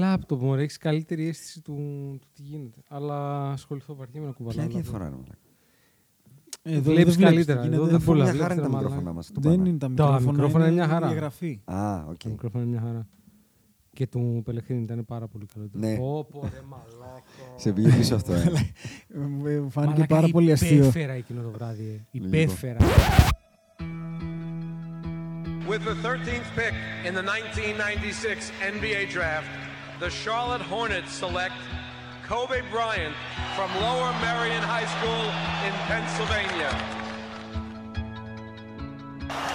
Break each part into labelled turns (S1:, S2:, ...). S1: Λάπτοπ, μωρέ, έχεις καλύτερη αίσθηση του, του τι γίνεται. Αλλά ασχοληθώ βαριά με να κουβαλάω.
S2: Ποια
S1: λάπτοπ.
S2: διαφορά είναι, μαλάκα.
S1: Βλέπεις καλύτερα,
S3: τι
S1: Ε, εδώ
S3: γίνεται.
S1: δεν
S2: Αφού
S1: πολλά,
S2: μια χαρά
S1: δεύτερα
S2: είναι τα
S1: μάλλον.
S2: μικρόφωνα μας.
S3: Δεν είναι τα μικρόφωνα,
S1: μικρόφωνα είναι μια χαρά.
S3: η διαγραφή.
S2: Α, οκ.
S1: Το μικρόφωνο είναι μια χαρά. Και του Πελεχρίνη ήταν πάρα πολύ καλό.
S2: Ναι.
S1: Πω, πω, ρε, μαλάκα.
S2: Σε πήγε πίσω αυτό, ε.
S3: Ε, μου Φάνηκε
S1: Μαλάκα,
S3: πάρα πολύ αστείο.
S1: Υπέφερα εκείνο το βράδυ. ε.
S2: Λίγο.
S1: Υπέφερα.
S4: With the 13th pick in the 1996 NBA Draft, the Charlotte Hornets select Kobe Bryant from Lower Merion High School in Pennsylvania.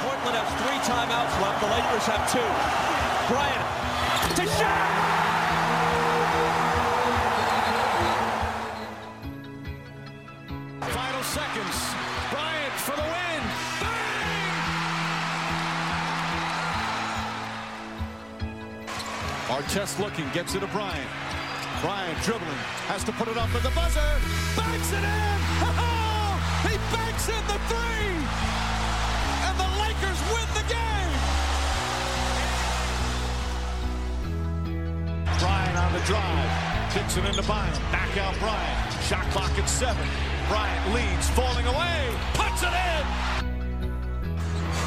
S5: Portland has three timeouts left. The Lakers have two. Bryant to Shaq. Final seconds. Bryant for the win. Bang! Artest looking, gets it to Bryant. Bryant dribbling, has to put it up at the buzzer. Banks it in. Oh, he banks in the three and the Lakers win the game. Bryant on the drive, kicks it into Bynum. Back out Bryant. Shot clock at seven. Bryant leads, falling away, puts it in.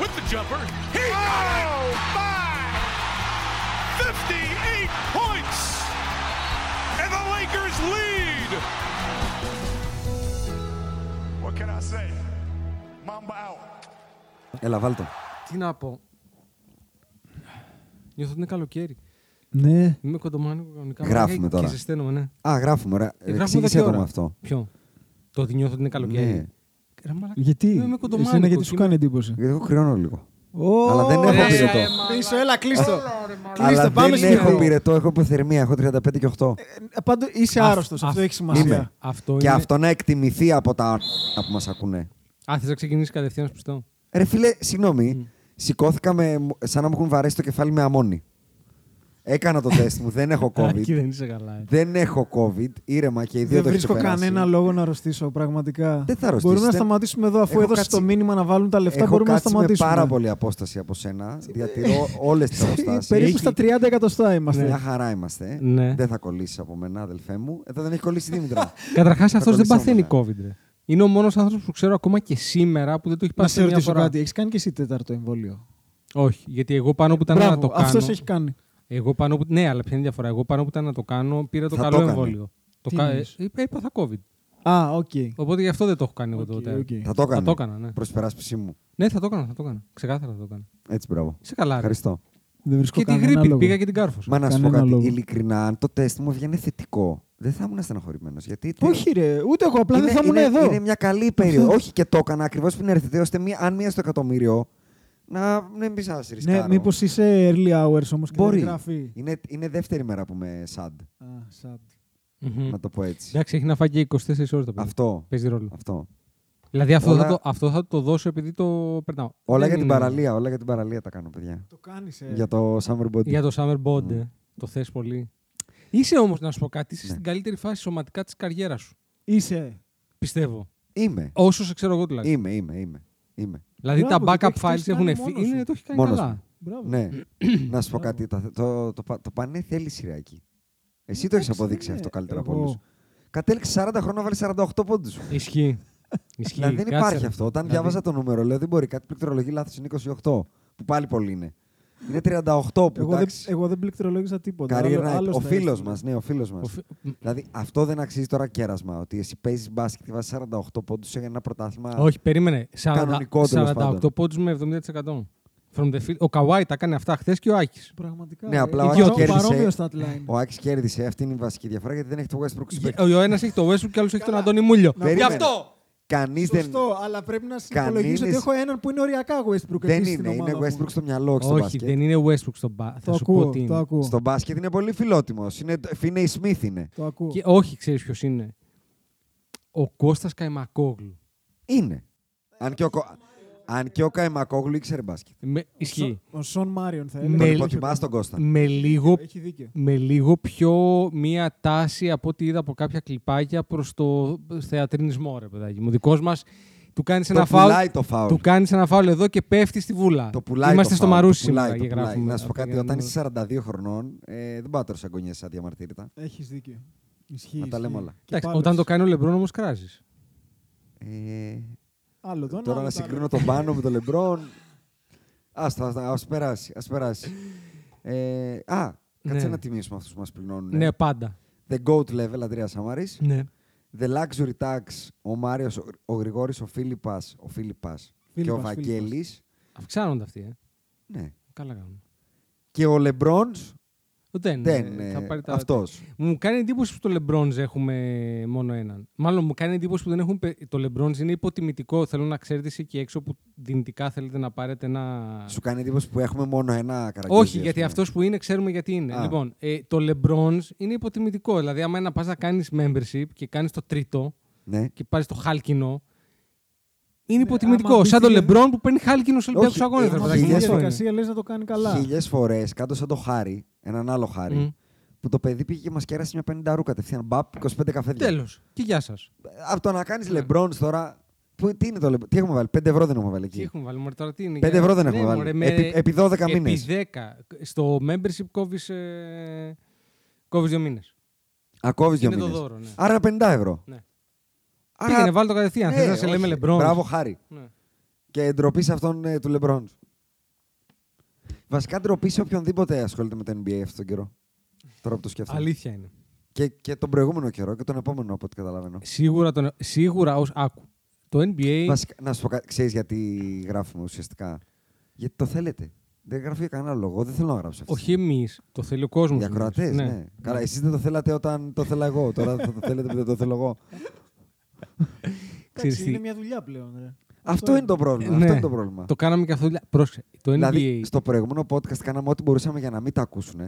S6: with the jumper. He got
S5: Oh,
S6: it! My! 58 points! And the Lakers lead! What can I say? Mamba out.
S2: Έλα, βάλτο.
S1: Τι να πω. Νιώθω ότι είναι καλοκαίρι.
S3: Ναι.
S1: Είμαι κοντομάνικο κανονικά.
S2: Γράφουμε
S1: μαλάκα,
S2: τώρα.
S1: Και ζεσταίνομαι, ναι.
S2: Α, γράφουμε,
S3: Ε,
S2: ωραία.
S1: Και γράφουμε
S2: Εξήγησέ
S1: δέκα
S2: το
S1: ώρα.
S2: με αυτό.
S1: Ποιο. Το ότι νιώθω ότι είναι καλοκαίρι.
S2: Ναι.
S1: Ρε, μαλάκα,
S3: Γιατί,
S1: Είμαι κοντομάνικο.
S3: εσένα γιατί
S1: και
S3: σου
S1: είμαι-
S3: κάνει εντύπωση.
S2: Γιατί εγώ κρυώνω λίγο.
S3: Ω,
S2: Αλλά δεν
S1: Ωραία,
S2: έχω πυρετό.
S1: ε, μαλάκα.
S3: Πίσω, έλα, κλείστο. Κλείστο,
S2: Αλλά
S3: πάμε
S2: δεν
S3: στην Ε,
S2: έχω πυρετό, έχω υποθερμία, έχω 35 και 8.
S3: Πάντω είσαι
S1: Αυ-
S3: άρρωστος,
S1: αυ-
S3: αυτό έχει
S2: Είμαι.
S3: σημασία.
S1: Αυτό
S2: Και
S1: είναι-
S2: αυτό να εκτιμηθεί από τα όρνα που μας ακούνε.
S1: Α, θες να ξεκινήσεις κατευθείαν πιστό.
S2: Ρε φίλε, συγγνώμη, σηκώθηκα με, σαν να μου έχουν βαρέσει το κεφάλι με αμόνι. Έκανα το τεστ μου, δεν έχω
S1: Εκεί
S2: COVID.
S1: δεν είσαι καλά. ε.
S2: δεν έχω COVID, ήρεμα και οι δύο
S3: Δεν
S2: το έχω
S3: βρίσκω
S2: ξεπεράσει.
S3: κανένα λόγο να αρρωστήσω, πραγματικά.
S2: Δεν θα αρρωστήσεις,
S3: Μπορούμε να
S2: δεν-
S3: σταματήσουμε εδώ, αφού
S2: Έχω
S3: έδωσε
S2: κάτσει-
S3: το μήνυμα να βάλουν τα λεφτά,
S2: Έχω
S3: μπορούμε να
S2: κάτσει με
S3: σταματήσουμε.
S2: πάρα πολύ απόσταση από σένα. Διατηρώ όλες τις
S3: Ε,
S2: αποστάσεις.
S3: Περίπου στα ναι. 30 εκατοστά είμαστε.
S2: Μια χαρά είμαστε.
S1: Ναι.
S2: Δεν θα κολλήσεις από μένα, αδελφέ μου. Εδώ δεν έχει κολλήσει η Δήμητρα.
S1: Καταρχάς, αυτός δεν
S2: κολλήσω
S1: παθαίνει
S2: μετά.
S1: COVID. Ρε. Είναι ο μόνος άνθρωπος που ξέρω ακόμα και σήμερα που δεν το έχει
S3: ναι. Να
S1: πάθει
S3: σε
S1: ούτε μια
S3: ρωτήσω
S1: φορά.
S3: κάτι, έχεις κάνει και εσύ τέταρτο εμβόλιο.
S1: Όχι, γιατί εγώ πάνω που ήταν να το κάνω.
S3: αυτό έχει κάνει.
S1: Εγώ πάνω που... Ναι, αλλά ποια είναι η διαφορά. Εγώ πάνω που ήταν να το κάνω, πήρα το
S2: Θα
S1: καλό
S2: το έκανε.
S1: εμβόλιο. Το
S3: Τι
S1: κα... Ε,
S3: εννοείς?
S1: είπα, είπα θα COVID.
S3: Α, οκ.
S1: Οπότε γι' αυτό δεν το έχω κάνει εγώ το
S3: Οκ,
S1: τέρα.
S3: οκ.
S2: θα το έκανα.
S1: Θα το έκανα, ναι.
S2: Προς περάσπιση μου.
S1: Ναι, θα το έκανα, θα το έκανα. Ξεκάθαρα θα το έκανα.
S2: Έτσι, μπράβο.
S1: Είσαι καλά. Ρε.
S2: Ευχαριστώ.
S3: Δεν βρίσκω
S1: Και τη
S3: κανένα
S1: γρήπη
S3: λόγο.
S1: πήγα και την κάρφωσα.
S2: Μα να σου πω
S3: Κανένα
S2: κάτι.
S3: λόγο.
S2: Ειλικρινά, αν το τεστ μου έβγαινε θετικό, δεν θα ήμουν στεναχωρημένο. Γιατί.
S3: Όχι, ρε, ούτε εγώ. Απλά δεν θα ήμουν
S2: είναι,
S3: εδώ.
S2: Είναι μια καλή περίοδο. Όχι και το έκανα ακριβώς πριν έρθετε, ώστε μία, αν μία στο εκατομμύριο να να μην σα ρισκάρω.
S3: Ναι, μήπως είσαι early hours όμως και δεν
S2: Μπορεί.
S3: γράφει.
S2: Είναι, είναι δεύτερη μέρα που είμαι sad,
S3: Α, σαν.
S1: Μμμ.
S2: να το πω έτσι.
S1: Εντάξει, έχει να φάει και 24 ώρες το παιδί.
S2: Αυτό.
S1: Παίζει ρόλο.
S2: Αυτό.
S1: Δηλαδή αυτό,
S2: Όλα-
S1: θα το, αυτό θα το δώσω επειδή το περνάω.
S2: Όλα
S1: Δεν
S2: για την
S1: είναι-
S2: παραλία, όλα για την παραλία τα κάνω, παιδιά.
S3: Το κάνεις.
S2: Για το summer body.
S1: ε, Για το Summer Bond, ε. το θες πολύ. Είσαι όμως, να σου πω κάτι, είσαι
S2: Ναι.
S1: στην καλύτερη φάση σωματικά της καριέρας σου.
S3: Είσαι.
S1: Πιστεύω.
S2: Είμαι.
S1: Όσο σε ξέρω εγώ τουλάχιστον.
S2: Είμαι, είμαι, είμαι. είμαι.
S1: Δηλαδή
S3: Ε, Μπράβο, και το
S1: τα
S3: έχεις-
S1: backup
S3: το
S1: files
S3: έχεις κάνει
S1: έχουν
S3: μόνος
S1: φύγει. Είναι,
S3: σου.
S1: το έχει κάνει
S2: Μόνος
S1: καλά.
S2: μου.
S3: Μπράβο.
S2: Ναι. να σου πω κάτι. τα- Το, το, το, πα- το πανέ θέλει σειράκι. Εσύ το έχεις
S3: Εντάξει,
S2: αποδείξει
S3: ναι.
S2: αυτό καλύτερα από
S3: Εγώ.
S2: όλους. Κατέληξε 40 χρόνια να βάλεις 48 πόντους.
S1: Ισχύει. Ισχύει.
S2: Δηλαδή δεν
S1: Κάτσε,
S2: υπάρχει
S1: ρε.
S2: αυτό. Όταν
S1: Δηλαδή,
S2: διάβαζα το νούμερο, λέω δεν μπορεί. Κάτι πληκτρολογεί λάθος είναι 28. Που πάλι πολύ είναι. Είναι 38 που
S3: Εγώ δεν,
S2: εντάξει.
S3: εγώ δεν πληκτρολόγησα τίποτα.
S2: Career
S3: Άλλο-
S2: night.
S3: άλλος
S2: Ο
S3: θα
S2: φίλος
S3: έστειλε.
S2: μας. Ναι, ο φίλος μας.
S1: ο φι-
S2: Δηλαδή αυτό δεν αξίζει τώρα κέρασμα. Ότι εσύ παίζεις μπάσκετ και βάζεις 48 πόντους σε ένα πρωτάθλημα.
S1: Όχι, περίμενε. 40
S2: Κανονικό, τέλος
S1: 48
S2: πάντων.
S1: πόντους με 70%. From the field. Ο Καουάι τα κάνει αυτά χθες και ο Άκης.
S3: Πραγματικά.
S2: Ναι,
S3: ρε.
S2: απλά
S3: Είναι
S2: ο Άκης
S3: παρό-
S2: κέρδισε.
S3: Παρόμοιο stat line.
S2: Ο Άκης κέρδισε. Αυτή είναι η βασική διαφορά γιατί δεν έχει το Westbrook παίκτη.
S1: Ο ένας έχει το Westbrook και άλλος έχει τον Αντώνη Μούλιο. Γι'
S2: Περίμενε.
S1: ε, αυτό!
S2: Κανείς δεν,
S3: Σωστό, αλλά πρέπει να
S2: Κανένας-
S3: συνυπολογίσω ότι έχω έναν που είναι οριακά Westbrook.
S2: δεν
S3: επίσης στην
S2: είναι. Είναι
S3: ομάδα μου.
S2: Westbrook στο μυαλό, όχι στο
S1: Όχι,
S2: μπάσκετ.
S1: δεν είναι Westbrook στον μπα.
S3: Το
S1: θα σου πω
S3: ακούω,
S1: τι
S3: το
S1: είναι.
S3: ακούω.
S2: Στο μπάσκετ είναι πολύ φιλότιμος. Είναι Φίνεϊ Σμιθ είναι.
S3: Το ακούω.
S1: Και όχι, ξέρεις ποιος είναι. Ο Κώστας Καϊμακόγλου.
S2: Είναι. Αν και ο, Κο- αν και ο Καϊμακόγλου ήξερε μπάσκετ.
S1: Με, ισχύει.
S3: Ο Σον Μάριον θα
S1: Ναι,
S2: Τον
S1: Μελ-
S3: έλεγα.
S2: υποτιμάς τον Κώστα.
S1: Με λίγο,
S3: Έχει δίκιο.
S1: με λίγο πιο μία τάση από ό,τι είδα από κάποια κλιπάκια προς το θεατρινισμό, ρε παιδάκι μου. Ο δικός μας του κάνεις
S2: Το
S1: ένα φάουλ.
S2: πουλάει το φάουλ.
S1: Του κάνεις ένα φάουλ εδώ και πέφτει στη βούλα.
S2: Το πουλάει
S1: Είμαστε
S2: το
S1: στο
S2: φάουλ,
S1: Μαρούσι
S2: το πουλάει,
S1: σήμερα
S2: το
S1: και
S2: πουλάει.
S1: γράφουμε.
S2: Να σου πω
S1: από
S2: κάτι,
S1: την
S2: όταν
S1: Άννα.
S2: είσαι 42 χρονών, ε, δεν πάω τώρα σε αγωνιές σαν διαμαρτύρητα.
S3: Έχεις δίκιο. Ισχύει.
S2: Να τα
S3: ισχύει.
S2: λέμε όλα.
S3: Και
S1: Εντάξει,
S3: πάλι
S1: όταν το
S3: έτσι.
S1: κάνει ο Λεμπρόν όμως κράζεις.
S2: Ε,
S3: Άλλο
S2: τώρα
S3: τον, άλλο
S2: να
S3: το άλλο.
S2: συγκρίνω τον πάνω με τον Λεμπρόν. Άστα, άστα, ας περάσει, ας περάσει. Ε, α, κάτσε
S1: Ναι.
S2: να τιμήσουμε αυτούς που μας πληρώνουν. ε.
S1: Ναι, πάντα.
S2: The GOAT level, Αντρέας Σαμάρης.
S1: Ναι.
S2: The Luxury Tax, ο Μάριος, ο, ο Γρηγόρης, ο Φίλιππας, ο Φίλιππας και ο
S3: Φίλιππας,
S2: Βαγγέλης.
S1: Αυξάνονται αυτοί, ε.
S2: Ναι.
S1: Καλά κάνουν.
S2: Και ο Λεμπρόν
S1: Δεν,
S2: δεν
S1: ε,
S2: ε,
S1: θα πάρει τα-
S2: αυτός.
S1: Μου κάνει εντύπωση που στο LeBron έχουμε μόνο έναν. Μάλλον μου κάνει εντύπωση που δεν έχουν. πε- Το LeBron είναι υποτιμητικό. Θέλω να ξέρετε εσεί εκεί έξω που δυνητικά θέλετε να πάρετε ένα.
S2: Σου κάνει εντύπωση που έχουμε μόνο ένα καραγκιόζι.
S1: Όχι, γιατί αυτός που είναι ξέρουμε γιατί είναι.
S2: Α.
S1: Λοιπόν, ε, το LeBron είναι υποτιμητικό. Δηλαδή, άμα να πας να κάνεις membership και κάνεις το τρίτο,
S2: Ναι.
S1: και πάρεις το χάλκινο. Είναι υποτιμητικό.
S3: άμα
S1: Σαν τον
S3: μπει στη-
S1: Λεμπρόν που παίρνει χάλκινο σε Ολυμπιακού
S2: Όχι, ε,
S1: Αγώνε.
S2: άμα
S3: Άμα
S2: μπει
S3: μπει
S2: χίλιες
S3: στη
S2: φορές.
S3: διαδικασία λες να το κάνει καλά.
S2: Χίλιες φορές κάτω σαν το Χάρη, έναν άλλο Χάρη,
S1: Μμμ.
S2: που το παιδί πήγε και μας κέρασε μια 50 ρού κατευθείαν. Μπαπ, 25 καφέδια.
S1: Τέλος. Και γεια σας. Τι
S2: Από το να κάνεις λεμπρόν τώρα. Που, τι είναι το λεμπρόν, τι έχουμε βάλει, 5 ευρώ δεν έχουμε βάλει εκεί.
S1: έχουμε βάλει, Μωρέ, τώρα τι είναι.
S2: Πέντε
S1: για-
S2: ευρώ δεν
S1: Ναι,
S2: έχουμε βάλει.
S1: μωρέ, με-
S2: Επί- επί 12 μήνες.
S1: Επί 10. Στο membership κόβεις. Ε... Κόβεις δύο μήνες.
S2: Ακόμη δύο
S1: Είναι το
S2: μήνες.
S1: δώρο, ναι.
S2: Άρα 50 ευρώ.
S1: Ναι.
S2: Άρα...
S1: Πήγαινε, βάλ το κατευθείαν.
S2: Ναι,
S1: Θες να σε
S2: όχι.
S1: λέμε Λεμπρόν.
S2: Μπράβο, Χάρη.
S1: Ναι.
S2: Και ντροπή σε αυτόν ε, του Λεμπρόν. Βασικά ντροπή σε οποιονδήποτε ασχολείται με το NBA αυτόν τον καιρό. Τώρα που το σκέφτομαι.
S1: Αλήθεια είναι.
S2: Και, και τον προηγούμενο καιρό και τον επόμενο από ό,τι καταλαβαίνω.
S1: Σίγουρα, τον... Σίγουρα ως άκου. Το NBA.
S2: Βασικά, να σου πω κάτι. Ξέρεις γιατί γράφουμε ουσιαστικά. Γιατί το θέλετε. Δεν γράφει για κανένα λόγο. Εγώ δεν θέλω να γράψω. αυτή τη
S1: Όχι
S2: στιγμή.
S1: εμείς, το θέλει ο κόσμος.
S2: Οι ακροατές. Ναι. Καλά, εσείς δεν το θέλατε όταν το θέλα εγώ. Τώρα θα το θέλετε που δεν το θέλω εγώ.
S3: Εντάξει,
S1: Ξέρεις τι-
S3: είναι μια δουλειά πλέον. Ρε.
S2: Αυτό είναι το πρόβλημα. Αυτό είναι το πρόβλημα.
S1: Ναι. Το κάναμε και αυτό. δουλειά. Πρόσεξε. Το NBA.
S2: Δηλαδή, στο προηγούμενο podcast κάναμε ό,τι μπορούσαμε για να μην τα ακούσουν.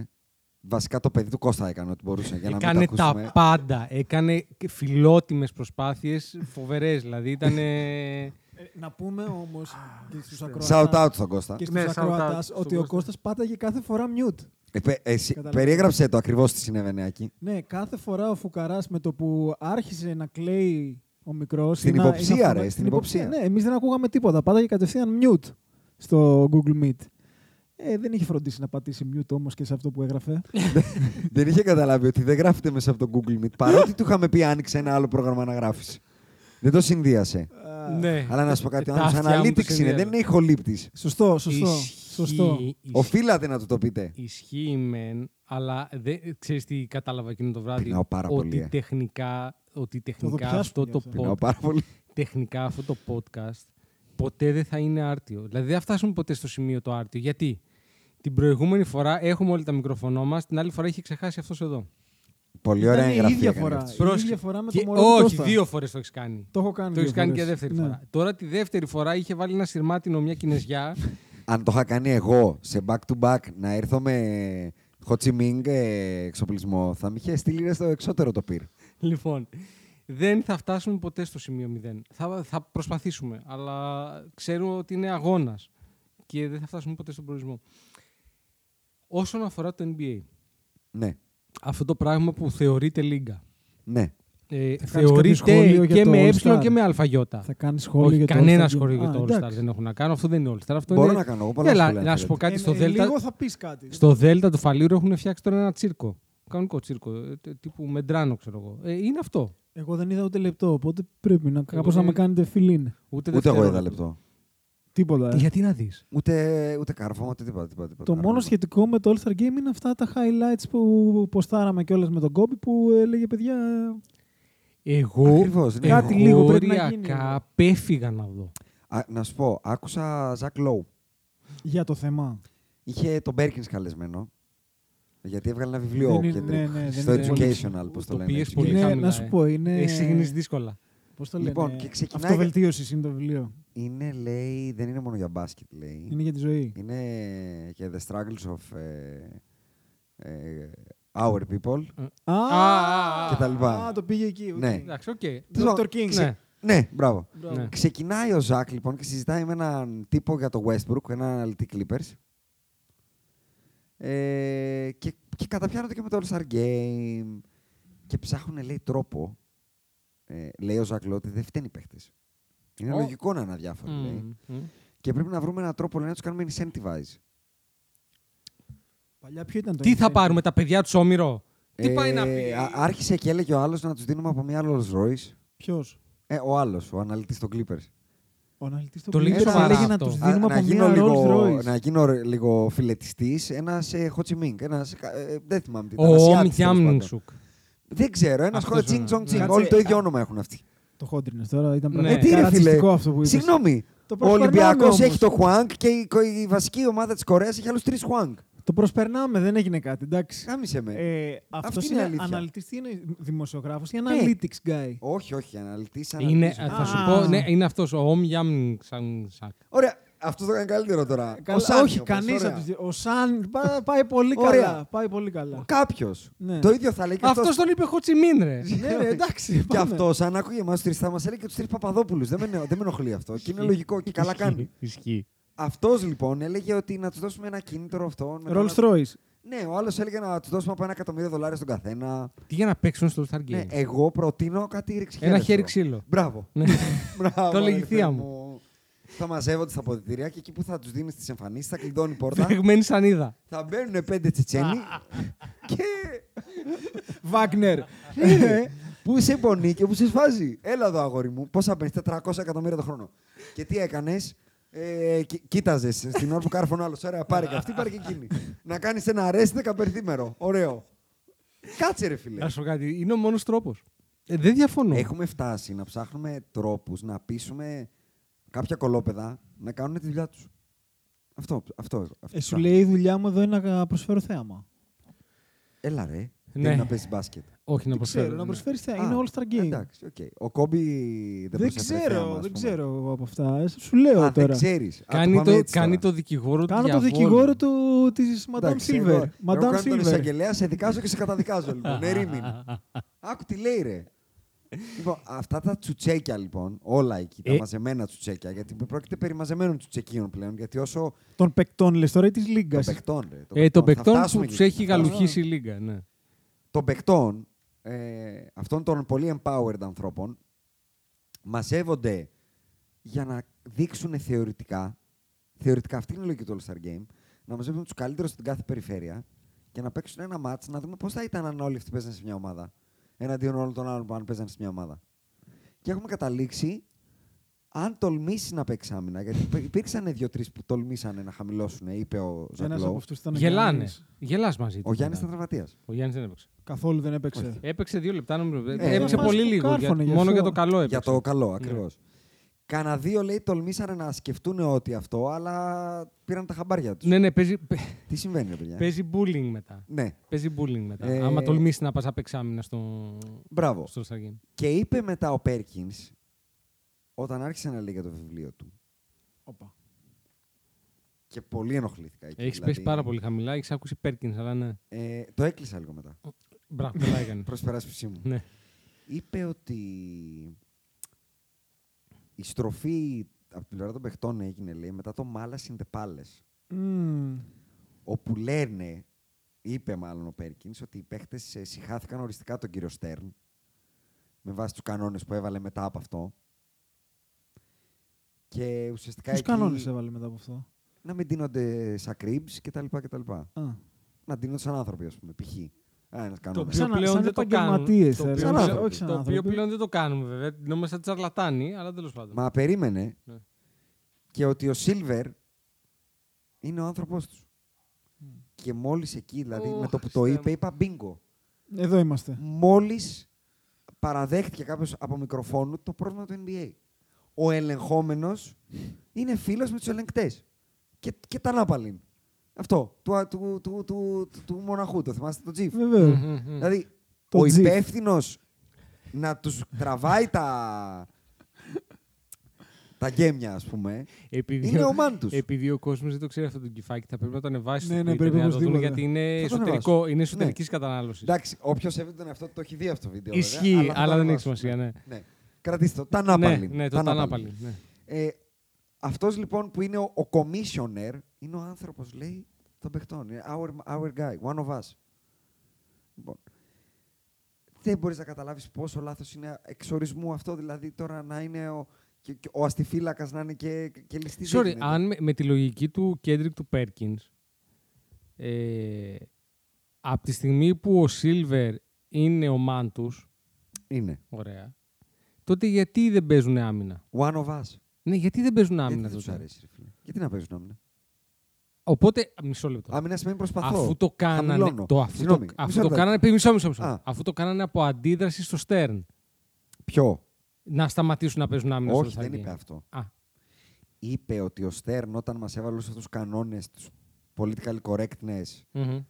S2: Βασικά το παιδί του Κώστα έκανε ό,τι μπορούσε για να
S1: Έκανε
S2: μην τα ακούσουμε.
S1: τα πάντα. Έκανε φιλότιμες προσπάθειες, φοβερές δηλαδή. Ήταν.
S3: Ε, να πούμε όμως και στους
S2: Shout
S3: ακροατέ.
S2: out στον Κώστα.
S3: Και στου
S1: Ναι, shout out
S3: ακροατέ
S1: στον
S3: ότι ο
S1: Κώστα.
S3: Κώστας πάταγε κάθε φορά mute.
S2: Ε, πε- εσύ,
S3: Καταλαβαίνω.
S2: περιέγραψε το ακριβώς τι συνέβαινε εκεί.
S3: Ναι, κάθε φορά ο Φουκαράς με το που άρχισε να κλαίει ο μικρός.
S2: Στην υποψία, ρε, στην υποψία.
S3: Ναι, εμείς δεν ακούγαμε τίποτα. Πάταγε κατευθείαν mute στο Google Meet. Ε, δεν είχε φροντίσει να πατήσει mute όμως και σε αυτό που έγραφε.
S2: δεν είχε καταλάβει ότι δεν γράφεται μέσα από το Google Meet. Παρότι του είχαμε πει άνοιξε ένα άλλο πρόγραμμα να γράφεις. Δεν το συνδύασε.
S3: Ε.
S1: ναι.
S2: Αλλά να σου πω κάτι. Ο
S1: Τα
S2: άνθρωπο
S1: αυτιά μου το
S2: αναλύτηξη είναι,
S1: συνδέουν.
S2: δεν είναι ηχολήπτης.
S3: σωστό, σωστό. σωστό.
S2: Οφείλατε να του το πείτε.
S1: Ισχύει μεν, αλλά δεν, ξέρεις τι κατάλαβα εκείνο το βράδυ.
S2: Πεινάω πάρα
S1: ότι
S2: πολύ, ε.
S1: τεχνικά, ότι τεχνικά
S3: πιάσουμε
S1: αυτό
S3: γι'
S1: το
S3: αυτό.
S2: Πεινάω
S1: podcast,
S2: πάρα πολύ.
S1: τεχνικά αυτό το podcast ποτέ δεν θα είναι άρτιο. Δηλαδή δεν θα φτάσουμε ποτέ στο σημείο το άρτιο. Γιατί την προηγούμενη φορά έχουμε όλοι τα μικροφωνό μας, την άλλη φορά είχε ξεχάσει αυτός εδώ.
S2: Πολύ ωραία
S3: Ήταν η
S2: εγγραφή.
S3: ίδια
S2: έκανε
S3: φορά.
S2: αυτός.
S3: Η
S1: Πρόσεξε.
S3: ίδια φορά με
S1: Και-
S3: το μωρό του
S1: Όχι,
S3: Κώστα.
S1: δύο φορές το έχεις κάνει.
S3: Το έχω κάνει.
S1: Το
S3: δύο
S1: έχει κάνει και
S3: φορές.
S1: δεύτερη
S3: Ναι.
S1: φορά. Τώρα τη δεύτερη φορά είχε βάλει ένα σειρμάτινο μια Κινεζιά.
S2: Αν το είχα κάνει εγώ σε back to back να έρθω με Χοτσιμίνγκ ε, εξοπλισμό, θα με είχε στείλει ρε στο εξώτερο το πυρ.
S1: λοιπόν, δεν θα φτάσουμε ποτέ στο σημείο μηδέν. Θα, θα προσπαθήσουμε, αλλά ξέρω ότι είναι αγώνας και δεν θα φτάσουμε ποτέ στον προορισμό. Όσον αφορά το NBA,
S2: Ναι,
S1: αυτό το πράγμα που θεωρείται λίγα.
S2: ναι.
S1: Ε,
S3: κάνεις κάποιο
S1: θεωρείται
S3: σχόλιο για
S1: και
S3: το
S1: με ε
S3: All-Star?
S1: και με αλφαγιώτα.
S3: Θα κάνεις σχόλιο
S1: Όχι,
S3: για το
S1: κανένα
S3: All-Star
S1: σχόλιο για
S3: Game.
S1: το
S3: Α,
S1: All-Star
S3: εντάξει.
S1: δεν έχω να κάνω. Αυτό δεν είναι All-Star. Αυτό
S2: Μπορώ
S1: είναι...
S2: να κάνω εγώ πολλά
S1: Έλα,
S2: σχόλια, αν
S1: να σου πω
S2: θέλετε.
S1: κάτι.
S3: Ε,
S1: στο
S3: ε,
S1: Δέλτα,
S3: Λίγο θα πεις κάτι.
S1: Στο Δέλτα του Φαλήρου έχουν φτιάξει τώρα ένα τσίρκο. Κανονικό τσίρκο. ε, τ- Τύπου μεντράνο, ξέρω εγώ. Ε, είναι αυτό.
S3: Εγώ δεν είδα ούτε λεπτό, οπότε πρέπει να κάπω να
S1: δεν-
S3: με κάνετε φιλίν.
S1: Ούτε,
S2: Ούτε εγώ είδα
S1: δευτερόλεπτο.
S2: λεπτό.
S3: Τίποτα. ε.
S1: Τι, Γιατί να δεις.
S2: Ούτε, ούτε κάρφωμα, ούτε τίποτα. τίποτα, τίποτα.
S3: Το μόνο σχετικό με το All Star Game είναι αυτά τα highlights που ποστάραμε κιόλας με τον Κόμπι που έλεγε παιδιά.
S1: Εγώ.
S2: Ακριβώς, ναι.
S1: Κάτι
S3: Κάτι
S1: λίγο
S3: λίγο πρέπει να γίνει.
S1: πέφυγα να δω.
S2: Α, να σου πω, άκουσα Ζακ Λόου.
S3: Για το θέμα.
S2: Είχε τον Μπέρκιν καλεσμένο. Γιατί έβγαλε ένα βιβλίο
S3: Δεν είναι-
S2: Kendrick,
S3: ναι, ναι, δεν
S2: στο
S3: είναι-
S2: educational, πώς το,
S1: Το
S2: λένε. Ναι,
S1: πήγες
S2: education.
S1: πολύ
S3: Είναι,
S1: χαμηλά,
S3: να
S1: ε.
S3: σου πω, είναι.
S1: Εσύ γίνεις δύσκολα.
S3: Πώς το λένε.
S2: Λοιπόν, και ξεκινάει-
S3: Αυτοβελτίωσης είναι το βιβλίο.
S2: Είναι, λέει, δεν είναι μόνο για μπάσκετ, λέει.
S3: Είναι για τη ζωή.
S2: Είναι και The Struggles of ε, ε, Our People.
S3: Α,
S1: α, α,
S2: και τα λοιπά.
S3: Α, το πήγε εκεί. οκ.
S2: Ναι.
S1: Εντάξει, οκ.
S3: Dr. King.
S1: Ναι.
S2: Ναι, μπράβο.
S1: Ναι.
S2: Ξεκινάει ο Ζακ λοιπόν και συζητάει με έναν τύπο για το Westbrook, έναν αναλυτή Clippers. Ε, και, και καταπιάνονται και με το All-Star Game. Και ψάχνουν, λέει, τρόπο. Ε, λέει ο Ζακ λέει, ότι δεν φταίνουν οι παίχτες. Είναι
S1: Ω.
S2: λογικό να είναι αδιάφοροι, λέει.
S1: Μμμ, μμμ.
S2: Και πρέπει να βρούμε έναν τρόπο λέει, να τους κάνουμε incentivize.
S3: Παλιά ποιο ήταν το
S1: Τι θα
S3: ενδιαφέρον.
S1: πάρουμε, τα παιδιά τους Όμηρο. Τι
S2: Ε,
S1: πάει να πει.
S2: α- άρχισε και έλεγε ο άλλος να τους δίνουμε από μια Rolls Royce.
S3: Ποιος?
S2: Ε, ο άλλος, ο αναλυτής των Clippers.
S3: Ο αναλυτής
S1: Το
S3: του
S1: λέει
S3: Blazers
S2: σοβαρά
S3: έλεγε να
S1: αυτό.
S3: του
S1: Α,
S3: δίνουμε
S2: να
S3: από
S2: γίνω
S3: μια Rolls
S2: λίγο,
S3: Royce.
S2: να γίνω ρε- λίγο φιλετιστής, ένας ε, Χοτσιμίνγκ, ένας, ε, δεν θυμάμαι τι ήταν,
S1: Ο
S2: Ασιάτης,
S1: Όμι
S2: τέλος πάντων.
S1: Γιάμνινγκσουκ.
S2: Δεν ξέρω,
S1: Αυτός
S2: ένας χώρα
S1: είναι.
S2: Τσινγκ Τσονγκ Τσινγκ,
S3: Κάτσε,
S2: όλοι το ίδιο
S3: α,
S2: όνομα έχουν αυτοί.
S3: Το χόντρινε τώρα ήταν
S1: Ναι.
S3: πραγματικά
S2: Ε, τι ρε,
S3: ρατσιστικό
S2: φίλε.
S3: αυτό που είπες.
S2: Συγγνώμη,
S3: Το
S2: ο
S3: προσπερνάμε
S2: Ολυμπιακός
S3: όμως.
S2: έχει το Χουάνγκ και η, η βασική ομάδα της Κορέας έχει άλλους τρεις Χουάνγκ.
S3: Το προσπερνάμε, δεν έγινε κάτι, εντάξει.
S2: Κάμισε με.
S3: Ε, αυτό
S2: Αυτή είναι
S3: είναι,
S2: η αλήθεια.
S3: αναλυτής, τι είναι δημοσιογράφος ή
S2: Ναι.
S3: analytics guy.
S2: όχι, όχι, αναλυτής,
S1: Είναι,
S2: αναλυτής.
S1: α, θα σου
S3: Α.
S1: πω, ναι, είναι αυτός, ο Όμι Γιάμνινγκσουκ.
S2: Ωραία, αυτός το κάνει καλύτερο τώρα.
S3: Καλά,
S2: ο Σάνι,
S3: όχι,
S2: όπως,
S3: κανείς
S2: ωραία.
S3: από τους δύο. Ο Σαν πά- πάει πολύ καλά.
S2: Ωραία.
S3: Πάει πολύ καλά.
S2: Κάποιος.
S3: Ναι.
S2: Το ίδιο θα λέει και
S1: Αυτός τον είπε Χοτσιμίν, ρε.
S3: ναι, ρε, εντάξει.
S2: Και
S3: πάμε.
S2: αυτός, αν άκουγε εμάς του τρει, θα μας έλεγε και τους τρεις Παπαδόπουλους. Δεν, με- δεν με ενοχλεί αυτό. και είναι λογικό και καλά κάνει.
S1: Ισχύει.
S2: Αυτός λοιπόν έλεγε ότι να τους δώσουμε ένα κίνητρο αυτόν. μετά
S3: Rolls
S2: να-
S3: Royce.
S2: Ναι, ο άλλος έλεγε να τους δώσουμε από ένα εκατομμύριο δολάρια στον καθένα.
S1: Τι για να παίξουν στο Star
S2: Ναι,
S1: Game.
S2: εγώ προτείνω κάτι ρηξ
S1: Ένα χέρι ξύλο.
S2: Μπράβο.
S1: Ναι.
S2: Μπράβο,
S1: Το λέει η
S2: ρε
S1: θεία
S2: παιδί Θα μαζεύονται στα αποδητήρια και εκεί που θα τους δίνεις τις εμφανίσεις, θα κλειδώνει η πόρτα.
S1: Φεγμένη σανίδα.
S2: θα μπαίνουν πέντε τσετσένοι. και.
S3: Βάγνερ. Ναι.
S2: Ε, Πού σε πονεί και πού σε σφάζει. Έλα εδώ, αγόρι μου. Πόσα παίρνεις, 400 εκατομμύρια το χρόνο. Και τι έκανες. Ε, κι- κοίταζε στην ώρα που κάρφωνε άλλος. Ωραία, πάρε και αυτή, πάρε και εκείνη. να κάνεις ένα αρέστι δεκαπενθήμερο. Ωραίο. Κάτσε, ρε φίλε.
S1: Να σου πω κάτι, είναι ο μόνος τρόπος. Ε, δεν διαφωνώ.
S2: Έχουμε φτάσει να ψάχνουμε τρόπους να πείσουμε κάποια κολόπεδα να κάνουν τη δουλειά τους. Αυτό, αυτό, εγώ- αυτό
S3: Ε, σου
S2: ψάχνω.
S3: λέει η δουλειά μου εδώ είναι να προσφέρω θέαμα.
S2: Έλα ρε,
S1: Ναι.
S2: δεν είναι να παίζεις μπάσκετ.
S1: Όχι να
S3: Δεν ξέρω,
S1: προσφέρω.
S3: να
S1: ναι.
S3: προσφέρεις θέαμα.
S2: Α,
S3: Είναι All Star Game.
S2: Εντάξει, οκ. Ο Κόμπι δεν,
S3: Δεν
S2: προσέφερε θέαμα,
S3: ξέρω,
S2: ας
S3: δεν
S2: πούμε.
S3: ξέρω εγώ από αυτά. Ε, Σου λέω
S2: Α, δεν
S3: τώρα.
S2: ξέρεις.
S1: Κάνει το, κάνει το δικηγόρο του
S3: Κάνω το
S1: διαβόλου.
S3: δικηγόρο του της Madame Silver.
S2: Εγώ
S3: Madame
S2: κάνω τον
S3: Silver.
S2: εισαγγελέα, σε δικάζω και σε καταδικάζω λοιπόν. Ερήμην. Άκου τι λέει ρε. Λοιπόν, αυτά τα τσουτσέκια λοιπόν, όλα εκεί, τα
S1: Ε.
S2: μαζεμένα τσουτσέκια, γιατί πρόκειται περί μαζεμένων τσουτσεκίων πλέον, γιατί όσο
S3: Των παικτών λες τώρα ή της
S2: των
S3: Λίγκας.
S2: παιχτών, ρε, των
S1: Ε, των
S2: παιχτών. Θα
S1: παικτών
S2: φτάσουμε
S1: που
S2: εκεί,
S1: τους
S2: θα
S1: έχει
S2: φτάσουμε.
S1: γαλουχίσει η Λίγκα. Ναι.
S2: των παικτών, ε, αυτών των πολύ empowered ανθρώπων, μαζεύονται για να δείξουν θεωρητικά, θεωρητικά αυτή είναι η λογική του All-Star Game, να μαζεύουν τους καλύτερους στην κάθε περιφέρεια και να παίξουν ένα μάτς, να δούμε πώς θα ήταν αν όλοι αυτοί παίζανε σε μια ομάδα. Εναντίον όλων των άλλων που αν παίζανε σε μια ομάδα. Και έχουμε καταλήξει, αν τολμήσει να παίξει άμυνα, γιατί υπήρξαν δύο-τρει που τολμήσανε να χαμηλώσουν, είπε ο
S3: Ένας από
S2: Ζακλό.
S3: αυτούς ήταν ο
S1: Γελάνε.
S3: Γιάννης.
S1: Γελάς μαζί του.
S2: Ο Γιάννης ήταν
S1: μετά.
S2: τραυματίας.
S1: Ο Γιάννης δεν έπαιξε.
S3: Καθόλου δεν έπαιξε.
S1: Έπαιξε δύο λεπτά, νομίζω.
S2: Ε,
S1: έπαιξε
S2: μας
S1: πολύ
S3: το
S1: λίγο. για-
S3: κάρφωνε γι'
S1: μόνο
S3: αυτό.
S1: για το καλό έπαιξε. Ναι.
S2: Για το καλό, ακριβώς. Κανα δύο λέει τολμήσανε να σκεφτούν ότι αυτό, αλλά πήραν τα χαμπάρια τους.
S1: Ναι, ναι, παίζει, παι-
S2: Τι συμβαίνει, ρε παιδιά.
S1: παίζει bullying μετά.
S2: Ναι,
S1: Παίζει bullying μετά.
S2: Ε,
S1: Άμα τολμήσει να πας απεξάμεινα στο.
S2: μπράβο.
S1: στο Star Game.
S2: Και είπε μετά ο Πέρκιν, όταν άρχισε να λέει για το βιβλίο του.
S3: Όπα.
S2: Και πολύ ενοχλήθηκα. εκεί,
S1: Έχεις
S2: δηλαδή,
S1: πέσει πάρα πολύ χαμηλά, έχεις ακούσει Perkins, αλλά ναι.
S2: Ε, το έκλεισα λίγο μετά.
S1: Μπράβο, καλά έκανες.
S2: Προ περάσπιση μου.
S1: ναι.
S2: είπε ότι η στροφή από την πλευρά των παιχτών έγινε, λέει, μετά το Μάλας in the Palace.
S3: Μμμ.
S2: όπου λένε, είπε μάλλον ο Πέρκινς, ότι οι παίχτες ε, συχάθηκαν οριστικά τον κύριο Στέρν με βάση τους κανόνες που έβαλε μετά από αυτό. Και ουσιαστικά
S3: Ποιους
S2: εκεί
S3: κανόνες έβαλε μετά από αυτό.
S2: να μην δίνονται σαν κρύμπς και τα λοιπά και τα λοιπά.
S3: Α,
S2: Να δίνονται σαν άνθρωποι, ας πούμε, π.χ. Α, ένας
S1: Το
S2: κανόνας.
S1: οποίο
S3: Σαν-
S1: πλέον
S3: σαν
S1: δεν το κάνουμε.
S3: επαγγελματίες,
S1: Το
S3: ε,
S2: σαν
S1: οποίο-
S2: άνθρωποι.
S1: Το
S3: Όχι σαν
S1: οποίο
S3: άνθρωποι.
S1: πλέον δεν το κάνουμε, βέβαια. Την νόμιζα σαν τσαρλατάνη, αλλά τέλος πάντων.
S2: Μα περίμενε
S1: Ναι.
S2: και ότι ο Σίλβερ είναι ο άνθρωπός τους. Και μόλις εκεί, δηλαδή,
S1: Ω,
S2: με το που
S1: Χριστέ
S2: το
S1: μου.
S2: είπε, είπα μπίνγκο.
S3: εδώ είμαστε.
S2: μόλις παραδέχτηκε κάποιος από μικροφόνου το πρόβλημα του NBA. Ο ελεγχόμενος είναι φίλος με τους ελεγκτές. Και, και τα Νάπαλιν. Αυτό. Του, α- του, του, του, του, του μοναχού, το θυμάστε, το Τζιφ.
S3: Βεβαίως.
S1: Μμμ, μμμ.
S2: Δηλαδή,
S3: Το
S2: ο
S3: Τζιφ.
S2: υπεύθυνος να τους τραβάει τα, τα γέμια, ας πούμε.
S1: Επειδή
S2: Είναι
S1: ο-
S2: ο Μάντους.
S1: Επειδή ο κόσμος δεν το ξέρει αυτό το κυφάκι, θα πρέπει να το ανεβάσει. στο
S3: Ναι, ναι,
S1: Twitter
S3: πρέπει
S1: για να το Ναι. δουν,
S3: οπωσδήποτε.
S1: γιατί είναι
S2: Θα το
S1: εσωτερικό,
S2: ανεβάσω.
S1: είναι εσωτερικής κατανάλωσης.
S2: Εντάξει, όποιος έβγαινε τον εαυτό του το έχει δει αυτό το βίντεο. βέβαια,
S1: Ισχύει,
S2: θα το
S1: αλλά δεν έχει
S2: ανεβάσουμε.
S1: σημασία, ναι.
S2: ναι. Κρατήστε το. Τα Νάπαλιν.
S1: Ναι, ναι, το Τανάπαλι. Ναι.
S2: Ε, Αυτός λοιπόν που είναι ο, ο commissioner είναι ο άνθρωπος, λέει, των παιχτών. Είναι our, our guy, one of us. Λοιπόν. Δεν μπορείς να καταλάβεις πόσο λάθος είναι εξορισμού αυτό, δηλαδή τώρα να είναι ο, και, και ο αστιφύλακας να είναι και, και ληστή. δεν
S1: Sorry,
S2: γίνεται.
S1: αν με, με τη λογική του Κέντρικ του Πέρκινς, ε, από τη στιγμή που ο Σίλβερ είναι ο Μάντους,
S2: ναι. Είναι.
S1: ωραία, τότε γιατί δεν παίζουν άμυνα.
S2: One of us.
S1: Ναι, γιατί δεν παίζουν
S2: Γιατί
S1: άμυνα
S2: δεν τους
S1: τότε.
S2: αρέσει, ρε φίλε. Γιατί να παίζουν άμυνα.
S1: Οπότε, μισό λεπτό.
S2: Άμυνα σημαίνει προσπαθώ.
S1: Αφού το κάνανε.
S2: Χαμηλώνω.
S1: Το, αφού το,
S2: Συγγνώμη,
S1: αφού
S2: μισό
S1: το
S2: λεπτάκι.
S1: κάνανε. πει, Μισό, μισό, μισό.
S2: Α.
S1: Αφού το κάνανε από αντίδραση στο Στέρν.
S2: Ποιο.
S1: Να σταματήσουν να παίζουν άμυνα
S2: Όχι,
S1: στο
S2: δεν
S1: Θαγγέλη.
S2: είπε αυτό.
S1: Α,
S2: Είπε ότι ο Στέρν όταν μας έβαλε όλους αυτούς τους κανόνες, τους political correctness,
S1: μμμ.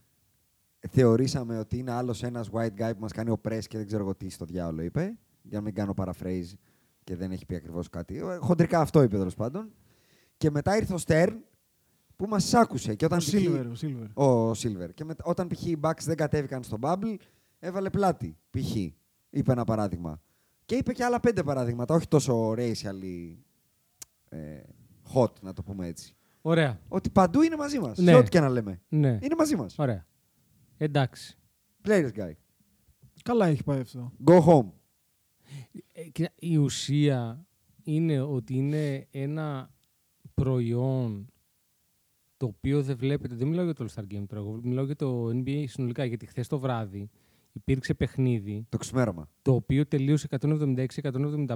S2: θεωρήσαμε ότι είναι άλλος ένας white guy που μας κάνει ο press και δεν ξέρω εγώ τι στο διάολο είπε. Για να μην κάνω paraphrase και δεν έχει πει ακριβώς κάτι. Ε, Χοντρικά αυτό είπε τέλος πάντων. Και μετά ήρθε ο Στέρν που μας άκουσε. Και όταν
S3: Ο
S2: π.χ.
S3: Σίλβερ, ο Σίλβερ.
S2: Ο Silver. Και μετά, όταν π.χ. οι Bucks δεν κατέβηκαν στο Bubble, έβαλε πλάτη. Π.χ. είπε ένα παράδειγμα. Και είπε και άλλα πέντε παραδείγματα, όχι τόσο racially ε, hot, να το πούμε έτσι.
S1: Ωραία.
S2: Ότι παντού είναι μαζί μας.
S1: Ναι.
S2: Σε ό,τι και να λέμε.
S1: Ναι.
S2: Είναι μαζί μας.
S1: Ωραία. Εντάξει.
S2: Players guy.
S3: Καλά έχει πάει αυτό.
S2: Go home.
S1: Ε, κοίτα, η ουσία είναι ότι είναι ένα προϊόν το οποίο δεν βλέπετε. Δεν μιλάω για το All Star Game τώρα. εγώ Μιλάω για το NBA συνολικά. Γιατί χθες το βράδυ υπήρξε παιχνίδι
S2: Το ξημέρωμα.
S1: το οποίο τελείωσε 176-175.
S2: 152-152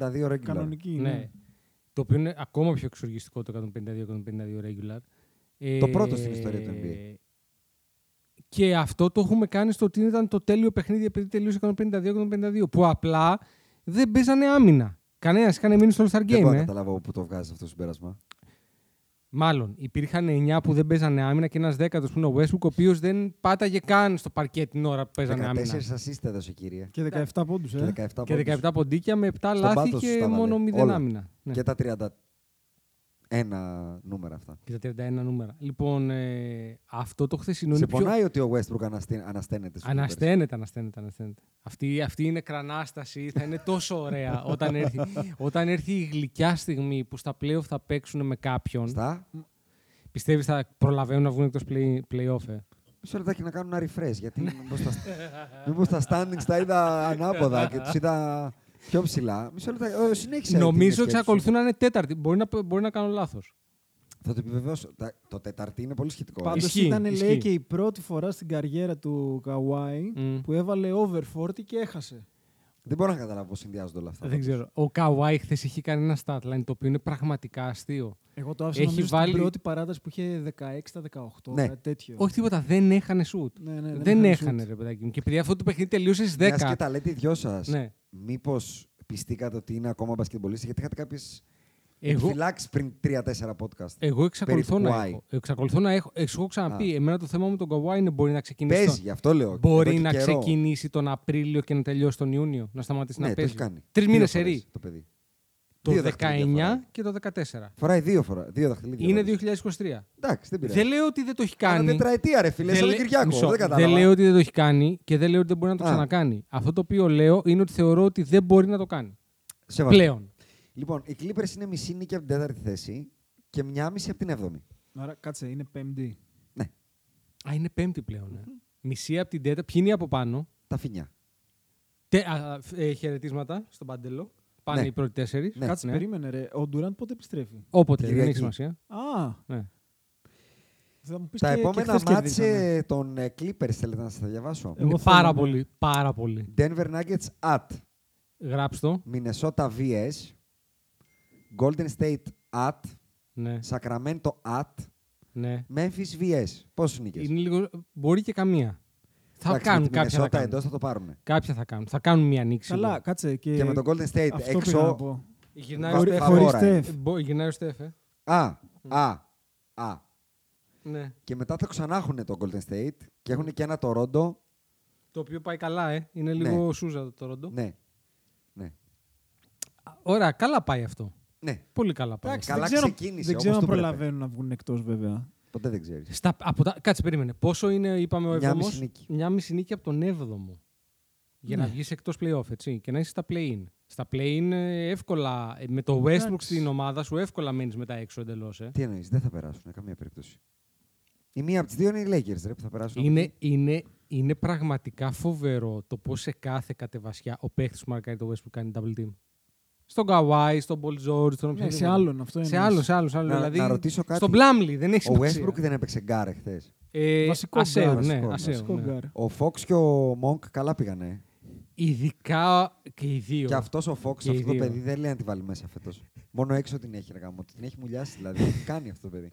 S2: regular.
S3: Κανονική.
S1: Ναι.
S3: Ναι.
S1: Το οποίο είναι ακόμα πιο εξοργιστικό το 152-152 regular. Ε,
S2: Το πρώτο στην ιστορία του NBA.
S1: Και αυτό το έχουμε κάνει στο ότι ήταν το τέλειο παιχνίδι επειδή τελείωσε 152-152. Που απλά δεν παίζανε άμυνα. Κανένας είχαν μείνει στο All-Star
S2: Δεν μπορώ
S1: Game.
S2: να
S1: Ε.
S2: καταλάβω πού το βγάζει αυτό το συμπέρασμα.
S1: Μάλλον υπήρχαν 9 που δεν παίζανε άμυνα και ένας 10ο που είναι ο Westbrook, ο οποίος δεν πάταγε καν στο παρκέ την ώρα που παίζανε
S2: 14
S1: άμυνα.
S2: assist έδωσε, κύριε.
S3: Και 17 πόντου,
S2: Και
S3: ε.
S2: 17
S1: Και
S2: πόντους.
S1: 17 ποντίκια με 7 λάθη
S2: πάτο σου
S1: και
S2: τα βάλε.
S1: μόνο 0
S2: Όλα.
S1: άμυνα. Ναι.
S2: Και τα 31 νούμερα αυτά.
S1: Και τα 31 νούμερα. Λοιπόν, ε, αυτό το χθεσινό
S2: Σε
S1: είναι πιο...
S2: πονάει ότι ο Westbrook αναστέ- ανασταίνεται. στους Clippers.
S1: Ανασταίνεται, ανασταίνεται, ανασταίνεται. Αυτή, αυτή είναι κρανάσταση, θα είναι τόσο ωραία όταν έρθει, όταν έρθει η γλυκιά στιγμή που στα playoff θα παίξουν με κάποιον.
S2: Στα.
S1: Πιστεύεις θα προλαβαίνουν να βγουν εκτός play, playoff, ε?
S2: Μισό λεπτάκι να κάνουν ένα refresh. Γιατί
S1: Ναι.
S2: μήπως τα, μήπως τα standings τα είδα ανάποδα και τους είδα πιο ψηλά. Μισό λεπτάκι. Ε, Συνέχισε.
S1: Νομίζω
S2: την σκέψη σου.
S1: εξακολουθούν να είναι τέταρτη. Μπορεί να, μπορεί να κάνω λάθος.
S2: Θα το επιβεβαιώσω. Τα- Το τεταρτή είναι πολύ σχετικό. ε.
S3: Πάντως
S1: Ισχύει,
S3: ήταν λέει
S1: ισχύει.
S3: και η πρώτη φορά στην καριέρα του Καουάι
S1: Μμ.
S3: που έβαλε over 40 και έχασε.
S2: Δεν μπορώ να καταλάβω πώς συνδυάζονται όλα αυτά.
S1: Δεν ξέρω. Ο Καουάι χθες είχε κάνει ένα stat line το οποίο είναι πραγματικά αστείο.
S3: Εγώ το άφησα
S1: Έχει
S3: νομίζω
S1: βάλει-
S3: στην πρώτη παράταση που είχε 16 στα 18,
S2: Ναι.
S3: κάτι τέτοιο.
S1: Όχι τίποτα, δεν έχανε shoot.
S3: Ναι, ναι, δεν
S1: δεν
S3: έχανε
S1: έχανε,
S3: shoot.
S1: ρε παιδάκι μου. Και επειδή αυτό το παιχνίδι τελείωσε στις 10.
S2: Μιας και τα λέτε οι δυο σας.
S1: Ναι.
S2: Μήπως πιστήκατε ότι είναι ακόμα μπασκετμπολίστα, γιατί είχατε κάποιες
S1: Εγώ,
S2: επιφυλάξει πριν 3-4 podcast.
S1: Εγώ εξακολουθώ
S2: περί του
S1: να,
S2: Kawhi.
S1: έχω, εξακολουθώ να έχω. ε, Σου έχω ξαναπεί, εμένα το θέμα με τον Καβάη είναι μπορεί να ξεκινήσει.
S2: Παίζει,
S1: τον-
S2: γι' αυτό λέω. εδώ
S1: Μπορεί
S2: και
S1: να
S2: καιρό.
S1: ξεκινήσει τον Απρίλιο και να τελειώσει τον Ιούνιο. Να σταματήσει
S2: Ναι,
S1: να
S2: το
S1: παίζει.
S2: έχει κάνει.
S1: Τρεις
S2: Δύο
S1: μήνες
S2: φορές
S1: ερή.
S2: Το παιδί.
S1: Το
S2: Δύο
S1: 19
S2: δαχτυλίδια φοράει.
S1: και το 14.
S2: Φοράει δύο φορά. Δύο δαχτυλίδια.
S1: Είναι
S2: φοράει.
S1: 2023.
S2: Εντάξει, δεν πειράζει.
S1: Δεν λέω ότι δεν το έχει κάνει.
S2: Άρα τετραετία, ρε φίλε.
S1: Δεν
S2: Σαν
S1: λέ-
S2: τον Κυριάκο.
S1: Μισό.
S2: Δεν
S1: Δεν
S2: κατάλαβα.
S1: λέω ότι δεν το έχει κάνει και δεν λέω ότι δεν μπορεί να το
S2: Α.
S1: ξανακάνει. Αυτό το οποίο λέω είναι ότι θεωρώ ότι δεν μπορεί να το κάνει.
S2: Σεβασμό.
S1: Πλέον.
S2: Λοιπόν, οι Clippers είναι μισή νίκη από την τέταρτη θέση και μια μισή από την έβδομη.
S1: Ναι.
S3: Άρα κάτσε, είναι πέμπτη.
S2: Ναι,
S1: Α, είναι πέμπτη πλέον. ε. Μισή από την τέταρτη. Ποιοι είναι οι από πάνω.
S2: τα φινιά.
S1: Τε, α, ε, χαιρετίσματα στον Παντελό. Πάνε
S2: Ναι.
S1: οι πρώτοι τέσσερις.
S2: Ναι.
S3: Κάτσε, περίμενε ρε. Ο Ντουραντ πότε επιστρέφει.
S1: Όποτε, δεν
S2: Κυριακή.
S1: έχει σημασία.
S3: Α,
S1: Ναι.
S3: θα μου πεις
S2: Τα
S3: και- και
S2: επόμενα
S3: χθες κερδίσανε.
S2: μάτσε των ε, Clippers θέλετε να σας τα διαβάσω.
S3: Εγώ
S1: Είναι
S3: θέλω,
S1: πάρα
S3: ναι.
S1: πολύ, πάρα πολύ.
S2: Denver Nuggets at
S1: Γράψτε το.
S2: Minnesota VS, Golden State at,
S1: Ναι,
S2: Sacramento at,
S1: ναι.
S2: Memphis VS. Πόσες νίκες.
S1: Είναι λίγο... Μπορεί και καμία. Θα κάνουν κάποια θα
S2: Μινεσότα
S1: κάνουν.
S2: εντός θα το πάρουν.
S1: Κάποια θα κάνουν. Θα κάνουν μια ανοίξη.
S3: Καλά, κάτσε.
S1: Ε,
S3: Και,
S2: Και με τον Golden State
S3: αυτό
S2: έξω-
S3: πήγα να πω.
S1: Γυρνάει ο
S2: Βάζω-
S3: Χωρί-
S1: Στέφ.
S2: Φαβόρα
S3: Χωρίς
S2: είναι.
S3: Στεφ.
S1: Μπο- Γυρνάει ο Στέφ, ε.
S2: Α, α, α.
S1: Ναι.
S2: Και μετά θα ξανά έχουν το Golden State και έχουν και ένα Toronto.
S1: Το οποίο πάει καλά, ε. Είναι λίγο σούζα το Ρόντο.
S2: Ναι. ναι.
S1: Ωραία, καλά πάει αυτό.
S2: Ναι,
S1: Πολύ καλά πάει.
S2: Εντάξει.
S1: αυτό.
S2: Καλά
S3: δεν ξέρω,
S2: ξεκίνησε,
S3: δεν
S2: όπως
S3: ξέρω αν
S2: του πρέπει.
S3: προλαβαίνουν να βγουν εκτός βέβαια.
S2: ποτέ δεν ξέρεις.
S1: Στα, από τα, κάτσε, περίμενε. Πόσο είναι, είπαμε, ο
S2: Μια
S1: έβδομος?
S2: μισή νίκη. Ναι.
S1: Μια μισή νίκη από τον έβδομο. Για να βγεις εκτός playoff, έτσι. Και να είσαι στα play-in. Στα play-in ε, εύκολα. ε, Με το Westbrook
S3: Εντάξει.
S1: στην ομάδα σου, εύκολα μένεις μετά έξω εντελώς. Ε.
S2: Τι εννοείς, δεν θα περάσουν καμία περίπτωση. Η μία από τις δύο είναι οι Lakers, ρε, που θα περάσουν. από
S1: Είναι,
S2: εκεί.
S1: είναι, είναι πραγματικά φοβερό το πώς σε κάθε κατεβασιά ο παίχτης που μαρκάρει το Westbrook κάνει double team. Στον Καουάι, στον Πολ Τζόρτζ, στον
S3: Ναι, σε
S1: οποιονδήποτε.
S3: άλλον αυτό
S1: Σε
S3: εννοείς.
S1: άλλον, σε άλλον. Σε άλλον.
S2: Να-
S1: δηλαδή,
S2: να ρωτήσω κάτι.
S1: Στον Πλάμλι δεν έχει
S2: Ο
S1: σημασία.
S2: Westbrook δεν έπαιξε γκάρε χθε.
S1: Ε,
S3: Βασικό
S1: ασέων,
S3: γκάρ,
S1: ναι,
S2: βασικό,
S1: ασέων,
S3: Βασικό
S1: ναι.
S3: γκάρ.
S2: Ο Fox και ο Monk καλά πήγανε.
S1: Ειδικά και οι δύο.
S2: Και αυτός ο Fox,
S1: Και οι
S2: αυτό το
S1: δύο.
S2: παιδί δεν λέει να τη βάλει μέσα φέτος. Μόνο έξω την έχει, ρε γάμο. Την έχει μουλιάσει δηλαδή. Τι κάνει αυτό το παιδί.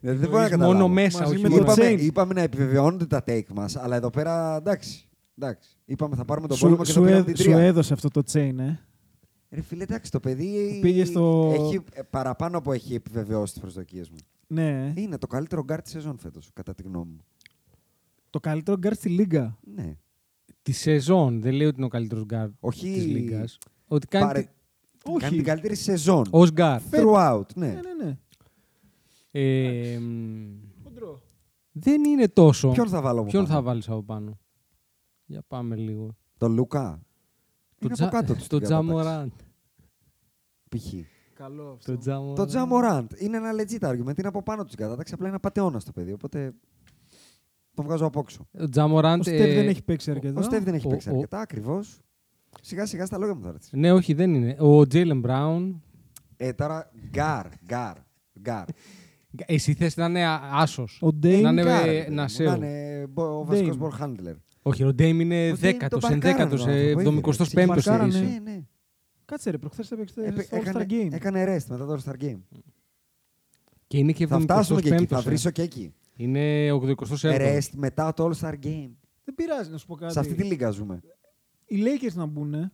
S2: δηλαδή, δεν μπορώ να
S1: Μόνο
S2: καταλάβω.
S1: μέσα,
S3: Μαζί
S1: όχι
S3: με
S1: μόνο
S3: το
S1: έξω.
S2: είπαμε,
S3: Change.
S2: είπαμε να επιβεβαιώνονται τα take μας, αλλά εδώ πέρα εντάξει. εντάξει. Είπαμε θα πάρουμε τον πόλεμο
S3: Σου,
S2: και
S3: σου,
S2: θα
S3: έδ-
S2: πήραμε την
S3: σου
S2: τρία.
S3: έδωσε αυτό το chain, ε.
S2: Ρε φίλε, εντάξει, το παιδί
S3: Που πήγε στο-
S2: έχει, ε, παραπάνω από έχει επιβεβαιώσει τις προσδοκίες μου. Ε,
S3: Ναι.
S2: Είναι το καλύτερο γκάρ της σεζόν φέτος, κατά τη γνώμη μου.
S3: Το καλύτερο γκάρ στη λίγα.
S2: Ναι.
S1: Τη σεζόν. Δεν λέω ότι είναι ο καλύτερος γκάρ
S2: Όχι.
S1: της λίγα. Ότι κάνει.
S2: Πάρε-
S1: Πάρε...
S2: Κάνει την καλύτερη σεζόν.
S1: Ως γκάρ.
S2: Throughout, ναι.
S3: Ναι, ναι, ναι.
S1: Ε, μ, δεν είναι τόσο.
S2: Ποιον θα βάλω από
S1: Ποιον
S2: πάνω?
S1: θα βάλεις από πάνω. Για πάμε λίγο.
S2: Τον Λούκα.
S1: Το
S2: Είναι από κάτω τους
S1: το
S2: στην κατάταξη.
S1: Τζαμοράντ.
S2: Π.χ.
S3: Καλό αυτό.
S1: Το Τζαμοράντ.
S2: Το Τζαμοράντ είναι ένα legit argument. Είναι από πάνω τους στην κατάταξη. Απλά είναι πατεώνα το παιδί. Οπότε τον βγάζω από όξο.
S1: Ο Τζαμοράντ.
S3: Ο Στέβ
S1: ε,
S3: δεν έχει παίξει αρκετά.
S2: Ο Στέβ δεν έχει
S1: ο-
S2: παίξει
S1: ο-
S2: αρκετά ακριβώς. Σιγά σιγά στα λόγια μου θα έρθει.
S1: Ναι, όχι, δεν είναι. Ο Τζέιλεν Μπράουν.
S2: Ε, τώρα γκάρ, γκάρ, γκάρ.
S1: Εσύ θες να είναι άσος.
S3: Ο Ντέιν
S1: Να είναι
S2: Γκάρ, ρε
S1: ε,
S2: παιδί μου.
S1: να σε.
S2: Να είναι μπο- ο βασικός
S3: Dame.
S2: ball handler.
S1: Όχι, ο Ντέιμ είναι ε,
S2: Ο Dame τον
S1: 10ο,
S2: παρκάρανε τον
S1: 11ο,
S2: άνθρωπο, ήδη,
S1: 75ο.
S2: ρε.
S3: Παρκάρανε.
S1: είσαι.
S2: Ναι, ναι.
S3: Κάτσε ρε, προχθές
S1: Ε,
S3: έπαιξε
S2: Έπε-
S3: στο All-Star
S2: Έκανε,
S3: Game.
S2: έκανε rest μετά το All-Star Game.
S1: Και είναι και
S2: Θα φτάσουμε και εκεί.
S1: 75ο.
S2: Θα βρίσκω και εκεί.
S1: Είναι 87ο.
S2: Rest μετά το All-Star Game.
S3: Δεν πειράζει να σου πω κάτι.
S2: Σε αυτή τη λίγα ζούμε.
S3: Οι Lakers να μπουν.
S2: Οι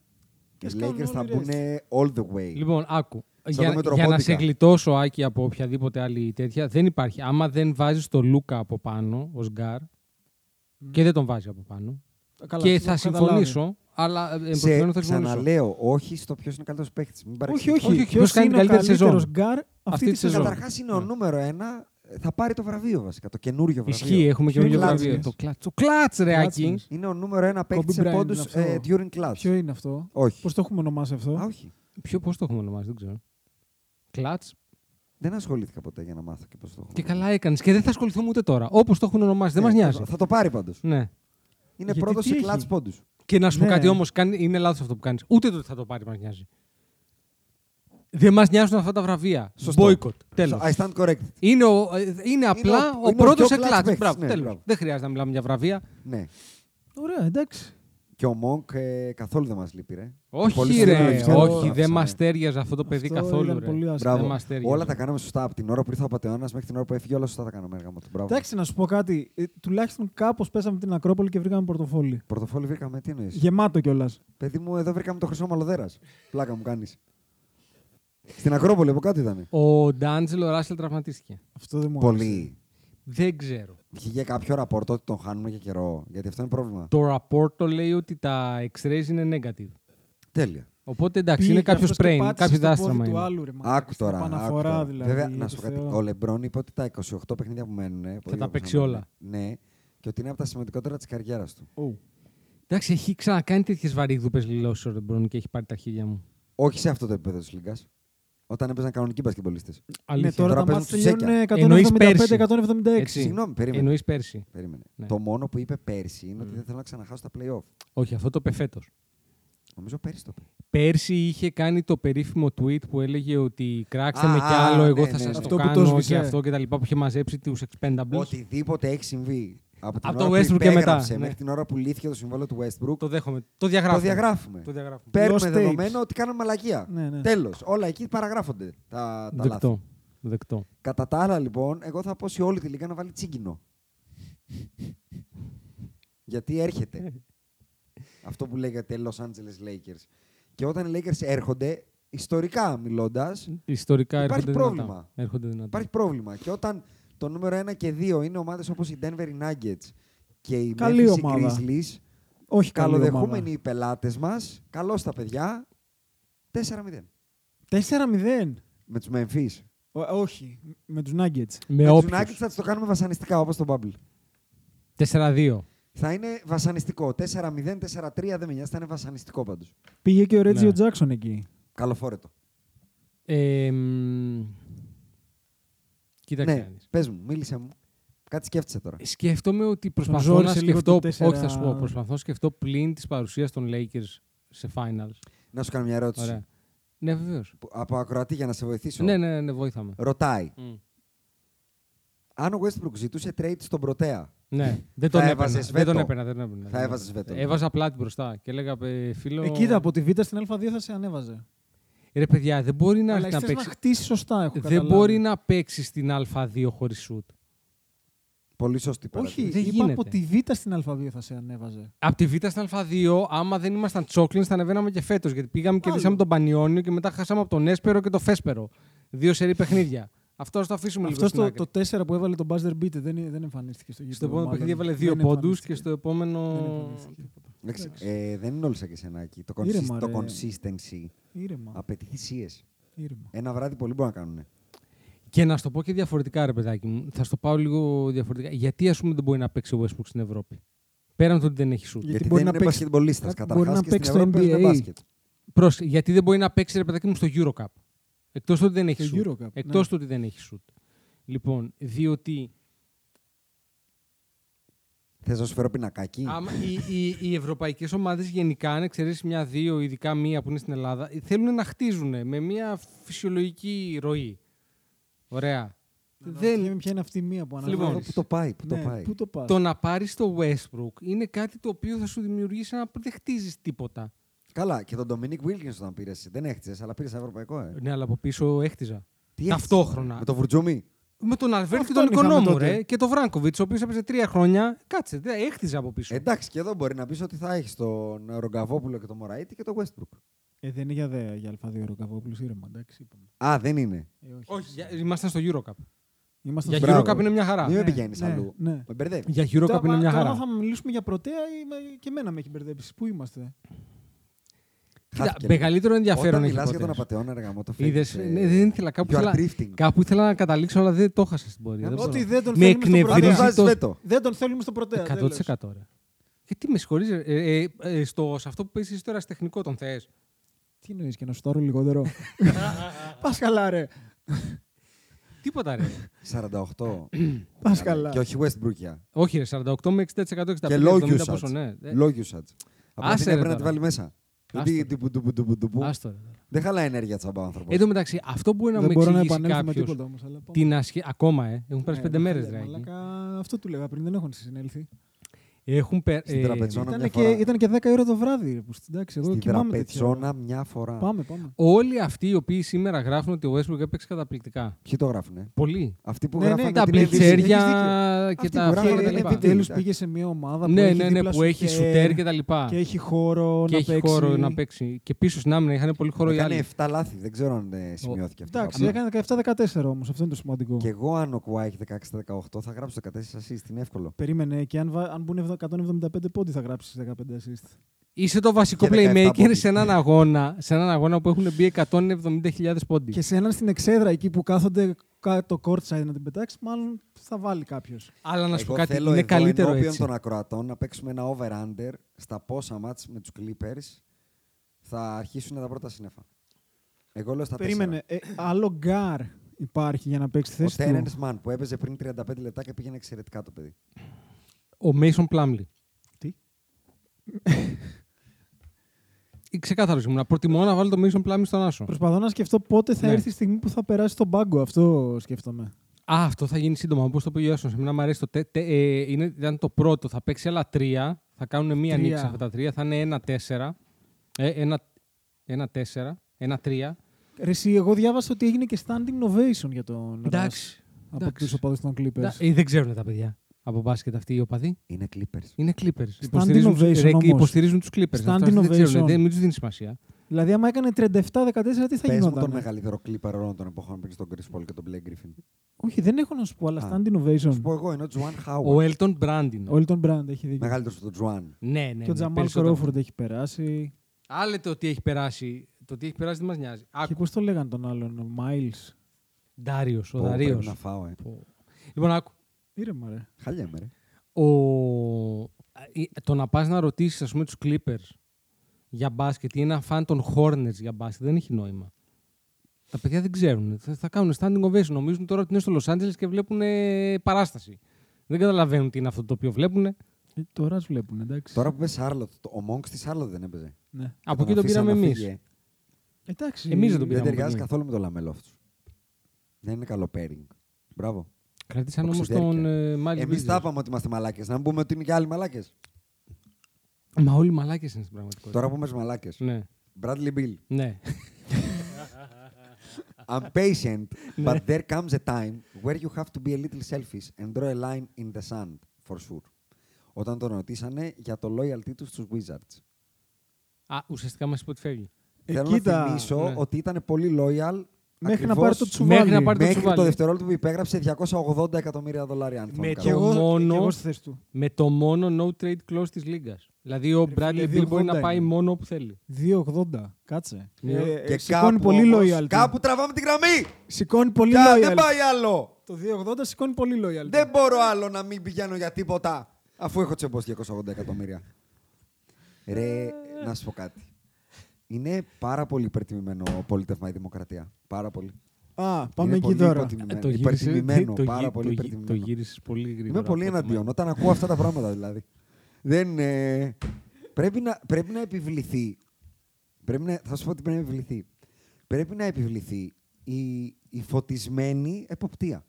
S2: Lakers θα μπουν all the way.
S1: Λοιπόν, άκου.
S2: Σαν το
S1: Για,
S2: μέτρο
S1: για να
S2: πόντικα.
S1: σε γλιτώσω, Άκη, από οποιαδήποτε άλλη τέτοια, δεν υπάρχει. Άμα δεν βάζεις το Λούκα από πάνω ως γκάρ και δεν τον βάζει από πάνω. και θα συμφωνήσω, αλλά ε, εν προκειμένου
S2: σε,
S1: θα συμφωνήσω.
S2: ξαναλέω, όχι στο ποιος είναι καλύτερο παίχτη. Μην
S3: Όχι,
S2: παρεξηγηθείτε.
S3: όχι.
S1: όχι,
S3: όχι.
S1: ποιος
S3: Ποιος
S1: κάνει
S3: είναι ο
S1: καλύτερη σεζόν.
S3: καλύτερος γκάρ αυτή
S1: Αυτή
S3: τη
S1: τη σεζόν.
S3: σεζόν.
S2: Καταρχάς είναι ο
S1: Ναι.
S2: νούμερο ένα. Θα πάρει το βραβείο βασικά. Το καινούριο βραβείο.
S1: Ισχύει, ε. έχουμε
S3: Ποιο
S1: καινούριο
S2: είναι
S1: βραβείο.
S3: κλάτσινες?
S1: Το κλατ. Το κλατ, ρε Άκη.
S3: Κλάτσινες.
S2: Είναι ο νούμερο ένα παίκτης
S3: Kobe
S2: σε
S3: Bryant
S2: πόντους
S3: είναι αυτό.
S2: during clutch.
S3: Ποιο είναι αυτό.
S2: Όχι.
S3: Πώς το έχουμε ονομάσει αυτό.
S2: Α, όχι.
S1: Ποιο, πώς το έχουμε ονομάσει, δεν ξέρω. Κλατ.
S2: Δεν ασχολήθηκα ποτέ για να μάθω και πώς το έχω.
S1: Και καλά έκανες. Και δεν θα ασχοληθούμε ούτε τώρα. Όπως το έχουν ονομάσει, δεν
S2: Ναι,
S1: μα νοιάζει.
S2: Θα το πάρει πάντως.
S1: Ναι.
S2: Είναι
S3: Γιατί
S2: πρώτο
S3: τι
S2: σε
S3: έχει?
S2: clutch πόντους.
S1: Και να σου πω
S3: Ναι.
S1: κάτι όμως, είναι λάθος αυτό που κάνεις. Ούτε το ότι θα το πάρει μας νοιάζει. Δεν μας νοιάζουν αυτά τα βραβεία.
S2: Σωστό.
S1: Boycott. Τέλος.
S2: I stand corrected.
S1: Είναι, ο, ε, είναι απλά
S2: ο-
S1: ο,
S2: είναι ο
S1: πρώτος
S2: πιο
S1: σε
S2: clutch
S1: κλατ.
S2: παίκτης,
S1: Μπράβο,
S2: ναι,
S1: τέλος.
S2: μπράβο.
S1: Δεν χρειάζεται να μιλάμε για βραβεία.
S2: Ναι.
S3: Ωραία, εντάξει.
S2: Και ο Monk ε, καθόλου δεν μας λείπει, ρε.
S1: Όχι,
S2: Πολύ
S1: ρε.
S2: σωστά, πιστεύω,
S1: όχι,
S2: άφησα,
S1: δεν
S2: ναι.
S1: μα τέριαζε αυτό το παιδί
S3: Αυτό
S1: καθόλου.
S3: ήταν
S1: Ρε.
S3: πολύ άσχημο.
S2: Μπράβο.
S1: μας τέριαζε.
S3: ναι.
S2: Όλα τα κάναμε σωστά. Από την ώρα που ήρθε ο Πατεώνας μέχρι την ώρα που έφυγε, όλα σωστά τα κάναμε έργα μου. Μπράβο.
S3: Εντάξει, να σου πω κάτι. Ε, τουλάχιστον κάπως πέσαμε την Ακρόπολη και βρήκαμε πορτοφόλι.
S2: Πορτοφόλι βρήκαμε, τι εννοείς.
S3: Γεμάτο κιόλας.
S2: Παιδί μου, εδώ βρήκαμε το χρυσό μαλλοδέρα. Πλάκα μου κάνεις. Στην Ακρόπολη από κάτω ήταν.
S1: Ο Ντάντζελο Ράσελ τραυματίστηκε.
S3: Αυτό δεν μου άρεσε.
S2: Πολύ.
S1: Δεν ξέρω.
S2: Βγήκε κάποιο ραπόρτο ότι τον χάνουμε για καιρό. Γιατί αυτό είναι πρόβλημα.
S1: Το ραπόρτο λέει ότι τα X-rays είναι negative.
S2: Τέλεια.
S1: Οπότε εντάξει,
S3: Πήγε
S1: είναι κάποιος
S3: αυτός και
S1: sprain,
S3: πάτησε
S1: κάποιος
S3: στο πόδι
S1: δάστρωμα.
S3: του
S1: είναι.
S3: άλλου, ρε, μαλάκα,
S2: Άκου
S3: στην
S2: τώρα. άκου
S3: επαναφορά
S2: τώρα.
S3: δηλαδή.
S2: Βέβαια,
S3: για
S2: να σου πω
S3: το
S2: κάτι.
S3: Θεό.
S2: Ο Λεμπρόν είπε ότι τα 28 παιχνίδια που μένουν. που
S1: τα
S2: όπως
S1: παίξει
S2: να μένουν,
S1: όλα.
S2: Ναι, και ότι είναι από τα σημαντικότερα της καριέρας του.
S3: Ου.
S1: Εντάξει, έχει ξανακάνει τέτοιες βαρύγδουπες δηλώσεις ο Ρεμπρόν και έχει πάρει τα χίλια μου.
S2: Όχι σε αυτό το επίπεδο της Λίγκας. Όταν έπαιζαν κανονικοί μπασκεμπολίστε.
S1: Αλήθεια.
S3: Ναι, τώρα
S2: Τώρα
S3: τα
S2: παίζουν
S3: μάτς
S2: τους
S3: τελειώνουν
S1: τσέκια. Εννοείς
S3: 175-176.
S1: Έτσι.
S2: Συγγνώμη, περίμενε.
S1: Εννοεί πέρσι.
S2: περίμενε.
S1: Ναι. Mm.
S2: Το μόνο που είπε πέρσι είναι ότι δεν θέλω να ξαναχάσω τα playoff.
S1: Όχι, αυτό το είπε φέτος.
S2: Νομίζω πέρσι το είπε.
S1: Πέρσι είχε κάνει το περίφημο tweet που έλεγε ότι κράξτε με
S2: Α,
S1: κι άλλο, εγώ
S2: ναι,
S1: θα
S2: ναι,
S1: σας
S2: ναι.
S1: το
S3: Αυτό που το
S1: κάνω και
S3: σβήσε.
S1: αυτό και τα λοιπά που είχε μαζέψει τους expendables.
S2: Οτιδήποτε έχει συμβεί από την
S1: Από το
S2: ώρα που
S1: Westbrook και μετά,
S2: υπέγραψε
S1: ναι.
S2: μέχρι την ώρα που λύθηκε το συμβόλαιο του Westbrook,
S1: Το
S2: το,
S1: δέχομαι. Το διαγράφουμε.
S2: διαγράφουμε.
S1: Το διαγράφουμε.
S2: Παίρνουμε
S3: Lost tapes.
S2: δεδομένο ότι κάναμε μαλακία.
S3: Ναι, ναι.
S2: Τέλος. Όλα εκεί παραγράφονται τα, τα λάθη.
S1: Δεκτό. Δεκτό.
S2: Κατά τα άλλα, λοιπόν, εγώ θα πω σε όλη τη λίγα να βάλει τσίγκινο. Γιατί έρχεται. Αυτό που λέγεται Los Angeles Lakers. Και όταν οι Lakers έρχονται, ιστορικά μιλώντας,
S1: Ιστορικά
S2: Υπάρχει
S1: έρχονται
S2: πρόβλημα.
S1: δυνατά. Έρχονται δυνατά.
S2: υπάρχει πρόβλημα. Και όταν το νούμερο 1 και 2 είναι ομάδες όπως οι Denver οι Nuggets και οι
S3: Καλή
S2: Memphis οι
S3: ομάδα.
S2: Grizzlies,
S3: Όχι καλή ομάδα.
S2: καλοδεχούμενοι οι πελάτες μας, καλώς τα παιδιά, 4-0.
S3: 4-0.
S2: Με τους Memphis.
S3: Ω, όχι, με τους Nuggets.
S1: Με
S2: τους
S1: όποιους.
S2: Nuggets θα τους το κάνουμε βασανιστικά όπως τον Bubble.
S1: 4-2.
S2: Θα είναι βασανιστικό. 4-0, 4-3 δεν με νοιάζει. Θα είναι βασανιστικό πάντως.
S3: Πήγε και ο Reggie
S1: Ναι.
S3: ο Jackson εκεί.
S2: Καλοφόρετο.
S1: Ε, μ, κοίταξε. να
S2: Ναι,
S1: δεις.
S2: πες μου, μίλησε μου. Κάτι σκέφτεσαι τώρα.
S1: Ε, Σκέφτομαι ότι προσπαθώ να
S3: ζόρισε λίγο
S1: σκεφτώ.
S3: το τέσσερα-
S1: Όχι, θα σου πω. Προσπαθώ να σκεφτώ πλην της παρουσίας των Lakers σε finals.
S2: Να σου κάνω μια ερώτηση.
S1: Ωραία. Ναι, βεβαίως.
S2: Που- Από ακροατή για να σε βοηθήσω.
S1: Ναι, ναι, ναι, βοήθαμε.
S2: Ρωτάει.
S1: Μμ.
S2: Αν ο Westbrook ζητούσε trade στον Πρωτέα,
S1: Ναι, δεν τον, έπαιρνα,
S2: έβαζες
S1: δεν τον
S2: βέτο.
S1: έπαιρνα. Δεν τον έπαιρνα.
S2: Θα έβαζες βέτο.
S1: Έβαζα απλά την μπροστά και έλεγα «Ε, φίλο.
S3: Ε, κοίτα, από τη Β στην Α2 θα σε ανέβαζε.
S1: Ρε παιδιά, δεν μπορεί να
S3: Αλλά
S1: έρθει να
S3: εσύ θες να
S1: παίξει.
S3: χτίσει σωστά, έχω
S1: Δεν
S3: καταλάβει.
S1: μπορεί να παίξει στην Α2 χωρίς σουτ.
S2: πολύ σωστή
S3: Όχι,
S2: παρατήρηση.
S1: Δεν
S3: είπα
S1: γίνεται.
S3: από τη Β στην Α2 θα σε ανέβαζε.
S1: Από τη Β στην Α2, άμα δεν ήμασταν τσόκλιν, θα ανεβαίναμε και φέτος. Γιατί πήγαμε και
S3: Άλλο.
S1: δίσαμε τον Πανιόνιο και μετά χάσαμε από τον Έσπερο και τον Φέσπερο. Δύο σερή παιχνίδια. Αυτό ας το αφήσουμε λίγο
S3: Αυτό
S1: στην
S3: το,
S1: άκρη.
S3: το 4 που έβαλε τον Buzzer Beat δεν, δεν εμφανίστηκε στο γήπεδο.
S1: Στο επόμενο
S3: μάλλον.
S1: παιχνίδι έβαλε
S3: Δεν
S1: δύο πόντου
S3: εμφανίστηκε.
S1: και στο επόμενο.
S3: Δεν εμφανίστηκε.
S2: Εντάξει, ε, δεν είναι όλοι σαν και σενάκι. Το,
S3: Ήρεμα,
S2: consist- το
S3: ρε.
S2: consistency
S3: Ήρεμα.
S2: απαιτεί θυσίες.
S3: ήρεμα.
S2: Ένα βράδυ πολλοί μπορούν να κάνουν.
S1: Και να σου το πω και διαφορετικά, ρε παιδάκι μου. Θα στο πάω λίγο διαφορετικά. Γιατί ας πούμε δεν μπορεί να παίξει ο Westbrook στην Ευρώπη. Πέραν το ότι δεν έχει σουτ.
S3: Γιατί
S2: Γιατί,
S3: μπορεί
S2: δεν
S3: να
S2: είναι
S3: παίξει-
S2: μπασκετμπολίστας.
S3: μπορεί
S2: Καταρχάς
S3: να
S2: και στην
S3: παίξει το
S2: Ευρώπη παίζουν
S3: NBA.
S2: μπάσκετ.
S1: Πρόσεχε, γιατί δεν μπορεί να παίξει ρε παιδάκι μου στο Eurocup. Εκτός του ότι δεν έχει
S3: Στο
S1: σουτ.
S3: Eurocup,
S1: Εκτός
S3: ναι.
S1: του ότι δεν έχει σουτ. Λοιπόν, διότι
S2: Θες να σου φέρω πινακάκι.
S1: άμα, οι, οι, οι ευρωπαϊκές ομάδες γενικά, αν εξαιρέσεις μια-δύο, ειδικά μία που είναι στην Ελλάδα, ε, θέλουν να χτίζουν με μια φυσιολογική ροή. Ωραία. Δεν,
S3: Δεν... Ποια είναι αυτή η μία που
S1: Λοιπόν,
S3: αναλαμβάνει.
S2: Εδώ Πού το πάει, πού το πάει.
S3: Πού το πας.
S1: το να πάρεις το Westbrook είναι κάτι το οποίο θα σου δημιουργήσει ένα. Δεν χτίζεις τίποτα.
S2: Καλά, και τον Dominic Wilkins όταν πήρε. Δεν έχτιζες, αλλά πήρες ευρωπαϊκό. Ε.
S1: Ναι, αλλά από πίσω έχτιζα.
S2: Τι
S1: Ταυτόχρονα.
S2: έχτιζες, Με το Βουρτζούμι.
S1: Με τον Αλβέρτη και
S3: Αυτόν
S1: τον
S3: είχαμε
S1: Οικονόμου,
S3: τότε.
S1: ρε, και τον Βράγκοβιτ, ο οποίος έπαιζε τρία χρόνια. Κάτσε, δε- έχτιζε από πίσω.
S2: Εντάξει, και εδώ μπορεί να πεις ότι θα έχεις τον Ρογκαβόπουλο και τον Μωραήτη και τον Westbrook.
S3: Ε, δεν είναι για, δε, για Α2 Ροκαβόπουλος, ήρεμα. Εντάξει, είπαμε.
S2: Α, δεν είναι.
S3: Ε, όχι.
S1: Όχι, για- ήμασταν στο Eurocup.
S3: Είμαστε
S1: Για
S3: στο-
S2: Μπράβο.
S1: Eurocup είναι μια χαρά.
S2: Μην με
S3: ναι,
S2: πηγαίνεις
S3: ναι,
S2: αλλού.
S3: ναι.
S2: Με μπερδεύεις.
S1: Για Eurocup
S3: Τώρα,
S1: είναι μια
S3: τώρα
S1: χαρά.
S3: θα μιλήσουμε για πρωτέα ή με- και εμένα με έχει μπερδέψει. Πού είμαστε.
S1: Κοίτα,
S2: Χάθηκε λίγο.
S1: μεγαλύτερο ενδιαφέρον
S2: Όταν
S1: έχει
S2: μιλάς για τον
S1: ποτέ.
S2: απαταιώνα, ρε γαμό, το
S1: Είδες,
S2: φεύγεις, ε,
S1: ναι, δεν ήθελα κάπου
S2: you are
S1: ήθελα,
S2: drifting.
S1: κάπου ήθελα να καταλήξω, αλλά δεν το έχασα στην πορεία.
S2: Ε,
S1: δεν
S2: ότι
S1: μπορώ.
S3: δεν τον
S1: με
S3: θέλουμε στον
S2: Πάντα
S3: Βρίζεις
S1: εκνευρίζει
S2: βάζεις
S1: το
S2: βέτο.
S3: Δεν τον θέλουμε στον πρωτέα.
S1: 100%. ρε. Ε, τι με συγχωρείς, ρε, ε, ε, ε, στο, σε αυτό που παίζεις τώρα σε τεχνικό τον θες.
S3: Τι νοεί και να σου τάρω λιγότερο. Πας καλά, ρε.
S1: Τίποτα ρε.
S2: 48.
S1: Ε,
S3: Πα
S2: Καλά.
S3: καλά.
S2: Και όχι Westbrookια.
S1: Όχι ρε, 48 με 60% 65
S2: Και
S1: 70
S2: Logiusatz.
S1: πόσο ναι. Ε,
S2: Logiusatz. Απλά
S1: Άσε,
S2: την
S1: ρε,
S2: έπρεπε να
S1: τώρα.
S2: τη βάλει μέσα.
S1: Άστο,
S2: Γιατί
S1: ρε.
S2: ντυπου, ντυπου, ντυπου, ντυπου.
S1: Άστο ρε. τώρα.
S2: Δεν χαλάει ενέργεια τσαμπά ο άνθρωπος.
S1: Εν τω μεταξύ, αυτό που μπορεί να
S3: Δεν
S1: μου
S3: μπορώ να
S1: εξηγήσει
S3: επανέλθω με
S1: κάποιος
S3: τίποτα όμως. Αλλά... πάμε.
S1: την ασχε... Ακόμα, ε. Έχουν περάσει
S3: Ε,
S1: πέντε
S3: ρε,
S1: μέρες,
S3: φίλε,
S1: ρε. Άκη.
S3: μαλάκα, Αυτό του λέγα πριν, δεν έχουν συνέλθει.
S1: Έχουν πε-
S2: Στην
S1: ε,
S2: τραπεζόνα μια
S3: Ήταν και,
S2: φορά.
S3: ήταν και 10 η ώρα το βράδυ. Ρε, που, εντάξει, εγώ
S2: Στην
S3: κοιμάμαι τέτοια ώρα.
S2: τραπεζόνα μια φορά.
S3: Πάμε, πάμε.
S1: Όλοι αυτοί οι οποίοι σήμερα γράφουν ότι ο Westbrook έπαιξε καταπληκτικά.
S2: Ποιοι το γράφουνε.
S1: Πολλοί.
S2: Αυτοί που
S3: Ναι, ναι,
S2: γράφανε
S1: τα
S2: την είδηση.
S1: μπλιτσέρια και
S2: Αυτοί
S1: τα
S2: που γράφανε
S1: αυτά και τα
S2: την είδηση.
S1: λοιπά.
S2: Τέλος.
S3: Επιτέλου πήγε σε μια ομάδα που
S1: Ναι,
S3: έχει
S1: ναι, ναι,
S3: δίπλα
S1: που έχει σουτέρ και τα λοιπά.
S3: Και έχει χώρο
S1: Και
S3: να
S1: έχει
S3: παίξει.
S1: χώρο να παίξει. Και πίσω στην άμυνα είχαν πολύ χώρο οι άλλοι.
S2: Έκανε 7 λάθη. Δεν ξέρω αν ε, σημειώθηκε αυτό.
S3: Εντάξει, έκανε 17-14 όμως. Αυτό είναι το σημαντικό.
S2: Και εγώ αν ο Κουά έχει 16-18 θα γράψω 14 assist. Είναι εύκολο.
S3: Περίμενε και αν, βα- αν μπουν 175 πόντι θα γράψεις 15 assist.
S1: Είσαι το βασικό
S2: Και 17
S1: playmaker
S2: πόντι.
S1: σε έναν, αγώνα, σε έναν αγώνα που έχουν μπει 170.000 πόντι.
S3: Και σε έναν στην εξέδρα εκεί που κάθονται κάτω courtside να την πετάξεις, μάλλον θα βάλει κάποιος.
S1: Αλλά να σου πω
S2: Εγώ
S1: κάτι,
S2: θέλω
S1: είναι
S2: εδώ
S1: καλύτερο
S2: ενώπιον
S1: έτσι.
S2: των ακροατών να παίξουμε ένα over-under στα πόσα μάτς με τους Clippers θα αρχίσουν τα πρώτα σύννεφα. Εγώ λέω στα
S3: Περίμενε. Ε, άλλο γκάρ υπάρχει για να παίξει τη θέση
S2: τέσσερα. Ο
S3: του.
S2: Terence Mann που έπαιζε πριν 35 λεπτά και πήγαινε εξαιρετικά το παιδί.
S1: Ο Mason Plumlee.
S3: Τι?
S1: Ξεκάθαρος ήμουν. Προτιμώ να βάλω το Mason Plumlee στον Άσο.
S3: Προσπαθώ να σκεφτώ πότε θα
S1: Ναι.
S3: έρθει η στιγμή που θα περάσει τον πάγκο. Αυτό σκέφτομαι.
S1: Α, αυτό θα γίνει σύντομα. Όπως το πήγε ο Άσο, εμένα μου αρέσει το. Τε, τε, ε, είναι, ήταν το πρώτο. Θα παίξει άλλα τρία. Θα κάνουν μία
S3: Τρία.
S1: νίκη αυτά τα τρία. Θα είναι ένα-τέσσερα. Ε, ένα, ένα-τέσσερα. Ένα-τρία.
S3: Ρε, εσύ, εγώ διάβασα ότι έγινε και standing ovation για τον Russ από
S1: εντάξει.
S3: τους οπαδούς των Clippers.
S1: Ε, δεν ξέρουν τα παιδιά από μπάσκετ αυτοί οι οπαδοί.
S2: Είναι Clippers.
S1: Είναι Clippers. Υποστηρίζουν,
S3: innovation
S1: ρε,
S3: όμως.
S1: υποστηρίζουν τους Clippers. Αυτό αυτοί δεν
S3: innovation.
S1: ξέρουν. Δεν, μην τους δίνεις σημασία.
S3: Δηλαδή, άμα έκανε 37-14, τι θα
S2: Πες μου τον
S3: γινόταν. ε?
S2: μεγαλύτερο Clipper όλων των εποχών πριν στον Chris Paul και τον Blake Griffin.
S3: Όχι, δεν έχω να σου πω, αλλά
S2: Α.
S3: standing ovation.
S2: Σου πω εγώ, ενώ Τζουάν
S1: Ο
S2: Χάουαρντ.
S1: Έλτον Μπράντιν.
S3: Όλοι τον Brand έχει δίκιο.
S2: Μεγαλύτερος από τον Τζουάν.
S1: Ναι, ναι.
S3: και ο
S1: ναι,
S3: Τζαμάλ
S1: περισσότερο.
S3: Κρόφορντ έχει περάσει.
S1: Άλλεται ότι έχει περάσει Το τι έχει περάσει δεν μας νοιάζει.
S3: Και
S1: Άκου.
S3: πώς το λέγανε τον άλλον, ο Miles.
S1: Ντάριος, ο
S2: Πω, πρέπει
S1: Δαρίο.
S2: να φάω, ε.
S1: Λοιπόν, άκου.
S3: Ήρεμα, ρε.
S2: Χαλιέμαι, ρε.
S1: Ο... ε, Το να πας να ρωτήσεις, ας πούμε, τους Clippers για μπάσκετ ή ένα φαν των Hornets για μπάσκετ δεν έχει νόημα. Τα παιδιά δεν ξέρουν. Θα, θα κάνουν standing ovation. Νομίζουν τώρα ότι είναι στο Los Angeles και βλέπουν ε, παράσταση. Δεν καταλαβαίνουν τι είναι αυτό το οποίο βλέπουν.
S3: Ε, τώρα ας βλέπουν, εντάξει.
S2: Τώρα που πες Σάρλοτ, το- ο Μόγκ στη Σάρλοτ δεν έπαιζε.
S3: Ναι.
S1: Από εκεί τον πήραμε
S2: αφήσανε να ε.
S1: εμεί.
S2: φύγε.
S3: Εντάξει.
S1: Εμείς δεν τον
S2: Δεν
S1: Πήραμε
S2: ταιριάζει
S3: ναι.
S1: εμείς.
S2: καθόλου με το λαμέλο αυτό. Δεν είναι καλό pairing. Μπράβο.
S1: Κρατήσαν όμω
S2: Οξυδέρκια.
S1: τον ε, Miles
S2: Εμεί
S1: Bridges.
S2: τα είπαμε ότι είμαστε μαλάκες. Να μην πούμε ότι είναι και άλλοι μαλάκες.
S1: Μα όλοι μαλάκες είναι στην πραγματικότητα.
S2: Τώρα που είμαστε μαλάκες.
S1: Ναι.
S2: Bradley Bill.
S1: ναι.
S2: I'm patient,
S3: Ναι.
S2: but there comes a time where you have to be a little selfish and draw a line in the sand, for sure. Όταν τον ρωτήσανε για το loyalty τους στους Wizards.
S1: Α, ουσιαστικά μας είπε ότι φεύγει.
S3: Ε,
S2: Θέλω
S3: κοίτα,
S2: να θυμίσω
S1: ναι.
S2: ότι ήταν πολύ loyal
S3: Μέχρι να
S2: ακριβώς
S3: πάρει το τσουβάλι.
S1: Μέχρι να πάρει το
S2: μέχρι
S1: τσουβάλι.
S2: το δευτερόλεπτο που υπέγραψε 280 εκατομμύρια δολάρια. Αν θυμάμαι
S1: Με
S2: καλά.
S3: Και
S1: το
S3: εγώ,
S1: μόνο-
S3: και εγώ στη θέση του.
S1: Με το μόνο no trade clause της λίγας. Δηλαδή ο Bradley
S3: φίλε,
S1: Bill μπορεί να
S3: 2,80
S1: πάει
S3: είναι.
S1: μόνο όπου θέλει.
S3: 2,80. Κάτσε.
S1: Ναι.
S3: Ε,
S2: Ε, Και
S3: σηκώνει πολύ
S2: όμως-
S3: loyalty.
S2: Κάπου τραβάμε την γραμμή.
S3: Σηκώνει πολύ
S2: Κα-
S3: loyalty.
S2: δεν πάει άλλο.
S3: Το 2,80 σηκώνει πολύ loyalty.
S2: Δεν μπορώ άλλο να μην πηγαίνω για τίποτα. Αφού έχω τσεμπώσει 280 εκατομμύρια. Ρε, να σου πω κάτι. Είναι πάρα πολύ υπερτιμημένο πολίτευμα η δημοκρατία. Πάρα πολύ.
S3: Α, πάμε
S2: Είναι
S3: εκεί
S2: πολύ
S3: τώρα.
S2: υποτιμημένο.
S1: Ε, το γύρισε-
S2: Ε, υπερτιμημένο.
S1: το γυ-
S2: πάρα
S1: το
S2: πολύ
S1: γυ-
S2: υπερτιμημένο.
S1: Το γύρισες πολύ γρήγορα.
S2: Είμαι πολύ
S1: από το
S2: εναντίον όταν ακούω αυτά τα πράγματα δηλαδή. Δεν, ε, πρέπει, να, πρέπει να επιβληθεί. Πρέπει να, θα σου πω ότι πρέπει να επιβληθεί. Πρέπει να επιβληθεί η, η φωτισμένη εποπτεία.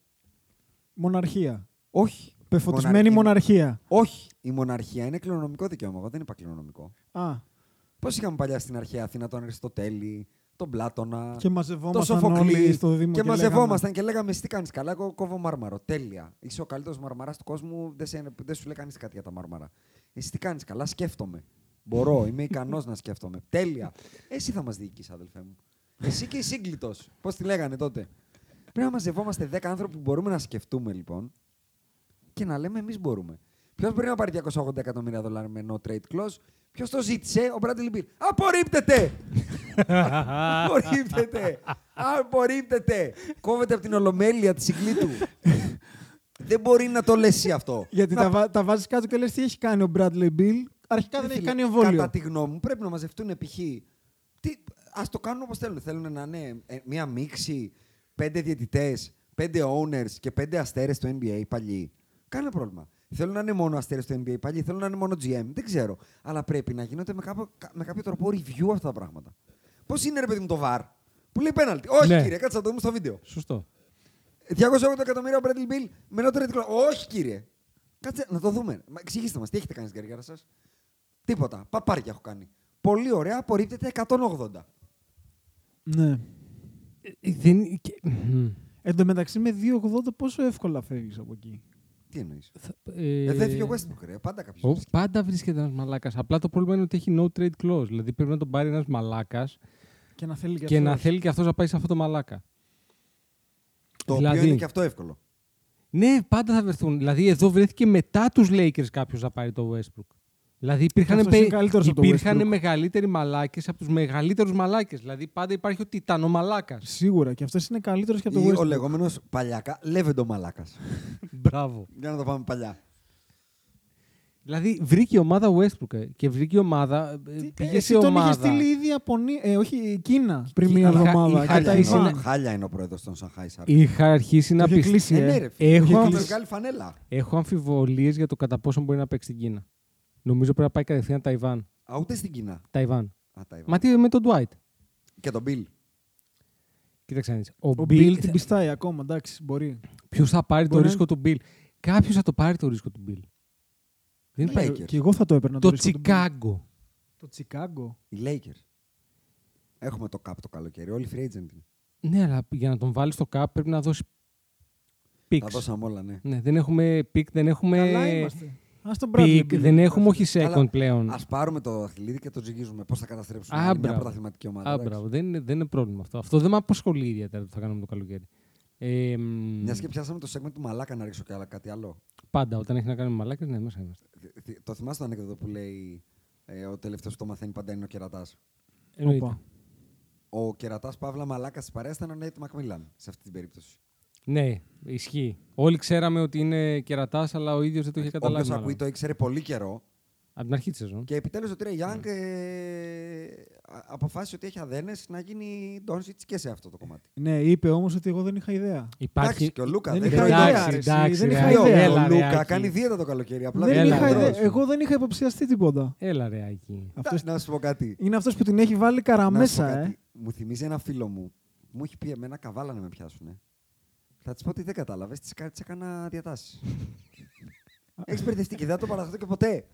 S3: Μοναρχία.
S2: Όχι.
S3: Πεφωτισμένη μοναρχία.
S2: Όχι. Η μοναρχία είναι κληρονομικό δικαίωμα. Εγώ δεν είπα κληρονομικό.
S3: Α,
S2: Πώς είχαμε παλιά στην αρχαία Αθήνα τον Αριστοτέλη, τον Πλάτωνα.
S3: και
S2: Το
S3: μαζευόμασταν όλοι
S2: Σοφοκλή.
S3: στο Δήμο.
S2: και,
S3: Και,
S2: μαζευόμασταν και λέγαμε εσύ τι κάνεις καλά. Εγώ κόβω μάρμαρο. Τέλεια. Είσαι ο καλύτερος μαρμαρά του κόσμου. Δεν, σε, δεν σου λέει κανείς κάτι για τα μάρμαρα. Εσύ τι κάνεις καλά. Σκέφτομαι. Μπορώ. Είμαι ικανός να σκέφτομαι. Τέλεια. Εσύ θα μας διοικείς, αδελφέ μου. Εσύ και η σύγκλιτο. Πώς τη λέγανε τότε. Πρέπει να μαζευόμαστε 10 άνθρωποι που μπορούμε να σκεφτούμε λοιπόν και να λέμε εμείς μπορούμε. Ποιος μπορεί να πάρει 280 εκατομμύρια δολάρια με no trade clause, ποιος το ζήτησε, ο Bradley Bill. Απορρίπτεται! Απορρίπτεται! Απορρίπτεται! Κόβεται από την ολομέλεια της συγκλήτου. Δεν μπορεί να το λες εσύ αυτό.
S3: Γιατί τα, βα- τα βάζεις κάτω και λες τι έχει κάνει ο Bradley Bill. Αρχικά δεν
S2: Ρε Ε,
S3: έχει
S2: φίλε,
S3: κάνει εμβόλιο.
S2: Κατά τη γνώμη μου, πρέπει να μαζευτούν π.χ. Ας το κάνουν όπως θέλουν. Θέλουν να είναι ε, μία μίξη, πέντε διαιτητές, πέντε owners και πέντε αστέρες του NBA παλιοί. Κάνα πρόβλημα. Θέλουν να είναι μόνο αστέρε του NBA παλιοί, θέλουν να είναι μόνο GM. Δεν ξέρω. Αλλά πρέπει να γίνονται με κάποιο, με κάποιο τρόπο review αυτά τα πράγματα. Πώς είναι, ρε παιδί μου, το VAR που λέει πέναλτι. Όχι,
S1: Ναι.
S2: κύριε, κάτσε να το δούμε στο βίντεο.
S1: moment. Σωστό.
S2: 280 εκατομμύρια ο Bradley Bill με νότερο τίτλο. Όχι, κύριε. Κάτσε να το δούμε. Μα, εξηγήστε μας, τι έχετε κάνει στην καριέρα σας. Τίποτα. Παπάρια έχω κάνει. Πολύ ωραία, απορρίπτεται 180.
S3: Ναι.
S1: Ε, ε, Δεν... και- Μμμ.
S3: Εν τω μεταξύ με 2,80 πόσο εύκολα φεύγεις από εκεί.
S2: Τι εννοείς.
S1: Θα-
S2: Ε, δεν φύγει ο Westbrook, ρε. Πάντα κάποιος.
S1: Ο- Πάντα βρίσκεται ένας μαλάκας. Απλά το πρόβλημα είναι ότι έχει no trade clause. Δηλαδή πρέπει να τον πάρει ένας μαλάκας
S3: Και να θέλει και,
S1: και να
S3: αυτός.
S1: θέλει και αυτός να πάει σε αυτό το μαλάκα.
S2: Το οποίο
S1: δηλαδή-
S2: είναι και αυτό εύκολο.
S1: Ναι, πάντα θα βρεθούν. Δηλαδή εδώ βρέθηκε μετά τους Lakers κάποιος να πάρει το Westbrook. Δηλαδή υπήρχαν,
S3: Αυτός είναι καλύτερος από το Westbrook.
S1: υπήρχαν μεγαλύτεροι μαλάκες από τους μεγαλύτερους μαλάκες. Δηλαδή πάντα υπάρχει ο τιτάνο μαλάκας.
S3: Σίγουρα και αυτός είναι καλύτερος και από το
S2: Ή ο
S3: Westbrook.
S2: λεγόμενος παλιακά λέβεντο μαλάκας.
S1: Μπράβο.
S2: Για να το πάμε παλιά.
S1: Δηλαδή βρήκε η ομάδα Westbrook ε, και βρήκε η ομάδα. ε,
S3: Τι-
S1: Πήγε
S3: Εσύ
S1: σε
S3: τον είχες
S1: ομάδα.
S3: στείλει ήδη Ιαπωνία, ε, όχι η Κίνα πριν μία
S1: είχα-
S3: εβδομάδα.
S1: είχα
S3: και τα
S2: Χάλια είναι,
S1: αρχίσει
S2: ο-
S3: Ιβάν.
S1: να-
S2: χάλια είναι ο πρόεδρος των Σανχάη Σάρκ.
S1: Είχα αρχίσει να
S3: είχε
S1: πιστεύω.
S3: κλείσει,
S2: Ε, ναι, ρε. φίλε.
S1: Έχω,
S2: Έχουμε
S1: αμφι-
S2: βγάλει φανέλα.
S1: έχω αμφιβολίες για το κατά πόσο μπορεί να παίξει στην Κίνα. Νομίζω πρέπει να πάει κατευθείαν Ταϊβάν.
S2: Α, ούτε στην Κίνα.
S1: Ταϊβάν.
S2: Α, τα είπα.
S1: Μα τι με τον Dwight.
S2: Και τον Bill.
S1: Κοίταξε να δεις. Ο,
S3: Ο
S1: Bill,
S3: Μπιλ την πιστάει ακόμα, εντάξει, μπορεί.
S1: ποιος θα πάρει
S3: Μπορεί
S1: το
S3: να-
S1: ρίσκο του Bill. Κάποιος θα το πάρει το ρίσκο του Bill. Δεν
S2: Οι
S1: υπάρχει.
S2: Lakers.
S3: Ε, Και εγώ θα το έπαιρνα
S1: Το
S3: ρίσκο του Bill.
S1: Τσικάγκο.
S3: Το Τσικάγκο.
S2: Οι Lakers. Έχουμε το καπ το καλοκαίρι. Όλοι free agent είναι.
S1: Ναι, αλλά για να τον βάλεις στο κάπ πρέπει να δώσεις
S2: Τα
S1: πικ.
S2: δώσαμε όλα, ναι.
S1: Ναι, δεν έχουμε πικ, δεν
S3: Καλά
S1: έχουμε
S3: είμαστε. Ας τον Bradley
S1: Ε, πικ,
S3: Beal.
S1: δεν έχουμε όχι second
S2: Καλά,
S1: πλέον.
S2: Ας πάρουμε το δαχτυλίδι και το τζιγίζουμε. Πώς θα καταστρέψουμε
S1: Α,
S2: άλλη μια
S1: μπράβο.
S2: πρωταθληματική ομάδα.
S1: Α,
S2: εντάξει.
S1: μπράβο. Δεν, είναι, δεν είναι πρόβλημα αυτό. Αυτό δεν με απασχολεί ιδιαίτερα το θα κάνουμε το καλοκαίρι. Ε, μ,
S2: Μιας και πιάσαμε το segment του Μαλάκα να ρίξω κι άλλα κάτι άλλο.
S1: Πάντα όταν έχει να κάνει με μαλάκες, ναι, μέσα είμαστε.
S2: Θυ- θυ- Το θυμάσαι το ανέκδοτο που λέει ε, ο τελευταίος που το μαθαίνει πάντα είναι ο κερατάς.
S1: Εννοείται.
S3: Όπα.
S2: Ο κερατάς Παύλα Μαλάκας της παρέας ήταν ο Νέιτ Μακμίλαν σε αυτή την περίπτωση.
S1: Ναι, ισχύει. Όλοι ξέραμε ότι είναι κερατάς, αλλά ο ίδιος δεν το είχε καταλάβει.
S2: Όποιο
S1: μάλλον.
S2: ακούει το ήξερε πολύ καιρό.
S1: Από την αρχή της σεζόν.
S2: Και επιτέλους ο Τρέι
S1: Ναι.
S2: Γιάνγκ ε, αποφάσισε ότι έχει αδένες να γίνει Ντόνσιτ και σε αυτό το κομμάτι.
S3: Ναι, είπε όμως ότι εγώ δεν είχα ιδέα.
S2: Εντάξει,
S1: Υπάρχει.
S2: και ο Λούκα
S3: Δεν
S2: δεν
S3: είχα
S2: είχα
S3: ιδέα,
S2: ιδέα.
S3: ρε,
S1: Εντάξει,
S3: εσύ,
S1: εντάξει,
S3: δεν
S1: ρε,
S3: είχα
S1: Άκη.
S3: ιδέα.
S1: Έλα,
S2: Ο
S1: ρε,
S2: Λούκα
S1: Άκη.
S2: κάνει δίαιτα το καλοκαίρι. Απλά
S3: δεν
S1: έλα,
S3: είχα
S1: έλα.
S3: ιδέα. Εγώ δεν είχα υποψιαστεί τίποτα.
S1: Έλα ρε Άκη.
S3: Αυτός-
S2: Να σου πω κάτι.
S3: Είναι αυτός που την έχει βάλει καρά
S2: Να σου πω
S3: μέσα,
S2: κάτι.
S3: ε.
S2: Μου θυμίζει ένα φίλο μου που μου έχει πει εμένα καβάλα να με πιάσουνε. Θα της πω ότι δεν κατάλαβες, της έκανα διατάσεις. Έχεις μπερδευτεί και δεν θα το παραδεχτώ και ποτέ.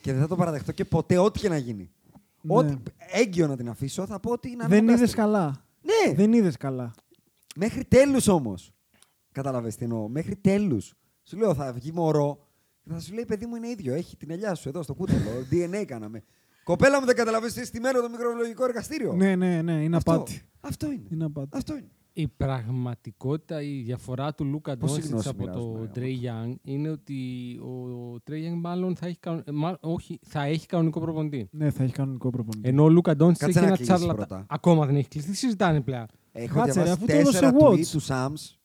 S2: Και δεν θα το παραδεχτώ και ποτέ, ό,τι και να γίνει.
S3: Ναι.
S2: Ό,τι έγκυο να την αφήσω, θα πω ότι είναι
S3: Δεν είδε
S2: αναγκάστηκε.
S3: καλά.
S2: Ναι,
S3: Δεν είδες καλά.
S2: μέχρι τέλους όμως. Κατάλαβες τι εννοώ. Μέχρι τέλους. Σου λέω, θα βγει μωρό και θα σου λέει, παιδί μου είναι ίδιο. Έχει την ελιά σου εδώ στο κούτελο. DNA κάναμε. Κοπέλα μου, δεν καταλαβαίνει τι στημένο το μικρολογικό εργαστήριο.
S3: Ναι, ναι, ναι, είναι
S2: Αυτό-
S3: απάτη.
S2: Αυτό είναι.
S3: Είναι απάτη.
S2: Αυτό είναι.
S1: Η πραγματικότητα, η διαφορά του Λούκα
S2: Πόση
S1: Ντόνσιτ
S2: γνώση
S1: από
S2: μοιράζουμε,
S1: τον
S2: γαμώτο.
S1: Τρέι Young είναι ότι ο Τρέι Young μάλλον θα έχει, κανο- ε, μα- όχι, θα έχει κανονικό προπονητή.
S3: Ναι, θα έχει κανονικό προπονητή.
S1: Ενώ ο Λούκα Ντόνσιτ έχει
S2: Κάτσε να
S1: ένα
S2: κλείσει
S1: τσάρλατα.
S2: πρώτα.
S1: Ακόμα δεν έχει κλειστεί. Τι συζητάνε πλέον.
S2: Έχω
S3: Κάτσε, ρε,
S2: διαβάσει
S3: αφού το
S2: τέσσερα
S3: έδωσε
S2: tweet
S3: Watts.
S2: του Σάμς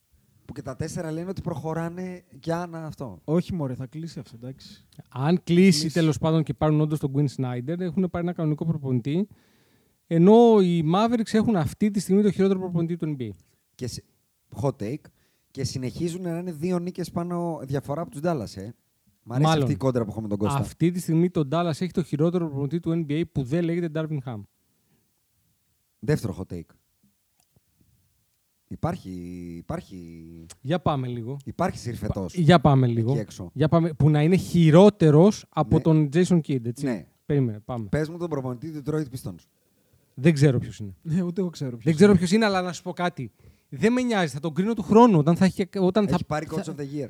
S2: που και τα τέσσερα λένε ότι προχωράνε για να αυτό.
S3: Όχι, μωρέ, θα κλείσει αυτό, εντάξει.
S1: Αν κλείσει
S3: Κλείσει.
S1: τέλος πάντων και πάρουν όντως τον Quinn Snyder, έχουν πάρει ένα κανονικό προπονητή. Ενώ οι Mavericks έχουν αυτή τη στιγμή το χειρότερο προπονητή του NBA.
S2: Και συ- hot take. Και συνεχίζουν να είναι δύο νίκες πάνω διαφορά από τους Dallas, ε. Μ' αρέσει
S1: Μάλλον.
S2: αυτή η κόντρα που έχω με τον Κώστα.
S1: Αυτή τη στιγμή το Dallas έχει το χειρότερο προπονητή του NBA που δεν λέγεται Darvin Ham.
S2: Δεύτερο hot take. Υπάρχει, υπάρχει,
S1: Για πάμε λίγο.
S2: υπάρχει συρφετός.
S1: Για πάμε λίγο.
S2: Εκεί έξω.
S1: Για πάμε, που να είναι χειρότερος από
S2: Ναι.
S1: τον Jason Kidd, έτσι.
S2: Ναι.
S1: Περίμενε, πάμε.
S2: Πες μου τον προπονητή του Detroit Pistons.
S1: Δεν ξέρω ποιος είναι.
S3: Ναι, ούτε εγώ ξέρω. ποιος
S1: Δεν ξέρω ποιος είναι, αλλά να σου πω κάτι. Δεν με νοιάζει, θα τον κρίνω του χρόνου. Όταν θα έχει, όταν
S2: Έχει
S1: θα...
S2: πάρει
S1: θα- Ναι.
S2: coach of the year.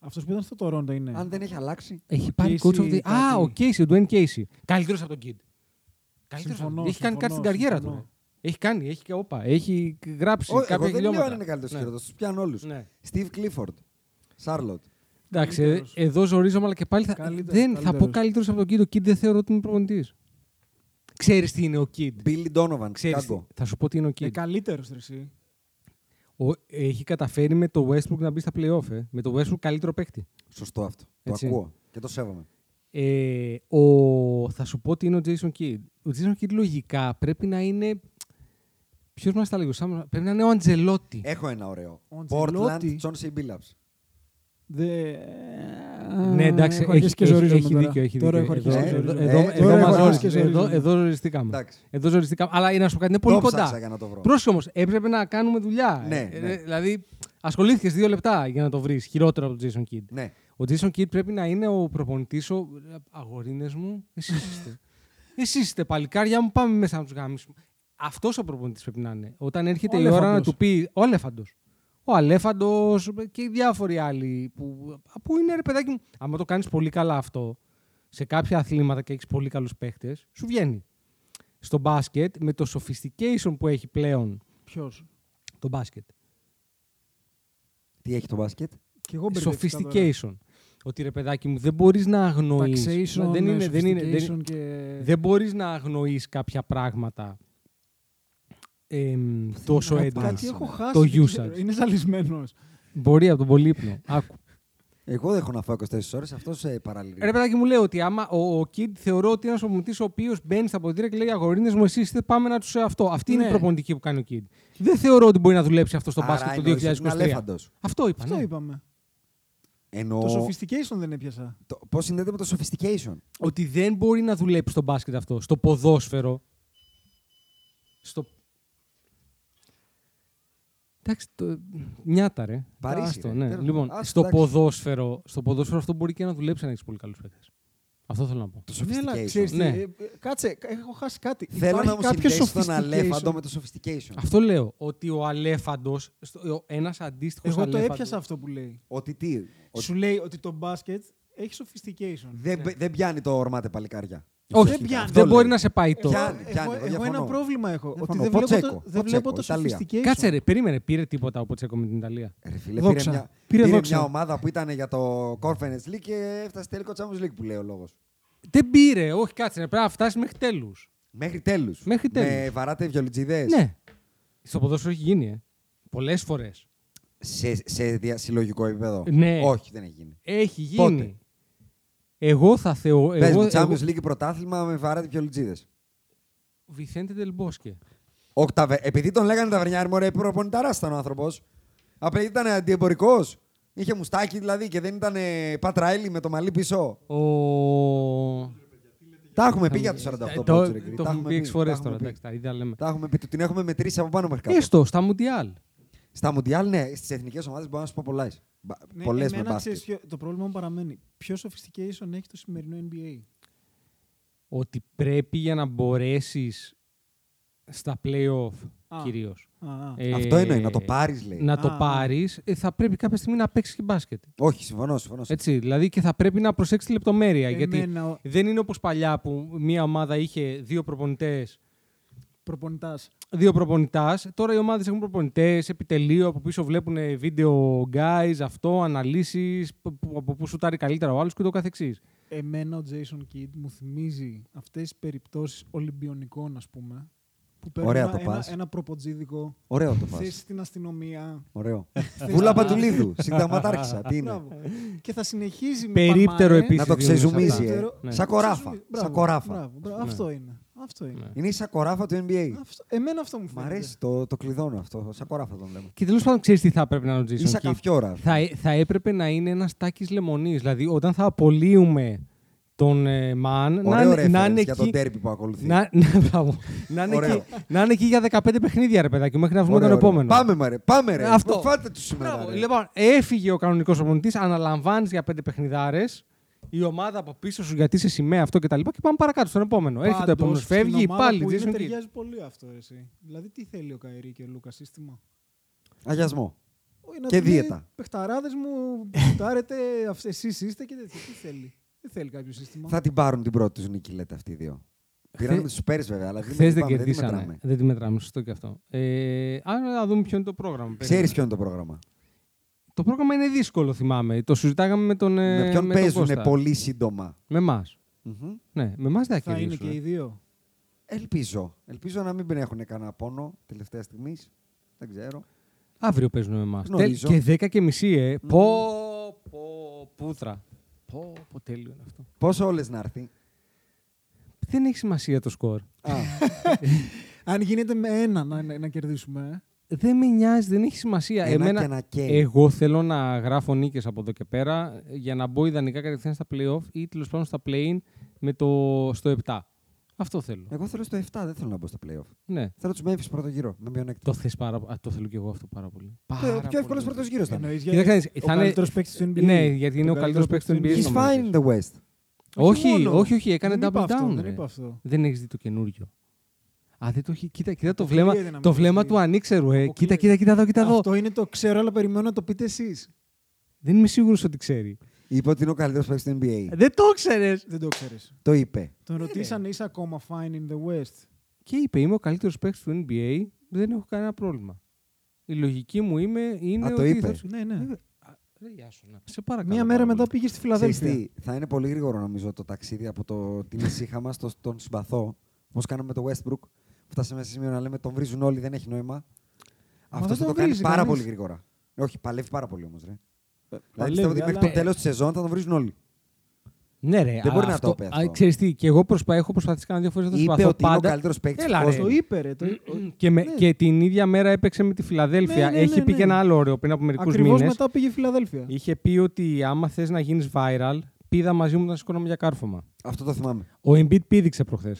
S3: Αυτός που ήταν στο Τωρόντο είναι.
S2: Αν δεν έχει αλλάξει,
S1: Έχει
S3: Ο
S1: πάρει
S3: Casey
S1: coach of the... Α,
S3: κάτι.
S1: ο Casey, ο Dwayne Casey. Καλύτερος από τον Kid. Καλύτερος.
S3: Συμφωνώ,
S1: έχει κάνει κάτι
S3: συμφωνώ,
S1: στην καριέρα
S3: συμφωνώ.
S1: του. ρε. Έχει κάνει, έχει και όπα. Έχει γράψει
S2: Ω, εγώ
S1: κάποια
S2: δεν λέω
S1: χιλιόμετρα.
S2: αν είναι καλύτερος
S1: Ναι.
S2: ναι. χειρότερος. Τους πιάνω όλους.
S1: Ναι.
S2: Steve Clifford, Charlotte.
S1: Εντάξει, ε,
S3: Καλύτερος.
S1: εδώ ζορίζομαι, αλλά και πάλι θα,
S3: Καλύτερος,
S1: δεν, θα πω
S3: καλύτερος.
S1: καλύτερος από τον Kid. Ο Kid δεν θεωρώ ότι είναι προπονητής. Ξέρεις τι είναι ο Kid.
S2: Billy Donovan,
S1: Ξέρεις, τι-
S2: Chicago.
S1: θα σου πω τι είναι ο Kid.
S3: Ε, καλύτερος εσύ.
S1: Ο- έχει καταφέρει με το Westbrook να μπει στα playoff. Ε. Με το Westbrook καλύτερο παίκτη.
S2: Σωστό αυτό.
S1: Έτσι.
S2: Το ακούω και το σέβομαι.
S1: Ε, ο, θα σου πω τι είναι ο Jason Kidd. Ο Jason Kidd λογικά πρέπει να είναι. Ποιος μας τα λέει, ο Σάμ- πρέπει να είναι ο Αντζελότη.
S3: Ε,
S2: Έχω ένα ωραίο.
S3: Ο Ancelotti.
S2: Portland, John C. Billups.
S3: Δε...
S1: ναι, εντάξει,
S3: έχω
S1: έχει,
S3: αρχίσει και
S1: έχει,
S3: ζορίζομαι
S1: έχει
S3: τώρα.
S1: δίκιο. Έχει
S3: Τώρα έχω
S1: δίκιο.
S3: αρχίσει
S1: Εδώ,
S2: και
S1: εδώ, εδώ,
S2: ζορίζομαι. Ε,
S1: εδώ,
S2: τώρα
S1: μας
S2: έχω
S1: ζόρισε.
S3: αρχίσει και
S1: εδώ,
S3: ζορίζομαι.
S1: εδώ ζοριστήκαμε.
S2: Εντάξει.
S1: Εδώ ζοριστήκαμε. Αλλά είναι να σου πω κάτι, είναι πολύ
S2: Το
S1: κοντά.
S2: ψάξα για να το βρω.
S1: Πρόσεχε όμως, έπρεπε να κάνουμε δουλειά.
S2: Ναι,
S1: Ε,
S2: ναι.
S1: δηλαδή, ασχολήθηκες δύο λεπτά για να το βρεις χειρότερο από τον Jason Kidd.
S2: Ναι.
S1: Ο Jason Kidd πρέπει να είναι ο προπονητής, ο αγορίνες μου. Εσεί είστε. Εσεί είστε παλικάρια μου, πάμε μέσα να τους γάμισουμε. Αυτός ο προπονητής πρέπει να είναι. Όταν έρχεται
S3: Ο
S1: η ώρα να
S3: Αλέφαντος.
S1: του πει ο Αλέφαντο. Ο Αλέφαντος και οι διάφοροι άλλοι που, που είναι ρε παιδάκι μου. Άμα το κάνεις πολύ καλά αυτό σε κάποια αθλήματα και έχεις πολύ καλούς παίχτες, σου βγαίνει. Στο μπάσκετ, με το sophistication που έχει πλέον
S3: Ποιος.
S1: το μπάσκετ.
S2: Τι έχει το μπάσκετ.
S3: Και εγώ μπερδεύτηκα τώρα.
S1: Sophistication. Ότι ρε παιδάκι μου, δεν μπορείς να αγνοείς.
S3: Taxation,
S1: Δεν είναι, δεν είναι, δεν,
S3: sophistication ε. και...
S1: δεν μπορείς να αγνοείς κάποια πράγματα εμ, τόσο
S3: Κάτι-
S1: έντονα.
S3: Κάτι έχω χάσει.
S1: Το
S3: δεν
S1: usage.
S3: ξέρω. Είναι Ε. ζαλισμένος.
S1: Μπορεί από τον πολύπνο. Άκου.
S2: Εγώ δεν έχω να φάω 24 ε, ώρες, αυτός σε παραλύει.
S1: Ρε παιδάκι μου λέει ότι άμα ο, ο Kid θεωρώ ότι είναι ένας προπονητή ο οποίος μπαίνει στα ποτήρια και λέει Αγορίνες μου, εσεί είστε πάμε να τους σε αυτό. Αυτή είναι η
S3: Ναι.
S1: προπονητική που κάνει ο Kid. Δεν θεωρώ ότι μπορεί να δουλέψει αυτό στο
S2: Άρα
S1: μπάσκετ το
S2: εννοείς ότι είναι
S1: 2023.
S2: αλέφαντος.
S1: Αυτό είπα.
S3: Αυτό
S1: ναι.
S3: είπαμε.
S2: Εννοώ.
S3: Το sophistication δεν έπιασα.
S2: το- Πώς συνδέεται με το sophistication.
S1: Ότι δεν μπορεί να δουλέψει στο μπάσκετ αυτό. Στο ποδόσφαιρο. Στο. Εντάξει, το... νιάτα ρε.
S2: Παρίσι,
S1: Άστο,
S2: ρε.
S1: ναι.
S2: Τέλος
S1: Λοιπόν,
S2: πάντων. Άστο,
S1: στο,
S2: εντάξει.
S1: ποδόσφαιρο, στο ποδόσφαιρο αυτό μπορεί και να δουλέψει αν έχεις πολύ καλούς παίκτες. Αυτό θέλω να πω.
S2: Το
S3: Ναι, αλλά
S2: sophistication.
S3: ξέρεις τι,
S1: Ναι.
S3: ε, ε, Κάτσε, έχω χάσει κάτι.
S2: Θέλω να
S3: Υπάρχει
S2: μου
S3: κάποιο
S2: συνδέσεις τον
S3: sophistication.
S2: αλέφαντο με το sophistication.
S1: Αυτό λέω. Ότι ο αλέφαντος, ένας αντίστοιχος
S3: Εγώ το έπιασα αυτό που λέει.
S2: Ότι τι. ότι
S3: Σου λέει ότι το μπάσκετ έχει sophistication.
S2: δεν, δεν πιάνει το ορμάτε παλικάρια.
S1: Όχι,
S3: Δεν πιάνει.
S1: δεν,
S2: Αυτό
S1: μπορεί
S2: λέει.
S1: να σε πάει
S3: Εγώ-
S1: το.
S2: Πιάνει,
S3: εγώ-
S2: πιάνει, εγώ
S3: Εγώ ένα
S2: διαφωνώ.
S3: πρόβλημα έχω. Ότι
S2: Διαφωνώ.
S3: δεν βλέπω
S2: Ποτσέκο,
S3: το- δεν βλέπω
S2: Ποτσέκο,
S3: το
S2: Ιταλία.
S3: sophistication.
S1: Κάτσε ρε, περίμενε. Πήρε τίποτα ο Ποτσέκο με την Ιταλία.
S2: Ρε φίλε, πήρε,
S3: Δόξα.
S2: μια,
S3: Πήρε
S2: πήρε,
S3: δόξα.
S2: μια ομάδα που ήταν για το Conference League και έφτασε τελικό Champions League που λέει ο λόγος.
S1: Δεν πήρε, όχι, κάτσε. ρε, Πρέπει να φτάσει μέχρι τέλους.
S2: Μέχρι τέλους.
S1: Μέχρι τέλους.
S2: Με βαράτε βιολιτζιδέ.
S1: Ναι. Στο ποδόσφαιρο έχει γίνει, ε. Πολλές φορές.
S2: Σε, σε δια- συλλογικό επίπεδο.
S1: Ναι.
S2: Όχι, δεν έχει γίνει.
S1: Έχει γίνει.
S2: Πότε?
S1: Εγώ θα θεωρώ.
S2: Πες
S1: Εγώ,
S2: μου,
S1: εγώ,
S2: Champions League πρωτάθλημα με βαράτε βιολιτζίδε.
S1: Βιθέντε Τελμπόσκε.
S2: Οκταβε... Επειδή τον λέγανε ταβερνιάρη, μωρέ, προπονηταρά ήταν ο άνθρωπος. Απαιτεί ήταν αντιεμπορικός. Είχε μουστάκι δηλαδή και δεν ήταν πατραέλι με το μαλλί πίσω.
S1: Ο...
S2: Τα έχουμε πει για τους 48
S1: Ε, το,
S2: πόντους, ρε
S1: το,
S2: κύριε.
S1: το
S2: Τα
S1: έχουμε πει 6 φορές
S2: τα
S1: τώρα.
S2: έχουμε
S1: Εντάξει,
S2: πει.
S1: τα ίδια λέμε.
S2: Τα έχουμε πει, του την έχουμε μετρήσει από πάνω μέχρι κάτω.
S1: Έστω στα Μουντιάλ.
S2: Στα Μουντιάλ, ναι, στις εθνικές ομάδες μπορώ να σου πω πολλές. Ναι, πολλές με
S3: εμένα
S2: μπάσκετ.
S3: Ε, ξέρεις ποιο- το πρόβλημα μου παραμένει. Ποιο sophistication έχει το σημερινό NBA.
S1: Ότι πρέπει για να μπορέσεις στα playoff
S3: Α.
S1: κυρίως.
S3: Α,
S1: Ε.
S3: α.
S2: Αυτό εννοεί, να το πάρεις, λέει.
S1: Να
S3: Α,
S1: το
S3: α.
S1: πάρει, θα πρέπει κάποια στιγμή να παίξεις και μπάσκετ.
S2: Όχι, συμφωνώ, συμφωνώ.
S1: Έτσι, δηλαδή και θα πρέπει να προσέξεις τη λεπτομέρεια. Γιατί
S3: Εμένα ο
S1: δεν είναι όπως παλιά που μία ομάδα είχε δύο προπονητές,
S3: προπονητάς
S1: δύο προπονητάς. Τώρα οι ομάδες έχουν προπονητές, επιτελείο, από πίσω βλέπουν ε, βίντεο guys, αυτό, αναλύσεις, από πού σουτάρει καλύτερα ο άλλος και το καθεξής.
S3: Εμένα ο Jason Kidd μου θυμίζει αυτές τις περιπτώσεις Ολυμπιονικών, ας πούμε. Που παίρνουν
S2: Ωραία το
S3: ένα,
S2: πας.
S3: ένα, ένα προποτζίδικο,
S2: Ωραίο το πας.
S3: θέση στην αστυνομία.
S2: Ωραίο.
S3: θέση-
S2: Βούλα Πατουλίδου, συνταγματάρχησα. Τι είναι.
S3: Μπράβο. Και θα συνεχίζει με
S1: Περίπτερο
S3: Παλμαρέ.
S1: επίση.
S2: Να το ξεζουμίζει, ε.
S3: Περίπτερο.
S1: Ναι.
S2: Σαν κοράφα.
S3: Μπράβο,
S2: Σαν κοράφα.
S3: μπράβο, μπράβο. Αυτό είναι. Αυτό είναι.
S2: Είναι η σακοράφα του
S1: Ναι.
S2: NBA.
S3: Αυτό- εμένα αυτό μου
S2: Μ'
S3: φαίνεται.
S2: αρέσει, το, το κλειδώνω αυτό. Σακοράφα τον λέμε.
S1: Και τέλος πάντων, ξέρεις τι θα πρέπει να είναι ο Jason
S2: Ίσα
S1: Kidd.
S2: καφιόρα.
S1: Θα, ε- θα έπρεπε να είναι ένας τάκι λεμονής. Δηλαδή, όταν θα απολύουμε τον ε, Μαν, να,
S2: Ωραίο
S1: είναι- να είναι
S2: ρεφερές για τον
S1: εκεί.
S2: τέρπι που ακολουθεί.
S1: Να, ναι, μπράβο. να, είναι
S2: Ωραίο.
S1: εκεί, να είναι εκεί για 15 παιχνίδια, ρε παιδάκι, μου, μέχρι να βρούμε
S2: Ωραίο,
S1: τον
S2: ωραίο.
S1: επόμενο.
S2: Πάμε, μωρέ. Πάμε, ρε.
S1: Αυτό.
S2: Φάτε τους σήμερα.
S1: Μπράβο.
S2: ρε.
S1: Λοιπόν, έφυγε ο κανονικός προπονητή, αναλαμβάνεις για 5 παιχνιδάρες. Η ομάδα από πίσω σου γιατί σε σημαία αυτό και τα λοιπά. Και πάμε παρακάτω στον επόμενο. Έρχεται το
S3: Πάντως,
S1: επόμενο,
S3: στην
S1: φεύγει
S3: ομάδα
S1: πάλι.
S3: που είναι,
S1: Jason Kidd.
S3: ταιριάζει πολύ αυτό, ρε, εσύ. Δηλαδή, τι θέλει ο Καερή και ο Λούκας σύστημα.
S2: Αγιασμό.
S3: Όχι, να
S2: Και
S3: του λέει,
S2: δίαιτα.
S3: «Παιχταράδες μου, τάρετε, εσείς είστε και τέτοια. Τι θέλει. Δεν θέλει κάποιο σύστημα.
S2: Θα την πάρουν την πρώτη τους νίκη, λέτε αυτοί οι δύο. Πήραμε τους πέρυσι βέβαια, αλλά
S1: Χθε
S2: δεν
S1: δεν
S2: την Δηλαδή, πάμε, την
S1: κερδίσανε.
S2: μετράμε.
S1: Δεν τη μετράμε, σωστό και αυτό. Ε, άρα να δούμε ποιο είναι το πρόγραμμα.
S2: Ξέρεις ποιο είναι το πρόγραμμα.
S1: Το πρόγραμμα είναι δύσκολο, θυμάμαι. Το συζητάγαμε με τον. ε,
S2: με ποιον
S1: τον
S2: παίζουν
S1: Κώστα.
S2: πολύ σύντομα.
S1: Με εμάς.
S2: Μμμ.
S1: Ναι, με εμάς δεν θα
S3: θα είναι και
S1: κερδίσουν.
S3: οι δύο.
S2: Ελπίζω. Ελπίζω να μην έχουν κανένα πόνο τελευταία στιγμής. Δεν ξέρω.
S1: Αύριο παίζουν με εμάς.
S2: Γνωρίζω.
S1: Και 10 και μισή, ε. Πω, πω, πούτρα. Πω, πω, τέλειο είναι αυτό.
S2: Πόσο όλες να έρθει.
S1: Δεν έχει σημασία το σκορ.
S2: Α,
S3: Αν γίνεται με ένα να, να, να κερδίσουμε. ε.
S1: Δεν με νοιάζει, δεν έχει σημασία.
S2: Ένα και να καίει.
S1: Ε, εγώ θέλω να γράφω νίκες από εδώ και πέρα ε, για να μπω ιδανικά κατευθείαν στα playoff ή τέλος πάντων στα play-in με το, στο 7. Αυτό θέλω.
S2: εγώ θέλω στο 7, δεν θέλω να μπω στο playoff.
S1: Ναι.
S2: Θέλω τους Memphis πρώτο γύρο με μειονέκτημα.
S1: Το θες πάρα πο- Α, Το θέλω και εγώ αυτό πάρα πολύ.
S2: Το πιο εύκολος πρώτος γύρος ήταν.
S3: Εννοείς για-
S1: Κοίταξε, θα
S3: ο
S1: είναι-
S3: καλύτερος παίκτης του NBA.
S1: Ναι, γιατί είναι
S3: Ο
S1: ο καλύτερος παίκτης του
S2: He's
S1: NBA.
S2: fine in the West.
S1: Όχι, όχι,
S3: μόνο.
S1: όχι, έκανε
S3: Δεν
S1: double
S3: είπα αυτό,
S1: down.
S3: Δεν
S1: ρε.
S3: είπα αυτό.
S1: Δεν έχεις δει το καινούριο. Α, δεν το έχει. Κοίτα, κοίτα το
S3: Αποκλείεται
S1: βλέμμα,
S3: να μην
S1: το
S3: το
S1: βλέμμα
S3: έχει
S1: του
S3: δει.
S1: ανήξερου. Ε. Κοίτα,
S3: Αποκλείεται.
S1: κοίτα, κοίτα εδώ, κοίτα εδώ.
S3: Αυτό είναι το ξέρω, αλλά περιμένω να το πείτε εσείς.
S1: Δεν είμαι σίγουρος ότι ξέρει.
S2: Είπε ότι είναι ο καλύτερος παίκτης του
S3: Ε,
S2: NBA.
S1: Δεν το ξέρει.
S3: Δεν το ξέρεις.
S2: Το είπε.
S3: Τον
S1: Ναι,
S3: ρωτήσανε είσαι ακόμα fine in the West.
S1: Και είπε: Είμαι ο καλύτερος παίκτης του NBA. Δεν έχω κανένα πρόβλημα. Η λογική μου είμαι, είναι.
S2: Α, το
S1: ότι
S2: είπε.
S1: θα σου-
S3: Ναι, ναι.
S1: Βέβαια. Α, ρε, Ε, Γεια σου, ναι. να. Σε παρακαλώ.
S3: Μία μέρα
S1: πάρα
S3: μετά
S1: πολύ.
S3: πήγε στη
S2: Ξέρεις
S3: Φιλαδέλφια.
S2: τι, θα είναι πολύ γρήγορο νομίζω το ταξίδι από το, την ησύχα μα στο, τον συμπαθώ. Όπω κάναμε με το Westbrook. Φτάσαμε σε σημείο να λέμε τον βρίζουν όλοι, δεν έχει νόημα. Αυτό
S3: δεν
S2: θα
S3: τον
S2: το κάνει
S3: βρίζει
S2: πάρα
S3: κανείς.
S2: πολύ γρήγορα. Ε, Όχι, παλεύει πάρα πολύ όμως, ρε. Δηλαδή
S3: παλεύει,
S2: πιστεύω ότι μέχρι
S3: αλλά-
S2: το τέλος της σεζόν θα τον βρίζουν όλοι.
S1: Ναι, ρε.
S2: Δεν μπορεί να το
S1: πει.
S2: πει αυτό.
S1: Ξέρεις τι, και εγώ προσπα... έχω προσπαθήσει κάνα δύο φορές να το
S2: Είπε
S1: συμπαθώ
S2: ότι είναι ο
S1: πάντα.
S2: καλύτερος παίκτης του
S1: Έλα, ρε.
S2: κόσμου.
S3: Το είπε, ρε. Το...
S1: Και, με,
S3: Ναι.
S1: και την ίδια μέρα έπαιξε με τη Φιλαδέλφια.
S3: Ναι, ναι,
S1: Έχει
S3: ναι,
S1: πει
S3: ναι.
S1: και ένα άλλο ωραίο πριν από μερικούς
S3: Ακριβώς
S1: μήνες.
S3: μετά πήγε η Φιλαδέλφια.
S1: Είχε πει ότι άμα θες να γίνεις viral, πήδα μαζί μου να σηκώνομαι για κάρφωμα.
S2: Αυτό το θυμάμαι.
S1: Ο Embiid πήδηξε προχθές.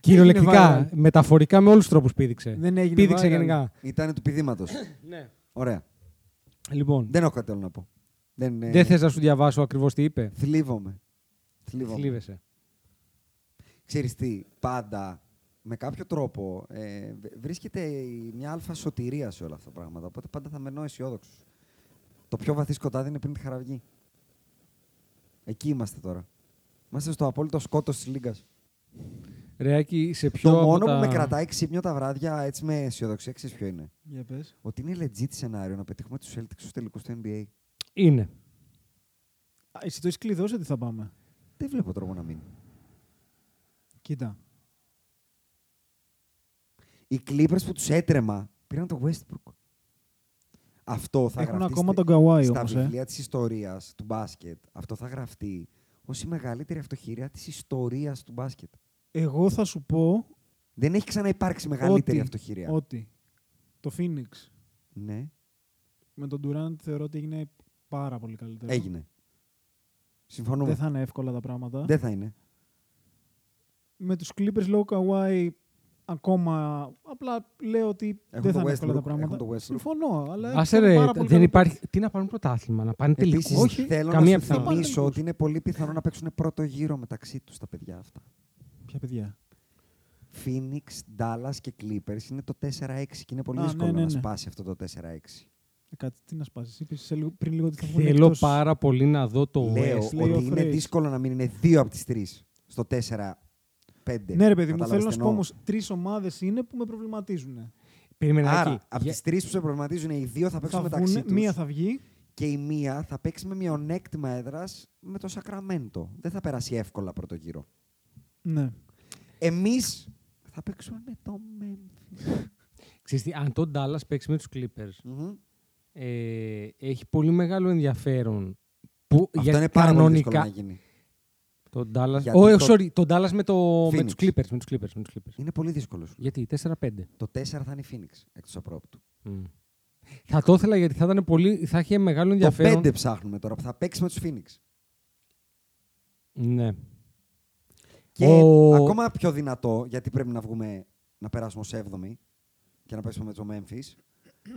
S1: Κυριολεκτικά,
S3: viral.
S1: μεταφορικά με όλους τους τρόπους πήδηξε.
S3: Δεν έγινε
S1: Πήδηξε
S3: viral.
S1: γενικά.
S2: Ήταν του πηδήματος.
S1: Ναι.
S2: Ωραία.
S1: Λοιπόν,
S2: Δεν έχω κάτι άλλο να πω. Δεν, είναι-
S1: δεν θες να σου διαβάσω ακριβώς τι είπε.
S2: Θλίβομαι. Θλίβομαι.
S1: Θλίβεσαι.
S2: Ξέρεις τι, πάντα με κάποιο τρόπο ε, β- βρίσκεται η- μια αλφα σωτηρία σε όλα αυτά τα πράγματα. Οπότε πάντα θα μενώ αισιόδοξο. Το πιο βαθύ σκοτάδι είναι πριν τη χαραυγή. Εκεί είμαστε τώρα. Είμαστε στο απόλυτο σκότος της Λίγκας.
S1: Ρεάκι, σε ποιο.
S2: Το
S1: από
S2: μόνο
S1: τα...
S2: που με κρατάει ξύπνιο τα βράδια έτσι με αισιοδοξία ξέρεις ποιο είναι.
S3: Για πες.
S2: Ότι είναι legit σενάριο να πετύχουμε τους Celtics στους τελικούς του NBA.
S1: Είναι.
S3: Α, Εσύ το έχεις κλειδώσει ότι θα πάμε.
S2: Δεν βλέπω τρόπο να μείνει.
S3: Κοίτα.
S2: Οι Clippers που τους έτρεμα πήραν το Westbrook. Αυτό θα
S3: Έχουν
S2: γραφτεί
S3: ακόμα
S2: στη-
S3: τον Καουάι
S2: στα
S3: όμως, ε.
S2: βιβλία της ιστορίας του μπάσκετ. Αυτό θα γραφτεί ως η μεγαλύτερη αυτοχειρία της ιστορίας του μπάσκετ.
S3: Εγώ θα σου πω
S2: Δεν έχει ξαναυπάρξει μεγαλύτερη
S3: ότι,
S2: αυτοχειρία.
S3: ότι το Phoenix
S2: Ναι,
S3: με τον Durant θεωρώ ότι έγινε πάρα πολύ καλύτερο.
S2: έγινε. Συμφωνούμε.
S3: Δεν θα είναι εύκολα τα πράγματα.
S2: Δεν θα είναι.
S3: Με τους Clippers λόγω Kawhi ακόμα απλά λέω ότι
S2: Έχουν
S3: δεν
S2: το
S3: θα είναι εύκολα
S2: Westbrook,
S3: τα πράγματα.
S2: έχουν το Westbrook.
S3: Συμφωνώ,
S2: Ε,
S3: αλλά
S1: Άσε
S3: ήταν
S1: ρε,
S3: πάρα
S1: δεν
S3: πολύ καλό.
S1: υπάρχει. Τι να πάρουν πρωτάθλημα, να πάνε τελικό.
S2: Επίσης,
S1: Όχι,
S2: θέλω
S1: καμία
S2: να σου
S1: πιθανότητα.
S2: θυμίσω ότι είναι πολύ πιθανό να παίξουν πρώτο γύρο μεταξύ τους τα παιδιά αυτά.
S3: Ποια παιδιά.
S2: Phoenix, Dallas και Clippers είναι το 4-6 και είναι πολύ
S3: Α,
S2: δύσκολο
S3: ναι, ναι,
S2: να
S3: ναι.
S2: σπάσει αυτό το 4-6.
S3: Ε, Κάτι, τι να σπάσεις. Είπες σε λίγο, πριν λίγο ότι θα βγουν
S1: Θέλω
S3: εκτός.
S1: πάρα πολύ να δω το
S2: Λέω
S1: West.
S3: λέει ο
S2: ότι είναι
S3: Frey.
S2: δύσκολο να μην είναι δύο από τις τρεις στο 4-5.
S3: Ναι, ρε παιδί μου,
S2: Κατάλαβες
S3: θέλω να
S2: τι
S3: σου πω
S2: εννοώ.
S3: όμω τρεις ομάδες είναι που με προβληματίζουν.
S1: Περίμενα
S2: Άρα,
S1: εκεί.
S2: από
S1: Για-
S2: τις τρεις που σε προβληματίζουν, οι δύο θα παίξουν
S3: Θα
S2: μεταξύ
S3: βγουν,
S2: τους
S3: μία θα βγει.
S2: και η μία θα παίξει με μειονέκτημα έδρας με το Σακραμέντο. Δεν θα περάσει εύκολα πρώτο γύρο.
S3: Ναι.
S2: Εμείς θα παίξουμε με το Memphis.
S1: Ξέρεις τι, αν το Dallas παίξει με τους Clippers,
S2: Μμμ.
S1: ε, έχει πολύ μεγάλο ενδιαφέρον. Που,
S2: Αυτό
S1: για
S2: είναι πάρα πολύ δύσκολο
S1: κανονικά,
S2: να γίνει.
S1: Το Dallas...
S2: Γιατί
S1: Oh,
S2: το-
S1: sorry, το Dallas με, το... με
S2: Phoenix.
S1: τους Clippers. Με τους Clippers, με τους Clippers.
S2: Είναι πολύ δύσκολος. σου λέω.
S1: Γιατί, 4-5.
S2: Το 4 θα είναι η Phoenix εκτός απρόπτου.
S1: Μμ. Θα το ήθελα γιατί θα, ήταν πολύ... θα είχε μεγάλο
S2: Το
S1: ενδιαφέρον.
S2: 5 ψάχνουμε τώρα που θα παίξει με τους Phoenix.
S1: Ναι.
S2: Και
S1: Ο-
S2: ακόμα πιο δυνατό, γιατί πρέπει να βγούμε να περάσουμε ως 7η και να παίξουμε με το Memphis,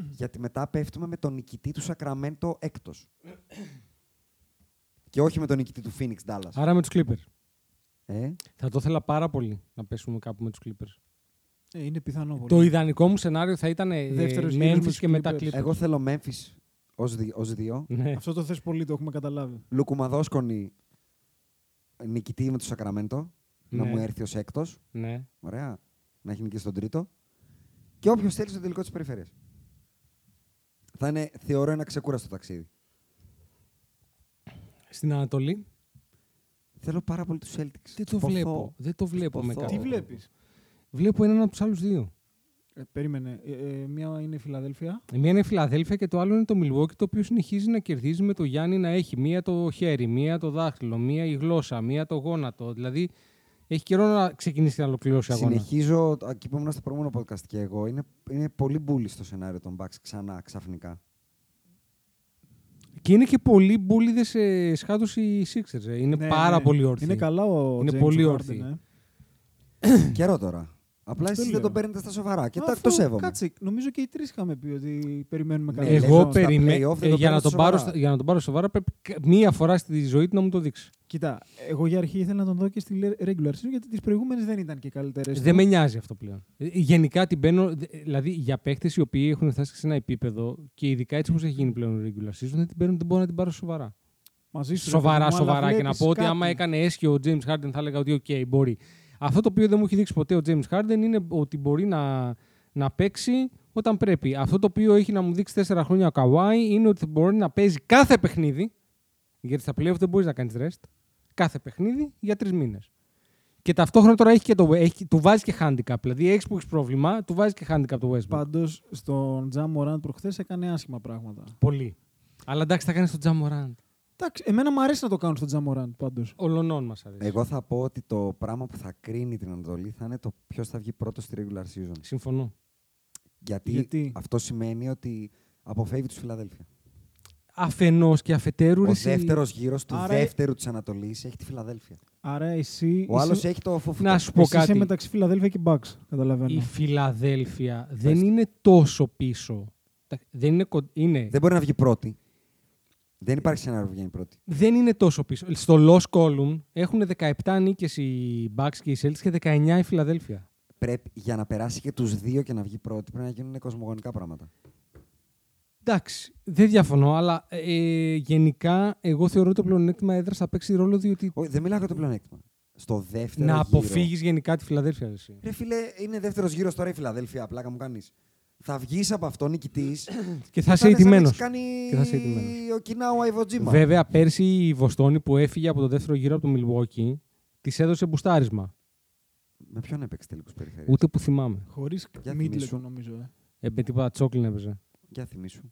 S2: γιατί μετά πέφτουμε με τον νικητή του Σακραμέντο έκτος. και όχι με τον νικητή του Phoenix Dallas.
S1: Άρα με τους Clippers.
S2: Ε,
S1: Θα το ήθελα πάρα πολύ να πέσουμε κάπου με τους Clippers.
S3: Ε, είναι πιθανό πολύ.
S1: Το ιδανικό μου σενάριο θα ήταν ε,
S3: Δεύτερος γύρος με
S1: Memphis
S3: τους
S1: και μετά
S3: Clippers.
S1: Clippers.
S2: εγώ θέλω Memphis ως, δι- ως δύο.
S1: Ναι.
S3: Αυτό το θες πολύ, το έχουμε καταλάβει.
S2: Λουκουμαδόσκονη νικητή με το Σακραμέντο, να
S1: Ναι.
S2: μου έρθει ως έκτος.
S1: ναι.
S2: Ωραία. Να έχει νικήσει τον τρίτο. Και όποιος θέλει στο τελικό της περιφέρειας. Θα είναι, θεωρώ, ένα ξεκούραστο ταξίδι.
S1: Στην Ανατολή.
S2: Θέλω πάρα πολύ τους Celtics.
S1: Δεν το
S2: Ποθώ.
S1: βλέπω. Δεν το βλέπω με
S2: Ποθώ.
S1: κάτι.
S3: Τι βλέπεις.
S1: Βλέπω έναν από τους άλλους δύο.
S3: Ε, περίμενε. Ε, ε, μία είναι η Φιλαδέλφια.
S1: Η μία είναι η Φιλαδέλφια και το άλλο είναι το Milwaukee, το οποίο συνεχίζει να κερδίζει με το Γιάννη να έχει μία το χέρι, μία το δάχτυλο, μία η γλώσσα, μία το γόνατο. Δηλαδή έχει καιρό να ξεκινήσει να ολοκληρώσει αγώνα.
S2: Συνεχίζω, το- εκεί που ήμουν στο προηγούμενο podcast και εγώ, είναι, είναι πολύ μπουλή στο σενάριο των Bucks ξανά, ξαφνικά.
S1: Και είναι και πολλοί μπουλίδε ε, σχάτως οι Sixers. ε. Είναι πάρα πολύ όρθιοι.
S3: Ναι, Είναι καλά ο
S1: Είναι
S3: James
S1: πολύ
S3: Harden,
S1: όρθιοι.
S3: ε.
S2: Καιρό τώρα. Απλά εσείς δεν
S3: λέω.
S2: το παίρνετε στα σοβαρά. Και
S3: Μα
S2: το,
S3: αυτό,
S2: το σέβομαι.
S3: Κάτσε, νομίζω και οι τρεις είχαμε πει ότι περιμένουμε
S2: Ναι,
S3: κάτι.
S2: λες
S1: Εγώ
S2: όμως τα
S1: περιμένω.
S2: play-off δεν το
S1: για, να
S2: παίρνεις
S1: τον πάρω,
S2: σοβαρά.
S1: στα- για να τον πάρω σοβαρά, πρέπει κα- μία φορά στη ζωή του να μου το δείξει.
S3: Κοιτά, εγώ για αρχή ήθελα να τον δω και στη le- regular season γιατί τις προηγούμενες δεν ήταν και καλύτερες.
S1: Δεν με νοιάζει αυτό πλέον. Ε, Γενικά την μπαίνω. δε- Δηλαδή για παίχτε οι οποίοι έχουν φτάσει σε ένα επίπεδο και ειδικά έτσι όπως έχει γίνει πλέον η regular season, δεν, την παίρνω, δεν μπορώ να την πάρω σοβαρά.
S3: Μαζί σου, ρε
S1: σοβαρά,
S3: παιδί μου, αλλά
S1: σοβαρά. Και να
S3: βλέπεις
S1: πω ότι
S3: κάτι.
S1: άμα έκανε έσχυο ο James Harden, θα έλεγα ότι οκ, μπορεί. Αυτό το οποίο δεν μου έχει δείξει ποτέ ο James Harden είναι ότι μπορεί να, να παίξει όταν πρέπει. Αυτό το οποίο έχει να μου δείξει τέσσερα χρόνια ο Καβάη είναι ότι μπορεί να παίζει κάθε παιχνίδι. Γιατί στα playoff δεν μπορείς να κάνεις rest. Κάθε παιχνίδι για τρεις μήνες. Και ταυτόχρονα τώρα έχει και το, έχει, του βάζει και handicap. Δηλαδή έχεις που έχεις πρόβλημα, του βάζει και handicap το Westbrook.
S3: Πάντως στον Τζα Μωράντ προχθές έκανε άσχημα πράγματα.
S1: Πολύ. Αλλά εντάξει, θα κάνεις τον Τζαμοράντ.
S3: Εντάξει, εμένα μου αρέσει να το κάνουν στον Τζα Μωράντ πάντω.
S1: Ολονών μας αρέσει.
S2: Εγώ θα πω ότι το πράγμα που θα κρίνει την Ανατολή θα είναι το ποιος θα βγει πρώτος στη regular season.
S1: Συμφωνώ.
S2: Γιατί,
S3: Γιατί?
S2: αυτό σημαίνει ότι αποφεύγει τους Φιλαδέλφια.
S1: Αφενός και αφετέρου. ρε,
S2: Ο
S1: εσύ- ε-
S2: δεύτερος γύρος του
S3: Άρα-
S2: δεύτερου της Ανατολής έχει τη Φιλαδέλφια.
S3: Άρα εσύ.
S2: Ο άλλος
S3: εσύ,
S2: έχει το φοφού.
S1: Να σου πω
S3: εσύ είσαι
S1: κάτι.
S3: μεταξύ Φιλαδέλφια και Bucks, καταλαβαίνω.
S1: Η Φιλαδέλφια δεν
S2: ναι. Ευχαριστώ.
S1: είναι τόσο πίσω. Τα- Δεν είναι, κον- είναι,
S2: Δεν μπορεί να βγει πρώτη. Δεν υπάρχει σενάριο που βγαίνει πρώτη.
S1: δεν είναι τόσο πίσω. Στο Lost Column έχουν 17 νίκες οι Bucks και οι Celtics και 19 η Φιλαδέλφια.
S2: Πρέπει, για να περάσει και τους δύο και να βγει πρώτη, πρέπει να γίνουν κοσμογονικά πράγματα.
S1: Εντάξει, δεν διαφωνώ, αλλά ε, γενικά εγώ θεωρώ ότι το πλεονέκτημα έδρα θα παίξει ρόλο διότι
S2: Όχι, δεν μιλάω για το πλεονέκτημα. Στο δεύτερο.
S1: να
S2: γύρο-
S1: αποφύγεις γενικά τη Φιλαδέλφια. ρε εσύ.
S2: Ρε φίλε, είναι δεύτερος γύρος τώρα η Φιλαδέλφια. Πλάκα μου κάνεις. Θα βγεις από αυτό νικητής.
S1: Και θα είσαι ηττημένος.
S2: Κάνει
S1: Και θα είσαι ηττημένος.
S2: ο Κινάου Αϊβοτζίμα.
S1: Βέβαια, πέρσι η Βοστόνη που έφυγε από το δεύτερο γύρο από το Milwaukee της έδωσε μπουστάρισμα.
S2: Με ποιον έπαιξε τελικούς περιφέρειας.
S1: Ούτε που θυμάμαι.
S3: Χωρίς
S2: Για
S3: Μίτλετον,
S2: θυμήσου.
S3: νομίζω. Ε.
S1: Ε, με τίποτα τσόκλιν έπαιζε.
S2: Για θυμήσου.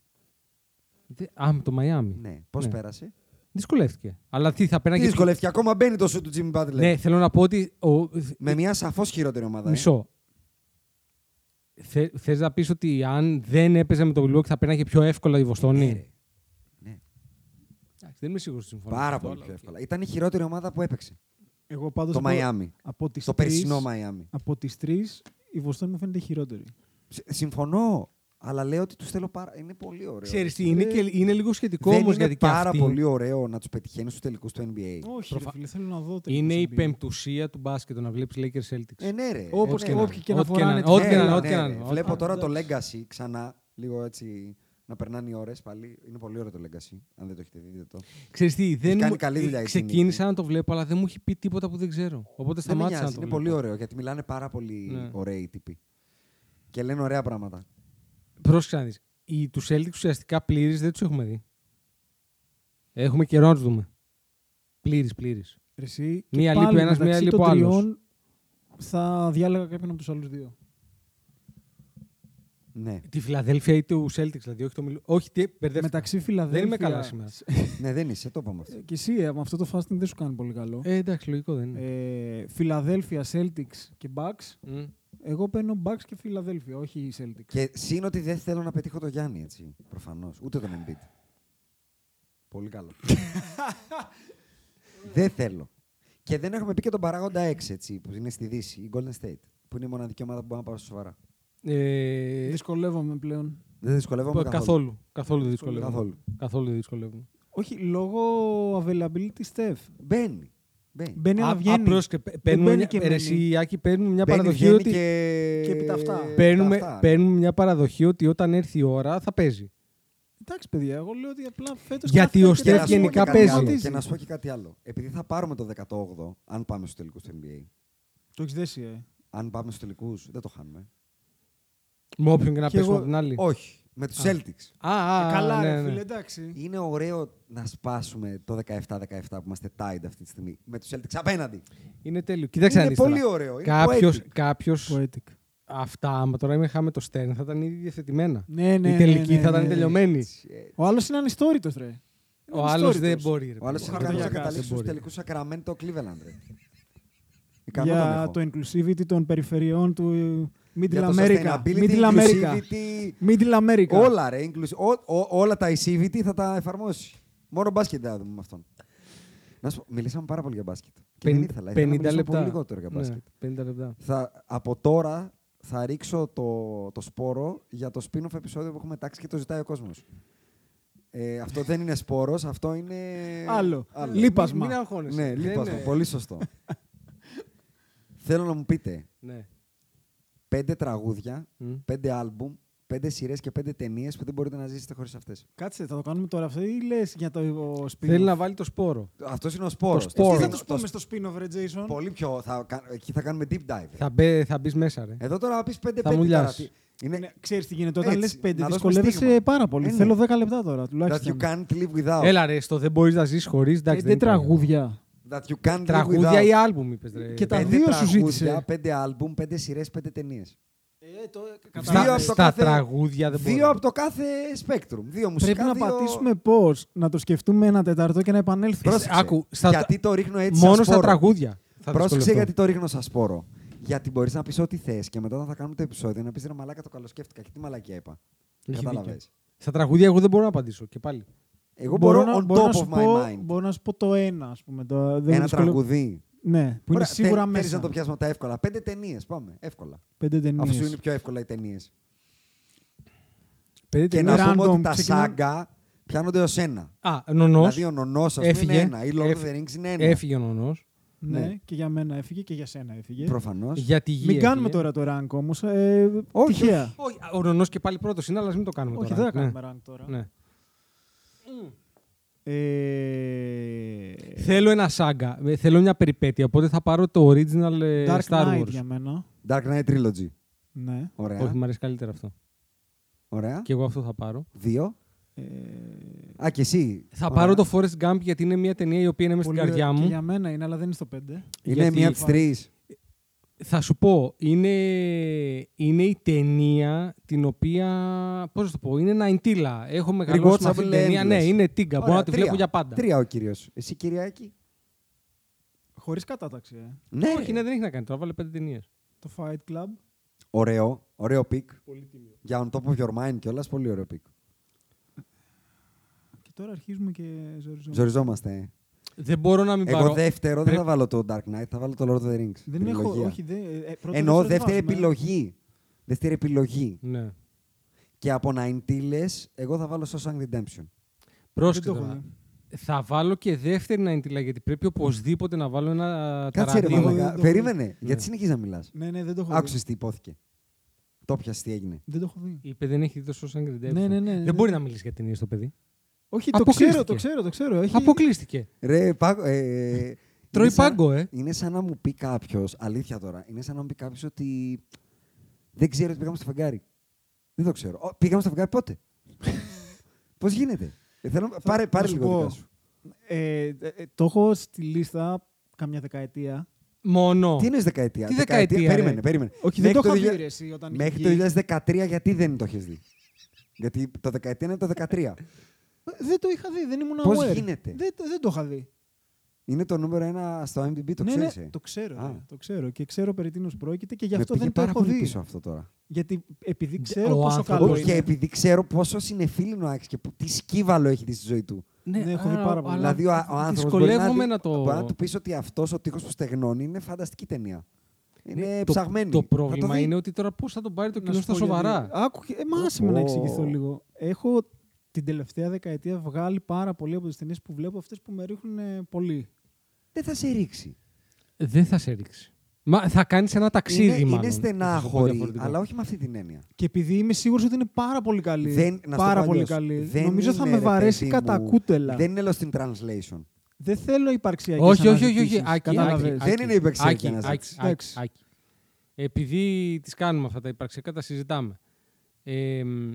S1: Δε- Α, με το Μαϊάμι.
S2: Ναι. Πώς
S1: Ναι.
S2: πέρασε.
S1: Δυσκολεύτηκε. Αλλά τι θα πέραγε.
S2: Δύσκολευκή. Ακόμα μπαίνει το σου του Jimmy Butler.
S1: Ναι, θέλω να πω ότι. Ο...
S2: Με μια σαφώς χειρότερη ομάδα. ε.
S1: Μισό. Θε, θες να πεις ότι αν δεν έπαιζε με το Milwaukee θα πέρναγε πιο εύκολα η Βοστόνη.
S2: Ναι, Ναι.
S1: Εντάξει, δεν είμαι σίγουρος ότι συμφωνώ.
S2: Πάρα
S1: με αυτό,
S2: πολύ
S1: αλλά
S2: πιο
S1: οκ.
S2: εύκολα. Ήταν η χειρότερη ομάδα που έπαιξε.
S3: Εγώ πάντως
S2: Το
S3: από-
S2: Μαϊάμι.
S3: Από τις
S2: Το
S3: τρεις-
S2: περσινό Μαϊάμι.
S3: Από τις τρεις, η Βοστόνη μου φαίνεται η χειρότερη.
S2: Συ- Συμφωνώ. Αλλά λέω ότι τους θέλω πάρα. Είναι πολύ ωραίο. Ε,
S1: Ξέρεις τι, είναι, και, είναι λίγο σχετικό
S2: Δεν
S1: όμως
S2: είναι
S1: γιατί και
S2: πάρα
S1: αυτή
S2: πολύ ωραίο να τους πετυχαίνεις στους τελικούς του NBA.
S3: Όχι,
S1: Προφα-
S3: ρε φίλε, θέλω να δω. τελικά
S1: είναι
S3: τι
S1: η
S3: NBA.
S1: πεμπτουσία του μπάσκετ το να βλέπεις Lakers Celtics.
S2: Ε, ναι, ρε.
S3: Όπως
S2: Ε,
S3: και
S2: ναι.
S3: όποιοι και να
S1: Ό,τι και
S3: φοράνε.
S1: να- ό,τι
S2: Ναι,
S1: και να-
S2: ναι,
S1: ό,τι
S2: ναι,
S1: και να-
S2: ναι.
S1: ό,τι-
S2: Βλέπω τώρα το
S3: εντάξει.
S2: Legacy ξανά. Λίγο έτσι να περνάνε οι ώρες πάλι. Είναι πολύ ωραίο το Legacy. Αν δεν το έχετε δει, δείτε το.
S1: Ξέρεις τι, δεν
S2: κάνει
S1: μου... ε,
S2: καλή δουλειά η
S1: ξεκίνησα
S2: Sydney.
S1: να το βλέπω, αλλά δεν μου έχει πει τίποτα που δεν ξέρω. Οπότε
S2: Δεν με
S1: σταμάτησα να
S2: νοιάζει,
S1: το
S2: Είναι
S1: βλέπω.
S2: πολύ ωραίο γιατί μιλάνε πάρα πολύ
S1: Ναι.
S2: ωραίοι τύποι. Και λένε ωραία πράγματα.
S1: Πρόσεξε να δεις. Οι, τους Celtics ουσιαστικά πλήρης δεν τους έχουμε δει. Έχουμε καιρό να τους δούμε. Πλήρης, πλήρης.
S3: Ρε Εσύ, και
S1: Μία
S3: πάλι
S1: λείπει ο ένας,
S3: μεταξύ
S1: μία
S3: των
S1: λείπει ο άλλος.
S3: τριών Θα διάλεγα κάποιον από τους άλλους δύο.
S2: Ναι.
S1: Τη Φιλαδέλφια ή του Celtics, δηλαδή, όχι το Μιλ... Όχι, τι, μπερδεύτηκα.
S3: Μεταξύ Φιλαδέλφια.
S1: Δεν είμαι καλά σήμερα.
S2: ναι, δεν είσαι, το είπαμε αυτό.
S3: Και εσύ, ε, με αυτό το fasting δεν σου κάνει πολύ καλό.
S1: Ε, εντάξει, λογικό δεν είναι.
S3: Ε, Φιλαδέλφια, Celtics και Bucks.
S1: Μμ.
S3: Εγώ παίρνω Bucks και Φιλαδέλφια, όχι οι Celtics.
S2: Και συν ότι δεν θέλω να πετύχω το Γιάννη, έτσι. Προφανώς. Ούτε τον Embiid. πολύ καλό. δεν θέλω. Και δεν έχουμε πει και τον παράγοντα 6, έτσι, που είναι στη Δύση, η Golden State. Που είναι η μοναδική ομάδα που μπορεί να πάω σοβαρά.
S1: Ε,
S3: Δυσκολεύομαι πλέον.
S2: Δεν δυσκολεύομαι
S1: καθόλου.
S2: καθόλου.
S1: καθόλου. δεν δυσκολεύομαι.
S2: Καθόλου.
S1: Καθόλου δεν δυσκολεύομαι.
S3: Όχι, λόγω availability Steph.
S2: Μπαίνει. Μπαίνει.
S3: Μπαίνει
S1: Ναι. Α,
S3: να
S1: α,
S3: βγαίνει.
S1: πρόσεξε, πε- παίρνουμε
S3: μπαίνει
S1: μια-
S3: και
S1: ρε, εσύ,
S3: μένει.
S1: Άκη, παίρνουμε μια
S2: Μπαίνει,
S1: παραδοχή
S2: βγαίνει
S1: ότι...
S2: και...
S3: και επί τα αυτά.
S2: επί τα
S1: Παίρνουμε,
S2: αυτά.
S1: παίρνουμε μια παραδοχή ότι όταν έρθει η ώρα θα παίζει.
S3: Εντάξει, παιδιά, εγώ λέω ότι απλά φέτος.
S1: Γιατί ο
S2: Και
S1: Steph
S2: να σου πω
S1: γενικά
S2: και κάτι
S1: παίζει.
S2: άλλο, Και να σου πω και κάτι άλλο. Επειδή θα πάρουμε το 18ο, αν πάμε στους τελικούς του NBA.
S3: Το έχεις δέσει, ε.
S2: Αν πάμε στους τελικούς, δεν το χάνουμε.
S1: Με όποιον και να
S3: Και
S1: παίξουμε
S3: εγώ-
S1: από την άλλη.
S2: Όχι. Με τους Celtics.
S1: Α, α,
S3: Ε,
S1: α,
S3: καλά,
S1: ναι,
S3: ρε
S1: ναι.
S3: φίλε, εντάξει.
S2: Είναι ωραίο να σπάσουμε το 17-17 που είμαστε tied αυτή τη στιγμή με τους Celtics απέναντι.
S1: Είναι τέλειο. Κοίταξε να
S2: είναι
S1: δεις
S2: πολύ
S1: τώρα.
S2: ωραίο. Είναι
S1: Κάποιος,
S2: poetic.
S1: κάποιος
S3: Poetic.
S1: αυτά, άμα τώρα είχαμε το Stern, θα ήταν ήδη διαθετημένα.
S3: Ναι, ναι.
S1: η τελική
S3: ναι, ναι,
S1: θα ήταν
S3: ναι, ναι.
S1: τελειωμένη.
S3: Ο άλλος είναι ανιστόρητος, ρε.
S1: Ο άλλος δεν μπορεί. ρε
S2: ε, Ο άλλος
S1: παιδί.
S2: είναι
S1: Ο
S2: ικανό να
S1: Χαρτογιακάς
S2: καταλήξεις
S1: δεν
S2: στου
S1: μπορεί.
S2: τελικούς Sacramento Cleveland. ρε. Ικανό τον
S3: Για
S2: έχω.
S3: το inclusivity των περιφερειών του ε,
S2: Για
S3: Middle
S2: το
S3: America.
S2: sustainability,
S3: Middle America.
S2: inclusivity,
S3: Middle America.
S2: Όλα ρε, inclusive, ό- ό- όλα τα ECVT θα τα εφαρμόσεις. Μόνο μπάσκετ θα δούμε με αυτόν. Να σου πω, μιλήσαμε πάρα πολύ για μπάσκετ. Και δεν ήθελα, ήθελα
S1: 50
S2: να μιλήσουμε
S1: λεπτά.
S2: πολύ λιγότερο για
S1: Ναι,
S2: μπάσκετ.
S1: 50 λεπτά.
S2: Θα, από τώρα θα ρίξω το, το σπόρο για το spin-off επεισόδιο που έχουμε τάξει και το ζητάει ο κόσμος. Ε, αυτό δεν είναι σπόρος, αυτό είναι...
S3: Άλλο. Λείπασμα.
S1: Μην αγχώνεσαι.
S2: Ναι,
S1: Δεν
S2: λίπασμα.
S1: είναι-
S2: Πολύ σωστό. Θέλω να μου πείτε
S1: Ναι.
S2: πέντε τραγούδια,
S1: Μμ.
S2: πέντε άλμπουμ, πέντε σειρές και πέντε ταινίες που δεν μπορείτε να ζήσετε χωρίς αυτές.
S3: Κάτσε, θα το κάνουμε τώρα αυτό ή λες για το σπίτι.
S1: Θέλει να βάλει το σπόρο.
S2: Αυτός είναι ο σπόρο.
S1: Το σπόρος.
S3: Τι θα
S1: Το
S3: του πούμε στο spin-off, ρε Jason.
S2: Πολύ πιο. Θα, κα- εκεί θα κάνουμε deep dive.
S1: Θα, μπε, θα μπεις μέσα, ρε.
S2: Εδώ τώρα πει 5-5
S1: Θα μου
S2: τώρα.
S1: λιάσει.
S2: τι- Είναι.
S3: Ναι, ξέρεις τι γίνεται. Όταν
S2: Έτσι,
S3: λες πέντε,
S2: να δώσουμε
S3: δυσκολεύεσαι
S2: στίγμα.
S3: πάρα πολύ.
S2: Ε, ναι.
S3: Θέλω 10 λεπτά τώρα
S2: That you
S3: τουλάχιστον.
S2: can't live without.
S1: Έλα, ρε, στο δεν μπορεί να ζήσει χωρί.
S2: Ε,
S3: Πέντε τραγούδια.
S2: That you can't
S1: Τραγούδια
S2: live
S1: ή
S2: without.
S1: άλμπουμ, είπες. Ρε. Ε,
S3: Και τα
S2: Πέντε
S3: δύο σου
S2: τραγούδια,
S3: ζήτησε.
S2: Πέντε άλμπουμ, πέντε σειρές, πέντε ταινίες.
S1: Στα,
S2: Δύο από το
S1: στα
S2: κάθε-
S1: τραγούδια δεν μπορεί.
S2: Δύο από το κάθε spectrum. Δύο μουσικά.
S3: Ε, Πρέπει να
S2: δύο... Ε,
S3: πατήσουμε πώ, να το σκεφτούμε ένα τεταρτό και να επανέλθουμε.
S2: Πρόσεξε.
S1: Άκου, στα-
S2: Γιατί το ρίχνω έτσι. σαν
S1: Μόνο στα
S2: σπόρο.
S1: τραγούδια. θα
S2: Πρόσεξε
S1: δυσκολευτώ.
S2: γιατί το ρίχνω σαν σπόρο. Γιατί μπορείς να πεις ό,τι θες και μετά όταν θα κάνουμε το επεισόδιο να πεις ρε Μαλάκα το καλοσκέφτηκα και τι μαλακία είπα.
S1: Έχει
S2: Κατάλαβες.
S1: Στα τραγούδια εγώ δεν μπορώ να απαντήσω και πάλι.
S2: Εγώ μπορώ, on
S3: μπορώ
S2: top
S3: σου
S2: of my
S3: πω,
S2: mind.
S3: Μπορώ να σου πω το ένα, ας πούμε. Το, δεν
S2: Ένα
S3: δυσκολεύω-
S2: τραγουδί.
S3: Ναι, που είναι
S2: Ωραία,
S3: σίγουρα
S2: θε-
S3: μέσα.
S2: Θέλεις να το πιάσουμε τα εύκολα. Πέντε ταινίες, πάμε. Εύκολα.
S3: Πέντε ταινίες.
S2: Αφού σου είναι πιο εύκολα οι ταινίες.
S1: Πέντε
S2: Και
S1: ταινίες.
S2: να πούμε
S3: random,
S2: ότι τα
S3: ξεκινάμε.
S2: σάγκα πιάνονται ως ένα.
S1: Α, νονός.
S2: Δηλαδή ο νονός ας
S1: Έφυγε.
S2: είναι ένα. Η Lord of
S1: Έφυγε.
S2: the Rings είναι ένα.
S1: Έφυγε ο νονός.
S3: Ναι,
S2: Ναι.
S3: και για μένα έφυγε και για σένα έφυγε.
S2: Προφανώς.
S1: Για τη γη.
S3: Μην κάνουμε
S1: έφυγε.
S3: τώρα το rank όμως. Ε,
S2: Όχι,
S3: τυχαία.
S1: Όχι, ο νονός και πάλι πρώτος είναι, αλλά ας μην το κάνουμε
S3: Όχι,
S1: τώρα.
S3: δεν θα
S1: Ναι.
S3: κάνουμε rank τώρα.
S1: Ναι.
S3: Ε,
S1: Θέλω ένα σάγκα, ε, θέλω μια περιπέτεια, οπότε θα πάρω το original ε,
S3: Dark
S1: Star
S3: Knight
S1: Wars.
S3: για μένα.
S2: Dark Knight Trilogy.
S3: Ναι.
S2: Ωραία.
S1: Όχι, μου αρέσει καλύτερα αυτό.
S2: Ωραία.
S1: Και εγώ αυτό θα πάρω.
S2: Δύο.
S3: Ε,
S2: Α, και εσύ.
S1: Θα
S2: Ωραία.
S1: πάρω το Forrest Gump γιατί είναι μια ταινία η οποία είναι μέσα στην
S3: πολύ-
S1: καρδιά
S3: και
S1: μου.
S3: για μένα είναι, αλλά δεν είναι στο 5.
S2: Είναι
S1: γιατί-
S2: μία από τις τρεις.
S1: Θα σου πω, είναι, είναι η ταινία την οποία. Πώς να το πω, είναι ναϊντίλα. Έχω μεγαλώσει με αυτή την
S2: Rewatchable
S1: ταινία.
S2: endless.
S1: Ναι, είναι τίγκα. Μπορώ
S2: Ωραία,
S1: να τη
S2: τρία.
S1: βλέπω για πάντα.
S2: Τρία ο κύριος. Εσύ, Κυριακή.
S3: Χωρίς κατάταξη. Ε.
S2: Ναι,
S1: Όχι, ναι, δεν έχει να κάνει τώρα. Βάλε πέντε ταινίες.
S3: Το Fight Club.
S2: Ωραίο, ωραίο πικ. Για on top of your mind κιόλας, πολύ ωραίο πικ.
S3: Και τώρα αρχίζουμε και ζοριζόμαστε.
S2: Ζοριζόμαστε. ε.
S1: Δεν μπορώ να μην πάρω.
S2: Εγώ δεύτερο δεν
S1: Πρέπει-
S2: θα βάλω το Dark Knight, θα βάλω το Lord of the Rings.
S3: Δεν έχω.
S2: Τριλογία.
S3: Όχι, δεν. ε, πρώτο
S2: Εννοώ
S3: δεύτερο
S2: δεύτερη
S3: βάζουμε, ε.
S2: επιλογή. Δεύτερη επιλογή.
S1: Ναι.
S2: Και από Ναϊντίλες, εγώ θα βάλω Shawshank Redemption.
S1: Πρόσεχε.
S3: Δεν το
S1: τώρα.
S3: έχω
S1: Θα βάλω και δεύτερη ναϊντίλα γιατί πρέπει οπωσδήποτε να βάλω ένα ε,
S2: Κάτσε ρε
S1: ταραντίνο.
S3: μαλάκα.
S2: μαλακά.
S3: το-
S2: Περίμενε, γιατί συνεχίζεις να μιλάς.
S3: Ναι, ναι, δεν το έχω δει.
S2: Άκουσε τι υπόθηκε. Το πιασε τι έγινε.
S3: Δεν το έχω δει.
S1: Είπε δεν έχει δει το Shawshank Redemption.
S3: Ναι, ναι, ναι, ναι.
S1: Δεν μπορεί να μιλήσεις για ταινίε το παιδί.
S3: Όχι, το
S1: Αποκλείστηκε.
S3: ξέρω, το ξέρω, το ξέρω. Έχει...
S1: Αποκλείστηκε.
S2: Ρε, πάγο. Ε,
S1: Τρώει
S2: είναι σαν-
S1: πάγκο, ε.
S2: Είναι σαν να μου πει κάποιος, αλήθεια τώρα, είναι σαν να μου πει κάποιος ότι δεν ξέρω ότι πήγαμε στο φεγγάρι. Δεν το ξέρω. Ω, πήγαμε στο φεγγάρι πότε. Πώς γίνεται. Ε, θέλω, να- πάρε πάρε
S3: σου
S2: λίγο
S3: πω.
S2: δικά σου.
S3: Ε, ε, ε, το έχω στη λίστα καμιά δεκαετία.
S1: Μόνο.
S2: Τι εννοείς δεκαετία.
S1: Τι δεκαετία, ρε.
S2: περίμενε, περίμενε.
S3: Όχι, δεν το
S2: Μέχρι το
S3: είχα δει
S2: δι-
S3: ρε, εσύ όταν είχε
S2: Μέχρι
S3: βγει.
S2: το 2013 γιατί δεν το έχει δει. Γιατί το 2013 είναι το 13.
S3: Ε, Δεν το είχα δει, δεν ήμουν
S2: Πώς
S3: aware.
S2: γίνεται?
S3: Δεν, το- δεν το είχα δει.
S2: είναι το νούμερο ένα στο MDB, το
S3: ναι,
S2: ξέρεις,
S3: ναι,
S2: ε.
S3: το ξέρω.
S2: Α.
S3: ρε, το ξέρω και ξέρω περί τίνος πρόκειται και γι'
S2: Με
S3: αυτό
S2: πήγε
S3: δεν το
S2: πάρα
S3: έχω
S2: πολύ
S3: δει.
S2: πίσω αυτό τώρα.
S3: Γιατί επειδή ξέρω
S1: ο
S3: πόσο
S1: άνθρωπος-
S3: καλό
S2: Όχι, και
S3: είναι.
S2: επειδή ξέρω πόσο συνεφίλινο ο Άκης και πο- τι σκύβαλο έχει δει στη ζωή του.
S3: Ναι, έχω δει
S1: α,
S3: πάρα πολύ.
S1: αλλά
S2: δηλαδή, ο, ο άνθρωπο.
S1: Δυσκολεύομαι να το.
S2: Μπορεί να του πεις ότι αυτός ο τείχος που στεγνώνει είναι φανταστική ταινία.
S3: Ναι,
S2: Είναι
S1: το,
S2: ψαγμένη.
S1: Το
S2: Θα το
S1: πρόβλημα
S2: δει.
S1: είναι ότι τώρα πώς θα τον πάρει το
S3: Να
S1: κοινό
S3: σου
S1: στα
S3: πω γιατί.
S1: σοβαρά.
S3: Άκου, ε, μα
S2: Ω,
S3: άσε με να
S2: πω.
S3: εξηγηθώ λίγο. Έχω την τελευταία δεκαετία βγάλει πάρα πολύ από τις ταινίες που βλέπω αυτές που με ρίχνουν ε, πολύ.
S2: Δεν θα σε ρίξει.
S1: Δεν θα σε ρίξει. Μα θα κάνεις ένα ταξίδι,
S2: είναι,
S1: μάλλον.
S2: είναι
S1: θα το πω
S2: στενάχωρη,
S1: διαφορετικά.
S2: αλλά όχι με αυτή την έννοια.
S3: Και επειδή είμαι σίγουρος ότι είναι πάρα πολύ καλή.
S2: Δεν, να στο πω
S3: πάρα πολύ
S2: αλλιώς,
S3: καλή.
S2: δεν
S3: Νομίζω θα
S2: είναι,
S3: με
S2: ρε
S3: βαρέσει
S2: παιδί
S3: κατά
S2: μου,
S3: κούτελα.
S2: Δεν είναι lost in translation.
S3: Δεν θέλω
S2: Ε,
S3: υπαρξιακές
S1: Όχι, όχι, όχι. όχι. Άκη, άκη,
S3: Κατάλαβες.
S2: Δεν
S1: άκη,
S2: είναι υπερξιακή
S1: άκη,
S2: αναζήτηση.
S1: άκη, άκη,
S3: Εντάξει.
S1: άκη. Επειδή τις κάνουμε αυτά τα υπαρξιακά, τα συζητάμε. Ε, μ,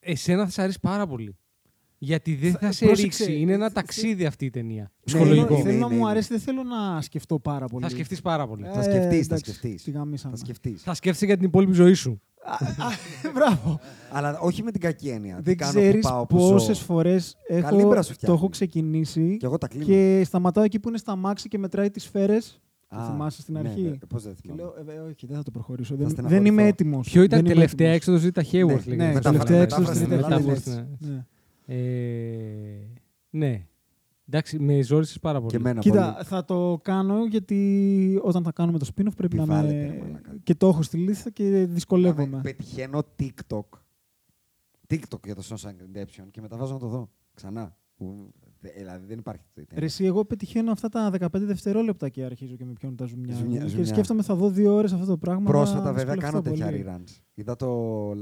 S1: εσένα θα σε αρέσει πάρα πολύ. Γιατί δεν θα, σε
S3: πρόσεξε,
S1: ρίξει. Είναι ένα
S3: θε-
S1: ταξίδι αυτή η ταινία.
S2: ε,
S1: Ναι,
S2: Ψυχολογικό.
S3: Θέλω, θέλω
S2: Είναι,
S3: να μου
S2: είναι.
S3: αρέσει, δεν θέλω να σκεφτώ πάρα πολύ. Ε,
S1: Θα σκεφτείς πάρα πολύ.
S2: ναι, Θα σκεφτείς, θα
S3: εντάξει,
S2: σκεφτείς.
S3: Τη γαμίσαμε.
S2: Θα σκεφτείς.
S1: Θα σκέφτεσαι για την υπόλοιπη ζωή σου.
S3: Μπράβο.
S2: Αλλά όχι με την κακή έννοια. Τι
S3: Δεν
S2: κάνω,
S3: ξέρεις
S2: πού πάω, πού ζω.
S3: πόσε φορέ
S2: Καλύμπρα σου
S3: το
S2: φτιάχνει.
S3: έχω ξεκινήσει
S2: Και εγώ τα κλείνω.
S3: και σταματάω εκεί που είναι στα μάξι και μετράει τις φέρε. Το θυμάσαι στην
S2: ναι,
S3: αρχή.
S2: ναι, πώς δεν
S3: Και
S2: θυμάμαι.
S3: λέω, ε, ε, όχι, δεν θα το προχωρήσω. Δεν, δεν
S2: στεναχωρηθώ.
S3: είμαι έτοιμος.
S1: Ποιο ήταν η τελευταία έξοδος ή τα Hayward.
S2: Ναι,
S1: λέγεται.
S3: ναι,
S1: Τα-
S3: τελευταία
S1: τα-
S3: έξοδος
S1: τα-
S3: ήταν η
S1: τα-
S3: Hayward,
S1: τα-
S2: έτσι.
S1: ναι. Ε, Ναι. Εντάξει, με ζόρισες πάρα πολύ.
S2: Και εμένα
S3: Κοίτα,
S2: πολύ.
S3: θα το κάνω γιατί όταν θα κάνουμε το spin-off πρέπει να
S2: Επιβάλλεται, ρε
S3: είναι.
S2: μαλάκα.
S3: Και το έχω στη λίστα και
S2: Πάμε,
S3: δυσκολεύομαι.
S2: Πετυχαίνω TikTok. TikTok για το Shawshank Redemption και μετά βάζω να το δω. Ξανά. Που, δε- Δηλαδή δεν υπάρχει τέτοια.
S3: Ρε, εσύ, εγώ πετυχαίνω αυτά τα 15 δευτερόλεπτα και αρχίζω και με πιάνουν τα ζουμιά.
S2: Ζουμιά,
S3: και
S2: ζουμιά.
S3: σκέφτομαι θα δω δύο ώρες αυτό το πράγμα. να
S2: Πρόσφατα βέβαια κάνω
S3: δυσκολευτώ
S2: τέτοια
S3: πολύ.
S2: reruns. Είδα το,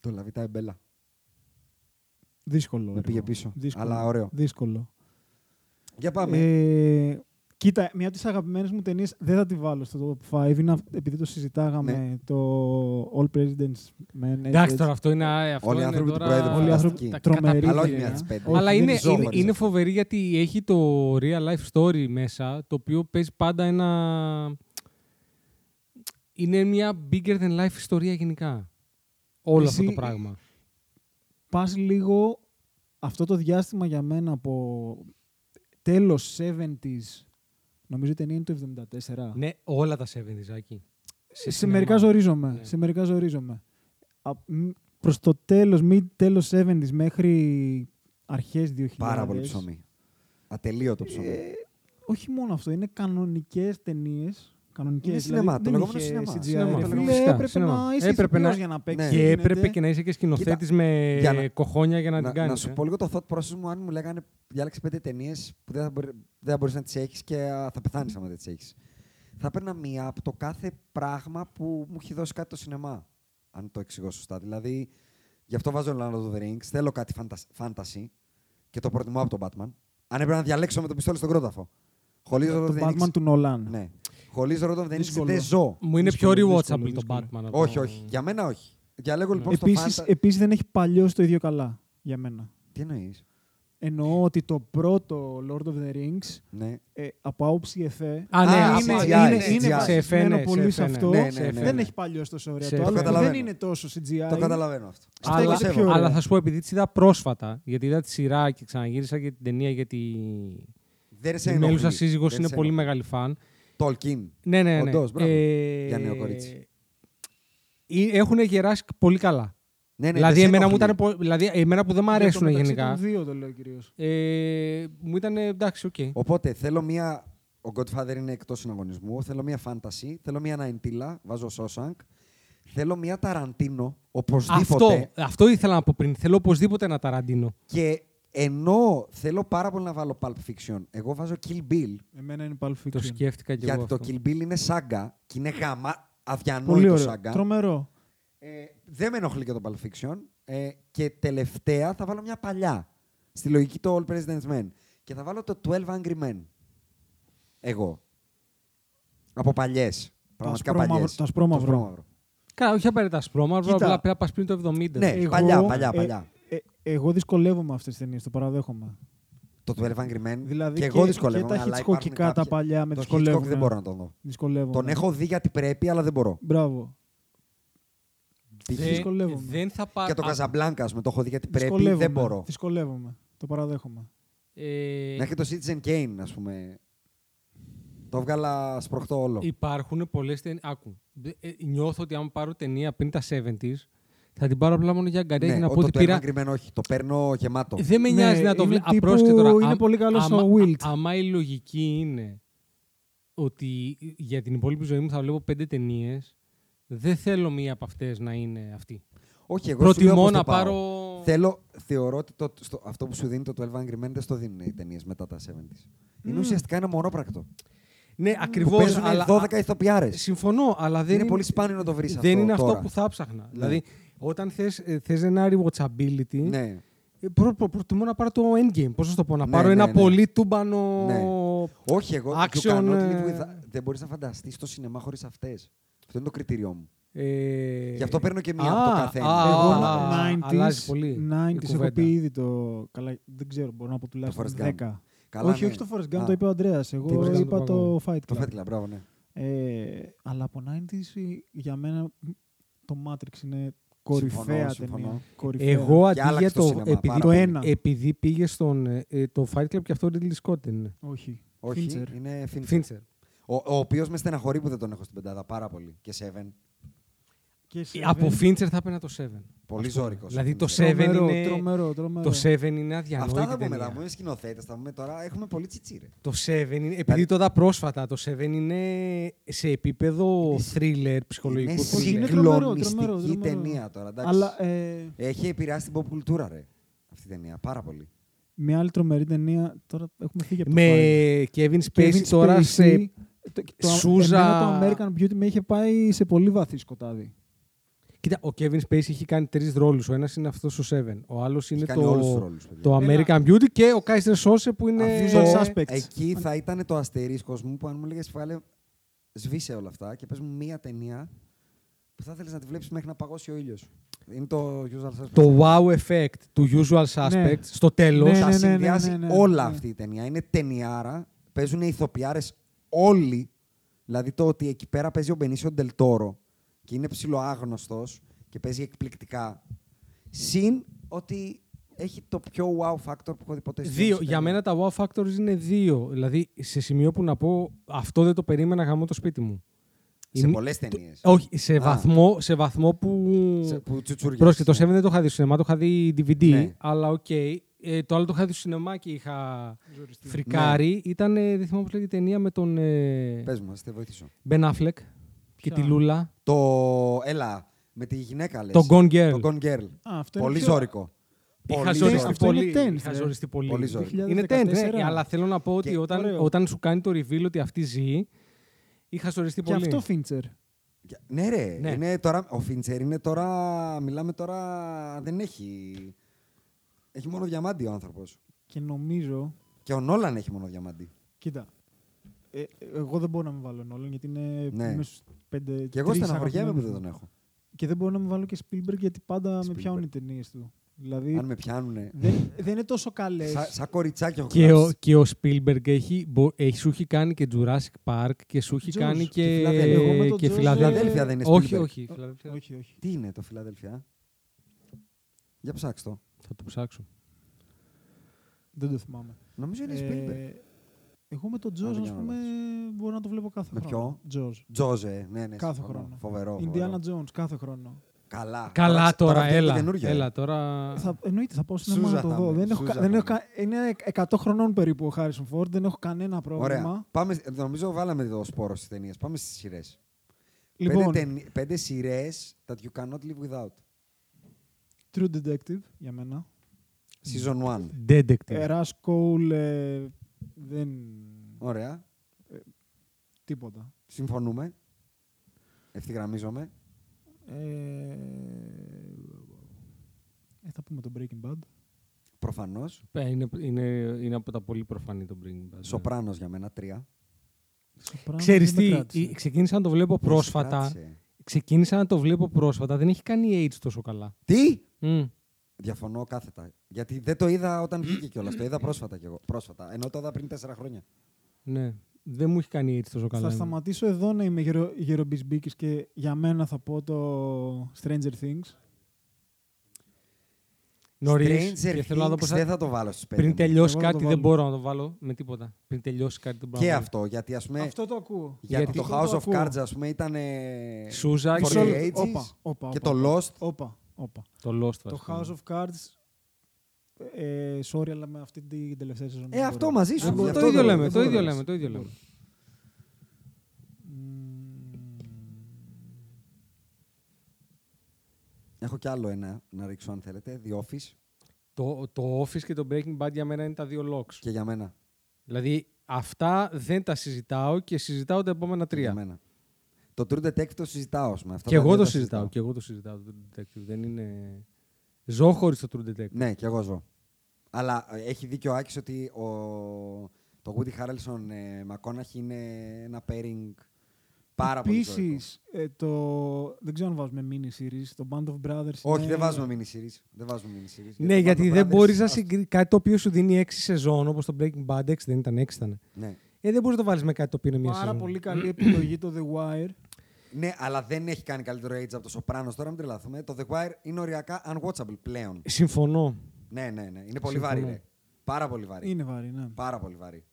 S2: το Λαβίτα Εμπέλα.
S3: Δύσκολο.
S2: Με
S3: έργο.
S2: πήγε πίσω.
S3: Δύσκολο.
S2: Αλλά ωραίο.
S3: Δύσκολο.
S2: Για πάμε.
S3: Ε, κοίτα, μια από τις αγαπημένες μου ταινίες δεν θα τη βάλω στο top 5. Είναι, αυ- επειδή το συζητάγαμε
S2: Ναι.
S3: το All Presidents Men.
S1: Εντάξει, τώρα αυτό είναι. ε, Αυτό
S2: Όλοι οι
S1: είναι
S2: άνθρωποι του
S1: τώρα...
S2: Προέδρου,
S3: Όλοι οι
S2: φανταστική.
S1: τα
S3: άνθρωποι τρομεροί.
S1: καταπληκτικά.
S2: Αλλά όχι
S3: παιδιά.
S2: μια της πέντε.
S3: Όχι,
S1: Αλλά
S3: δεν
S1: είναι,
S2: τις
S1: είναι,
S2: ζόχαριζα.
S1: είναι φοβερή γιατί έχει το real life story μέσα, το οποίο παίζει πάντα ένα... Είναι μια bigger than life ιστορία γενικά. Όλο αυτό το
S3: Εσύ-
S1: πράγμα.
S3: πας λίγο αυτό το διάστημα για μένα από τέλος 70s, νομίζω η ταινία είναι το 74.
S1: Ναι, όλα τα 70's, Άκη.
S3: σε,
S1: σινεμά.
S3: μερικά ζορίζομαι.
S1: Ναι.
S3: Σε μερικά ζορίζομαι. Α, μ, προς το τέλος, mid τέλος 70s μέχρι αρχές 2000.
S2: Πάρα πολύ ψωμί. Ατελείωτο ψωμί.
S3: Ε, όχι μόνο αυτό, είναι κανονικές ταινίες. Κανονικές,
S2: Είναι
S3: δηλαδή,
S2: σινεμά, το
S3: δεν
S2: λεγόμενο
S3: είχε
S2: σινεμά.
S3: CGI,
S1: Σινεμά,
S3: ρε
S1: το
S3: φίλε,
S1: λεγόμενο φυσικά,
S3: έπρεπε
S1: σινεμά.
S3: να είσαι
S1: Έπρεπε να-
S3: ηθοποιός για να παίξεις.
S2: Ναι.
S1: Και
S3: γίνεται.
S1: έπρεπε και να είσαι και σκηνοθέτης
S2: για
S1: με
S2: να-
S1: κοχόνια για να, την ε.
S2: να,
S1: κάνεις.
S2: να
S3: ε.
S2: σου πω λίγο το thought process μου αν μου λέγανε διάλεξε πέντε ταινίες που δεν θα, μπορεί, δεν θα μπορείς να τις έχεις και α, θα πεθάνεις άμα δεν τις έχεις. Θα παίρνα μία από το κάθε πράγμα που μου έχει δώσει κάτι το σινεμά, αν το εξηγώ σωστά. Δηλαδή, γι' αυτό βάζω Lord of the Rings, θέλω κάτι φαντα- fantasy και το προτιμώ από τον Batman. Αν έπρεπε να διαλέξω με το πιστόλι στον κρόταφο. Χωρίς Lord of
S3: Το
S2: the Rings.
S3: Batman του Νολάν.
S2: Ναι. Χωρίς Lord of the Rings
S3: Δύσκολο.
S2: δεν ζω.
S1: Μου είναι πιο
S3: Δύσκολο, δύσκολο,
S1: rewatchable το
S3: δύσκολο.
S1: Batman. από-
S2: Όχι, όχι. Για μένα όχι. Διαλέγω λοιπόν στο
S3: Επίσης, ε-
S2: fantasy.
S3: επίσης δεν έχει παλιώσει το ίδιο καλά για μένα.
S2: Τι εννοείς.
S3: Εννοώ ότι το πρώτο Lord of the Rings
S2: Ναι.
S3: ε, από άποψη εφέ.
S1: Α, ναι,
S2: Α,
S1: από
S3: είναι,
S1: CGI,
S3: είναι,
S2: CGI.
S3: είναι
S1: σε εφέ,
S3: βασισμένο
S1: ναι, σε
S3: πολύ σε
S1: εφέ, ναι.
S3: αυτό.
S2: Ναι, ναι, ναι,
S3: Δεν
S2: ναι.
S3: έχει παλιώσει τόσο ωραία.
S1: Σε
S3: Το
S1: εφέ.
S3: άλλο δεν
S2: Καταλαβαίνω.
S3: είναι τόσο CGI.
S2: Το καταλαβαίνω αυτό.
S1: Αλλά,
S3: Στέκεται
S2: το
S3: πιο
S2: σέβομαι.
S1: αλλά
S3: ωραία.
S1: θα σου πω, επειδή τη είδα πρόσφατα, γιατί είδα τη σειρά και ξαναγύρισα και την ταινία γιατί
S2: Δεν σε
S1: η
S2: ενοχλεί.
S1: μέλουσα σύζυγος
S2: Δεν
S1: είναι
S2: σε
S1: πολύ
S2: ενοχλεί.
S1: μεγάλη φαν.
S2: Tolkien.
S1: Ναι, ναι, ναι.
S2: Όντως, μπράβο.
S1: Ε,
S2: Για νέο κορίτσι.
S1: Έχουν γεράσει πολύ καλά.
S2: Ναι, ναι,
S1: δηλαδή,
S2: δεν σε
S1: εμένα μου
S2: ενοχλεί.
S1: ήταν, πο- δηλαδή, εμένα που δεν μου
S3: Για το
S1: αρέσουν
S3: μεταξύ
S1: γενικά.
S3: των δύο το λέω κυρίως.
S1: Ε, μου ήταν ε, εντάξει, οκ.
S2: Οπότε θέλω μία. Ο Godfather είναι εκτός συναγωνισμού. Θέλω μία fantasy. Θέλω μία Ναϊντίλα. Βάζω Σόσανκ. Θέλω μία Ταραντίνο. Οπωσδήποτε.
S1: Αυτό, αυτό ήθελα να πω πριν. Θέλω οπωσδήποτε ένα ταραντίνο.
S2: Και ενώ θέλω πάρα πολύ να βάλω Pulp Fiction, εγώ βάζω Kill Bill.
S3: Εμένα είναι Pulp Fiction.
S1: Το σκέφτηκα Ε, και εγώ.
S2: γιατί το
S1: αυτό.
S2: Kill Bill είναι σάγκα και είναι γάμα.
S3: Πολύ
S2: Αδιανόητο
S3: ωραίο.
S2: σάγκα.
S3: Τρομερό.
S2: Ε, δεν με ενοχλεί και το Pulp Fiction. Ε, και τελευταία θα βάλω μια παλιά. Στη λογική του All President's Men. Και θα βάλω το 12 Angry Men. Εγώ. Από παλιές. Πραγματικά
S3: ασπρόμαυρο-
S2: παλιές.
S3: το ασπρόμαυρο.
S1: Καλά, όχι απαραίτητα σπρώμαυρο,
S3: Κοίτα.
S1: απλά πρέπει να πας πριν το 70.
S2: Ναι,
S3: Εγώ-
S2: παλιά, παλιά,
S3: ε,
S2: παλιά.
S3: ε, εγώ δυσκολεύομαι με αυτές τις ταινίες, το παραδέχομαι.
S2: Το 12 Angry Men. και
S3: Δηλαδή και-
S2: εγώ
S3: και
S2: δυσκολεύομαι.
S3: τα
S2: αλλά
S3: Hitchcockικά
S2: υπάρχουν κάποια-
S3: τα παλιά με
S2: το
S3: δυσκολεύουν, ναι.
S2: Hitchcock δεν
S3: ε.
S2: μπορώ να τον δω.
S3: Δυσκολεύομαι.
S2: Τον έχω δει γιατί πρέπει, αλλά δεν μπορώ.
S3: Μπράβο.
S2: Τυχή.
S3: Δυσκολεύομαι.
S1: δεν, Ε, δεν θα πάρω.
S2: Και το Καζαμπλάνκα με το έχω δει γιατί πρέπει,
S3: Δυσκολεύομαι.
S2: δεν μπορώ.
S3: Δυσκολεύομαι. Το παραδέχομαι.
S1: Ε,
S2: Να και το Citizen Kane, ας πούμε. Το έβγαλα σπροχτό όλο.
S1: Υπάρχουν πολλές ταινίες. Άκου. ε, νιώθω ότι αν πάρω ταινία πριν τα 70s, θα την πάρω απλά μόνο για αγκαρία
S2: ναι,
S1: και να
S2: ο-
S1: πω
S2: το
S1: ότι
S2: το
S1: πήρα. Ε,
S2: Angry Men όχι, το παίρνω γεμάτο.
S1: Δεν με
S3: Ναι,
S1: νοιάζει να το
S3: είναι
S1: βλέπω.
S3: τύπου-
S1: Απρόσθετο τώρα.
S3: είναι
S1: αν-
S3: πολύ καλός
S1: άμα-
S3: ο Wilt.
S1: α- Άμα η λογική είναι ότι για την υπόλοιπη ζωή μου θα βλέπω πέντε ταινίες, δεν θέλω μία από αυτές να είναι αυτή.
S2: Όχι, εγώ σου λέω
S1: Προτιμώ
S2: πώς το
S1: να
S2: πάω.
S1: πάρω.
S2: Θέλω, θεωρώ ότι το, στο, αυτό που σου δίνει το 12 Angry Men δεν στο δίνουν οι ταινίες μετά τα 70s. Είναι ουσιαστικά ένα μονόπρακτο.
S1: Ναι,
S2: Που
S1: ακριβώς.
S2: παίζουν 12 ηθοποιάρες.
S1: Συμφωνώ, αλλά δεν
S2: Είναι πολύ σπάνιο να το βρεις
S1: Δεν
S2: αυτό
S1: είναι
S2: τώρα.
S1: αυτό που θα ψάχνα. Δηλαδή, όταν θες, ε, θες ένα rewatchability,
S2: Ναι.
S1: ε, προ- προ- προτιμώ να πάρω το endgame. Πώς να σου το πω, να
S2: Ναι,
S1: πάρω
S2: ναι,
S1: ένα
S2: ναι.
S1: πολύ τούμπανο...
S2: Ναι. Όχι, εγώ. you
S1: Action,
S2: cannot
S1: ε.
S2: live with- Δεν μπορείς να φανταστείς το σινεμά χωρίς αυτές. Αυτό είναι το κριτήριό μου.
S1: Ε,
S2: Γι' αυτό παίρνω και μία
S1: α,
S2: από το καθένα.
S1: α,
S2: Εγώ
S1: α,
S2: να-
S1: α,
S3: Εγώ 90s,
S1: αλλάζει πολύ.
S3: 90s
S1: η
S3: έχω
S1: κουβέντα.
S3: πει ήδη το. Καλά, δεν ξέρω, μπορώ να πω τουλάχιστον
S2: Forrest Gump.
S3: 10.
S2: Καλά,
S3: όχι,
S2: ναι.
S3: όχι το Forrest Gump,
S2: Α.
S3: το είπε ο Αντρέα.
S1: Το Forrest
S3: Εγώ
S1: Gump το
S3: είπα το Fight
S2: Το
S3: Club.
S2: Φέτλα, μπράβο, ναι.
S3: Ε, αλλά από 90s η- για μένα το Matrix είναι κορυφαία
S2: Συμφωνώ,
S3: ταινία.
S2: συμφωνώ.
S3: Κορυφαία.
S1: Εγώ
S2: Και
S1: αντί
S2: άλλαξε
S1: για
S2: το
S1: το...
S2: σινεμά
S1: επειδή,
S2: πάρα
S3: Το πολύ. ένα.
S1: επειδή πήγε στον ε, το Fight Club και αυτό Ridley Scott δεν είναι.
S3: Όχι.
S2: Όχι,
S3: Fincher.
S2: είναι Fincher.
S1: Fincher.
S2: Ο, ο οποίος με στεναχωρεί που δεν τον έχω στην πεντάδα πάρα πολύ. Και Seven.
S3: Και
S1: Ε,
S3: Seven.
S1: Από Fincher θα έπαιρνα το 7.
S2: Πολύ ζώρικο.
S1: Δηλαδή το 7
S3: Τρομερό,
S1: είναι...
S3: τρομερό, τρομερό.
S1: Το 7 είναι αδιανόητη
S2: ναι. Αυτά θα πούμε
S1: ταινία.
S2: μετά. Μου είναι σκηνοθέτες, θα πούμε τώρα. Έχουμε πολύ τσιτσίρε.
S1: Το 7 είναι,
S2: Δηλαδή-
S1: επειδή το είδα πρόσφατα, το 7 είναι σε επίπεδο thriller,
S2: Είναι
S1: ψυχολογικού
S3: Όχι, είναι
S1: thriller.
S3: τρομερό, τρομερό,
S2: συγκλονιστική
S3: τρομερό.
S2: ταινία τώρα. εντάξει.
S3: Αλλά ε,
S2: Έχει επηρεάσει την pop κουλτούρα, ρε. Αυτή η ταινία. Πάρα πολύ.
S3: μια άλλη τρομερή ταινία. Τώρα έχουμε φύγει από το
S1: Με
S3: Fight.
S1: Kevin
S3: Kevin
S1: Spacey τώρα
S3: Spacey,
S1: σε...
S3: το- το-
S1: Σούζα-
S3: εμένα το American Beauty με είχε πάει σε πολύ βαθύ σκοτάδι.
S1: Κοίτα, ο Kevin Spacey έχει κάνει τρεις ρόλους. Ο ένας είναι αυτός ο 7, ο άλλος είναι
S2: κάνει όλους τους ρόλους,
S1: το,
S2: παιδιά.
S1: το
S3: Ένα-
S1: American Beauty και ο Kaiser Sose που είναι...
S3: Usual
S2: Το-
S3: Suspects.
S2: Εκεί θα ήταν το αστερίσκος μου που αν μου έλεγες φάλε σβήσε όλα αυτά και πες μου μία ταινία που θα ήθελε να τη βλέπεις μέχρι να παγώσει ο ήλιος. Είναι το usual suspects.
S1: Το wow effect του usual suspects
S3: Ναι.
S1: στο τέλος.
S3: Ναι,
S2: Τα
S3: ναι, ναι,
S2: συνδυάζει
S3: ναι, ναι, ναι.
S2: όλα
S3: Ναι.
S2: αυτή η ταινία. Είναι ταινιάρα. Παίζουν οι ηθοποιάρες όλοι. Δηλαδή το ότι εκεί πέρα παίζει ο Μπενίσιο Ντελτόρο και είναι ψηλοάγνωστος και παίζει εκπληκτικά. Συν ότι έχει το πιο wow factor που έχω δει ποτέ στη ζωή
S1: Δύο.
S2: μου.
S1: Για μένα τα wow factors είναι δύο. Δηλαδή, σε σημείο που να πω, αυτό δεν το περίμενα γαμώ το σπίτι μου.
S2: Σε
S1: Είναι-
S2: πολλέ ταινίες.
S1: Όχι, σε
S2: Α.
S1: βαθμό, σε βαθμό που.
S2: Σε- που τσουτσούριασες.
S1: Πρόσεχε, το 7 δεν το είχα δει στο σινεμά, το είχα δει DVD,
S2: Ναι.
S1: αλλά οκ. Ε, το άλλο το είχα δει στο σινεμά και είχα φρικάρει.
S2: Ναι.
S1: Ήταν, ε, δεν θυμάμαι πώς λέγεται η ταινία με τον
S3: ναι.
S1: ε,
S2: Πες μου, ας σε βοηθήσω.
S1: Ben Affleck και τη Λούλα.
S2: Το. Έλα, με τη γυναίκα λες.
S1: Το Gone Girl.
S2: Το Gone Girl.
S3: Α, αυτό είναι
S2: Πολύ
S3: πιο-
S2: ζώρικο.
S1: Είχα
S2: Πολύ
S1: ζοριστεί
S3: Αυτό
S1: πολύ.
S3: είναι tense,
S1: Είχα
S3: ε.
S1: ζοριστεί πολύ.
S2: Πολύ ζώρικο.
S1: Είναι τέντε,
S3: 2014.
S1: ναι, αλλά θέλω να πω ότι
S2: Και-
S1: όταν,
S3: ωραίο.
S1: όταν σου κάνει το reveal ότι αυτή ζει, είχα ζοριστεί
S3: Και
S1: πολύ.
S3: αυτό Fincher.
S2: Ναι, ρε.
S1: Ναι.
S2: Είναι τώρα, ο Φίντσερ είναι τώρα. Μιλάμε τώρα. Δεν έχει. Έχει μόνο διαμάντι ο άνθρωπος.
S3: Και νομίζω.
S2: Και ο Νόλαν έχει μόνο διαμάντι.
S3: Κοίτα. Ε, εγώ δεν μπορώ να με βάλω εν όλων γιατί είναι
S2: Ναι.
S3: ναι. στους πέντε.
S2: Και εγώ
S3: τρεις
S2: στεναχωριέμαι που δεν
S3: αγαπημένους
S2: τον
S3: μου.
S2: έχω.
S3: Και δεν μπορώ να με βάλω και Spielberg γιατί πάντα με
S2: Spielberg.
S3: πιάνουν οι ταινίες του. Δηλαδή
S2: Αν με πιάνουνε.
S3: δεν, δεν είναι τόσο καλές.
S2: Σαν σα κοριτσάκι έχω
S1: Και ο,
S2: γράψει.
S1: και ο Spielberg έχει, μπο- έχει, σου έχει κάνει και Jurassic Park και σου έχει
S3: Jaws.
S1: κάνει
S2: Και
S1: και,
S2: Φιλαδέλφια. Εγώ
S3: με το
S1: και
S3: Jaws,
S2: Φιλαδέλφια δεν είναι
S1: όχι,
S2: Spielberg.
S1: όχι, Φιλαδέλφια.
S3: Όχι, όχι.
S2: Τι είναι το Φιλαδέλφια. Για ψάξτε το.
S1: Θα το ψάξω.
S3: Δεν το θυμάμαι.
S2: Νομίζω είναι Spielberg.
S3: Ε, εγώ με τον
S2: δεν
S3: Τζοζ, α
S2: κάνω
S3: πούμε, μπορώ να το βλέπω κάθε
S2: Με
S3: χρόνο.
S2: ποιο?
S3: Τζοζ.
S2: Τζόζε, ναι, ναι.
S3: Κάθε
S2: συμφωνώ.
S3: χρόνο.
S2: Φοβερό.
S3: Ιντιάνα
S2: φοβερό.
S3: Jones, κάθε χρόνο.
S2: Καλά.
S1: Καλά τώρα,
S2: βγαίνει
S1: έλα.
S2: καινούργια, ε.
S1: Έλα τώρα.
S3: Θα, εννοείται, θα πάω στο σινεμά
S2: Σούζα
S3: να το
S2: θα
S3: δω.
S2: είμαι,
S3: Δεν έχω,
S2: Σούζα
S3: κα-
S2: θα
S3: δεν έχω,
S2: είμαι.
S3: κα- είναι 100 χρονών περίπου ο Χάρισον Φόρντ, δεν έχω κανένα πρόβλημα.
S2: Ωραία. Πάμε, νομίζω βάλαμε εδώ σπόρο στις ταινίες. Πάμε στις σειρές.
S3: Λοιπόν,
S2: Πέντε, ταινι- πέντε σειρές that you cannot live without.
S3: True Detective για μένα.
S2: Season 1.
S1: Detective.
S3: Rush Cole ε, δεν...
S2: Ωραία.
S3: τίποτα.
S2: Συμφωνούμε. Ευθυγραμμίζομαι.
S3: Ε, ε, θα πούμε το Breaking Bad.
S2: Προφανώς.
S1: Ε, Είναι, είναι, είναι από τα πολύ προφανή το Breaking Bad.
S2: Σοπράνος για μένα. Τρία.
S3: Sopranos
S1: Ξέρεις
S3: δεν με
S1: τι,
S3: κράτησε.
S1: ε, ξεκίνησα να το βλέπω πρόσφατα.
S2: Κράτησε.
S1: Ξεκίνησα να το βλέπω πρόσφατα. Δεν έχει κάνει AIDS τόσο καλά.
S2: Τι!
S1: Μμ.
S2: Διαφωνώ κάθετα. Γιατί δεν το είδα όταν βγήκε κιόλας. Το είδα πρόσφατα κι εγώ. Πρόσφατα. Ενώ το είδα πριν τέσσερα χρόνια.
S1: Ναι. Δεν μου έχει κάνει AIDS τόσο καλά.
S3: Θα σταματήσω εδώ να είμαι γερο, γερομπισμπίκης και για μένα θα πω το Stranger Things.
S1: Νωρίς
S2: Stranger
S1: και θέλω να δω
S2: Things
S1: πώς θα-
S2: Δεν θα το βάλω στι πέντε.
S1: Πριν
S2: μου.
S1: τελειώσει
S3: Εγώ να το
S1: κάτι δεν
S3: βάλω.
S1: μπορώ να το βάλω με τίποτα. Πριν τελειώσει κάτι δεν μπορώ
S2: Και
S1: να το
S2: αυτό. Γιατί ας πούμε.
S3: Αυτό το ακούω.
S2: Γιατί,
S1: Γιατί-
S2: το
S3: αυτό το
S2: House of
S3: ακούω.
S2: Cards, ας πούμε, ήταν. ε,
S1: Σούζα
S2: for
S1: και-
S2: the
S1: Όπα,
S2: ages.
S3: όπα, όπα,
S2: και
S3: όπα.
S2: το Lost.
S3: Όπα, όπα.
S1: βάλω. Το Lost.
S3: Το
S1: ας πούμε.
S3: House of Cards. Ε, sorry, αλλά με αυτή την τελευταία σεζόν.
S2: Ε,
S3: δεν
S2: αυτό
S3: μπορώ.
S2: μαζί σου.
S1: Ε,
S2: γι'
S1: Το,
S2: αυτό
S1: ίδιο
S2: λέω,
S1: λέμε,
S2: δεν
S1: το ίδιο
S2: μπορείς.
S1: λέμε, το ίδιο λέμε.
S3: Μμμ.
S2: Έχω κι άλλο ένα να ρίξω, αν θέλετε. The Office
S1: Το, το Office και το Breaking Bad για μένα είναι τα δύο locks.
S2: και για μένα.
S1: Δηλαδή αυτά δεν τα συζητάω και συζητάω τα επόμενα
S2: Για
S1: τρία.
S2: μένα. Το True Detective το συζητάω, ας πούμε. Αυτά
S1: Και
S2: τα
S1: εγώ
S2: δύο
S1: το
S2: τα
S1: συζητάω. Και εγώ το συζητάω το True Detective. Δεν είναι. Ζω χωρίς το True Detective.
S2: Ναι, και εγώ ζω. Αλλά ε, έχει δίκιο ο Άκης ότι ο... το Woody Harrelson ε, Μακόναχη είναι ένα pairing πάρα πολύ
S3: Επίσης,
S2: ζωικό.
S3: ε, το... δεν ξέρω αν βάζουμε mini series. Το Band of Brothers.
S2: Όχι,
S3: είναι-
S2: δεν βάζουμε mini series. Δεν βάζουμε mini series.
S1: Ναι,
S2: το
S1: γιατί
S2: Band of
S1: δεν
S2: Brothers-
S1: μπορείς να
S2: ας-
S1: συγκρίνει κάτι το οποίο σου δίνει έξι σεζόν, όπως το Breaking Bad 6 δεν ήταν, 6 ήταν.
S2: Ναι.
S1: Ε, δεν μπορείς να το βάλεις με κάτι το οποίο είναι μία
S3: Πάρα
S1: σεζόν.
S3: πολύ καλή επιλογή Ε, το The Wire.
S2: ναι, αλλά δεν έχει κάνει καλύτερο age από το Sopranos. Τώρα μην τρελαθούμε. Το The Wire είναι οριακά unwatchable πλέον.
S1: Συμφωνώ.
S2: Ναι, ναι, ναι. Είναι πολύ
S1: Ε, Συμφωνώ.
S2: βαρύ. Ρε. Πάρα πολύ βαρύ.
S3: Είναι βαρύ, ναι.
S2: Πάρα πολύ βαρύ.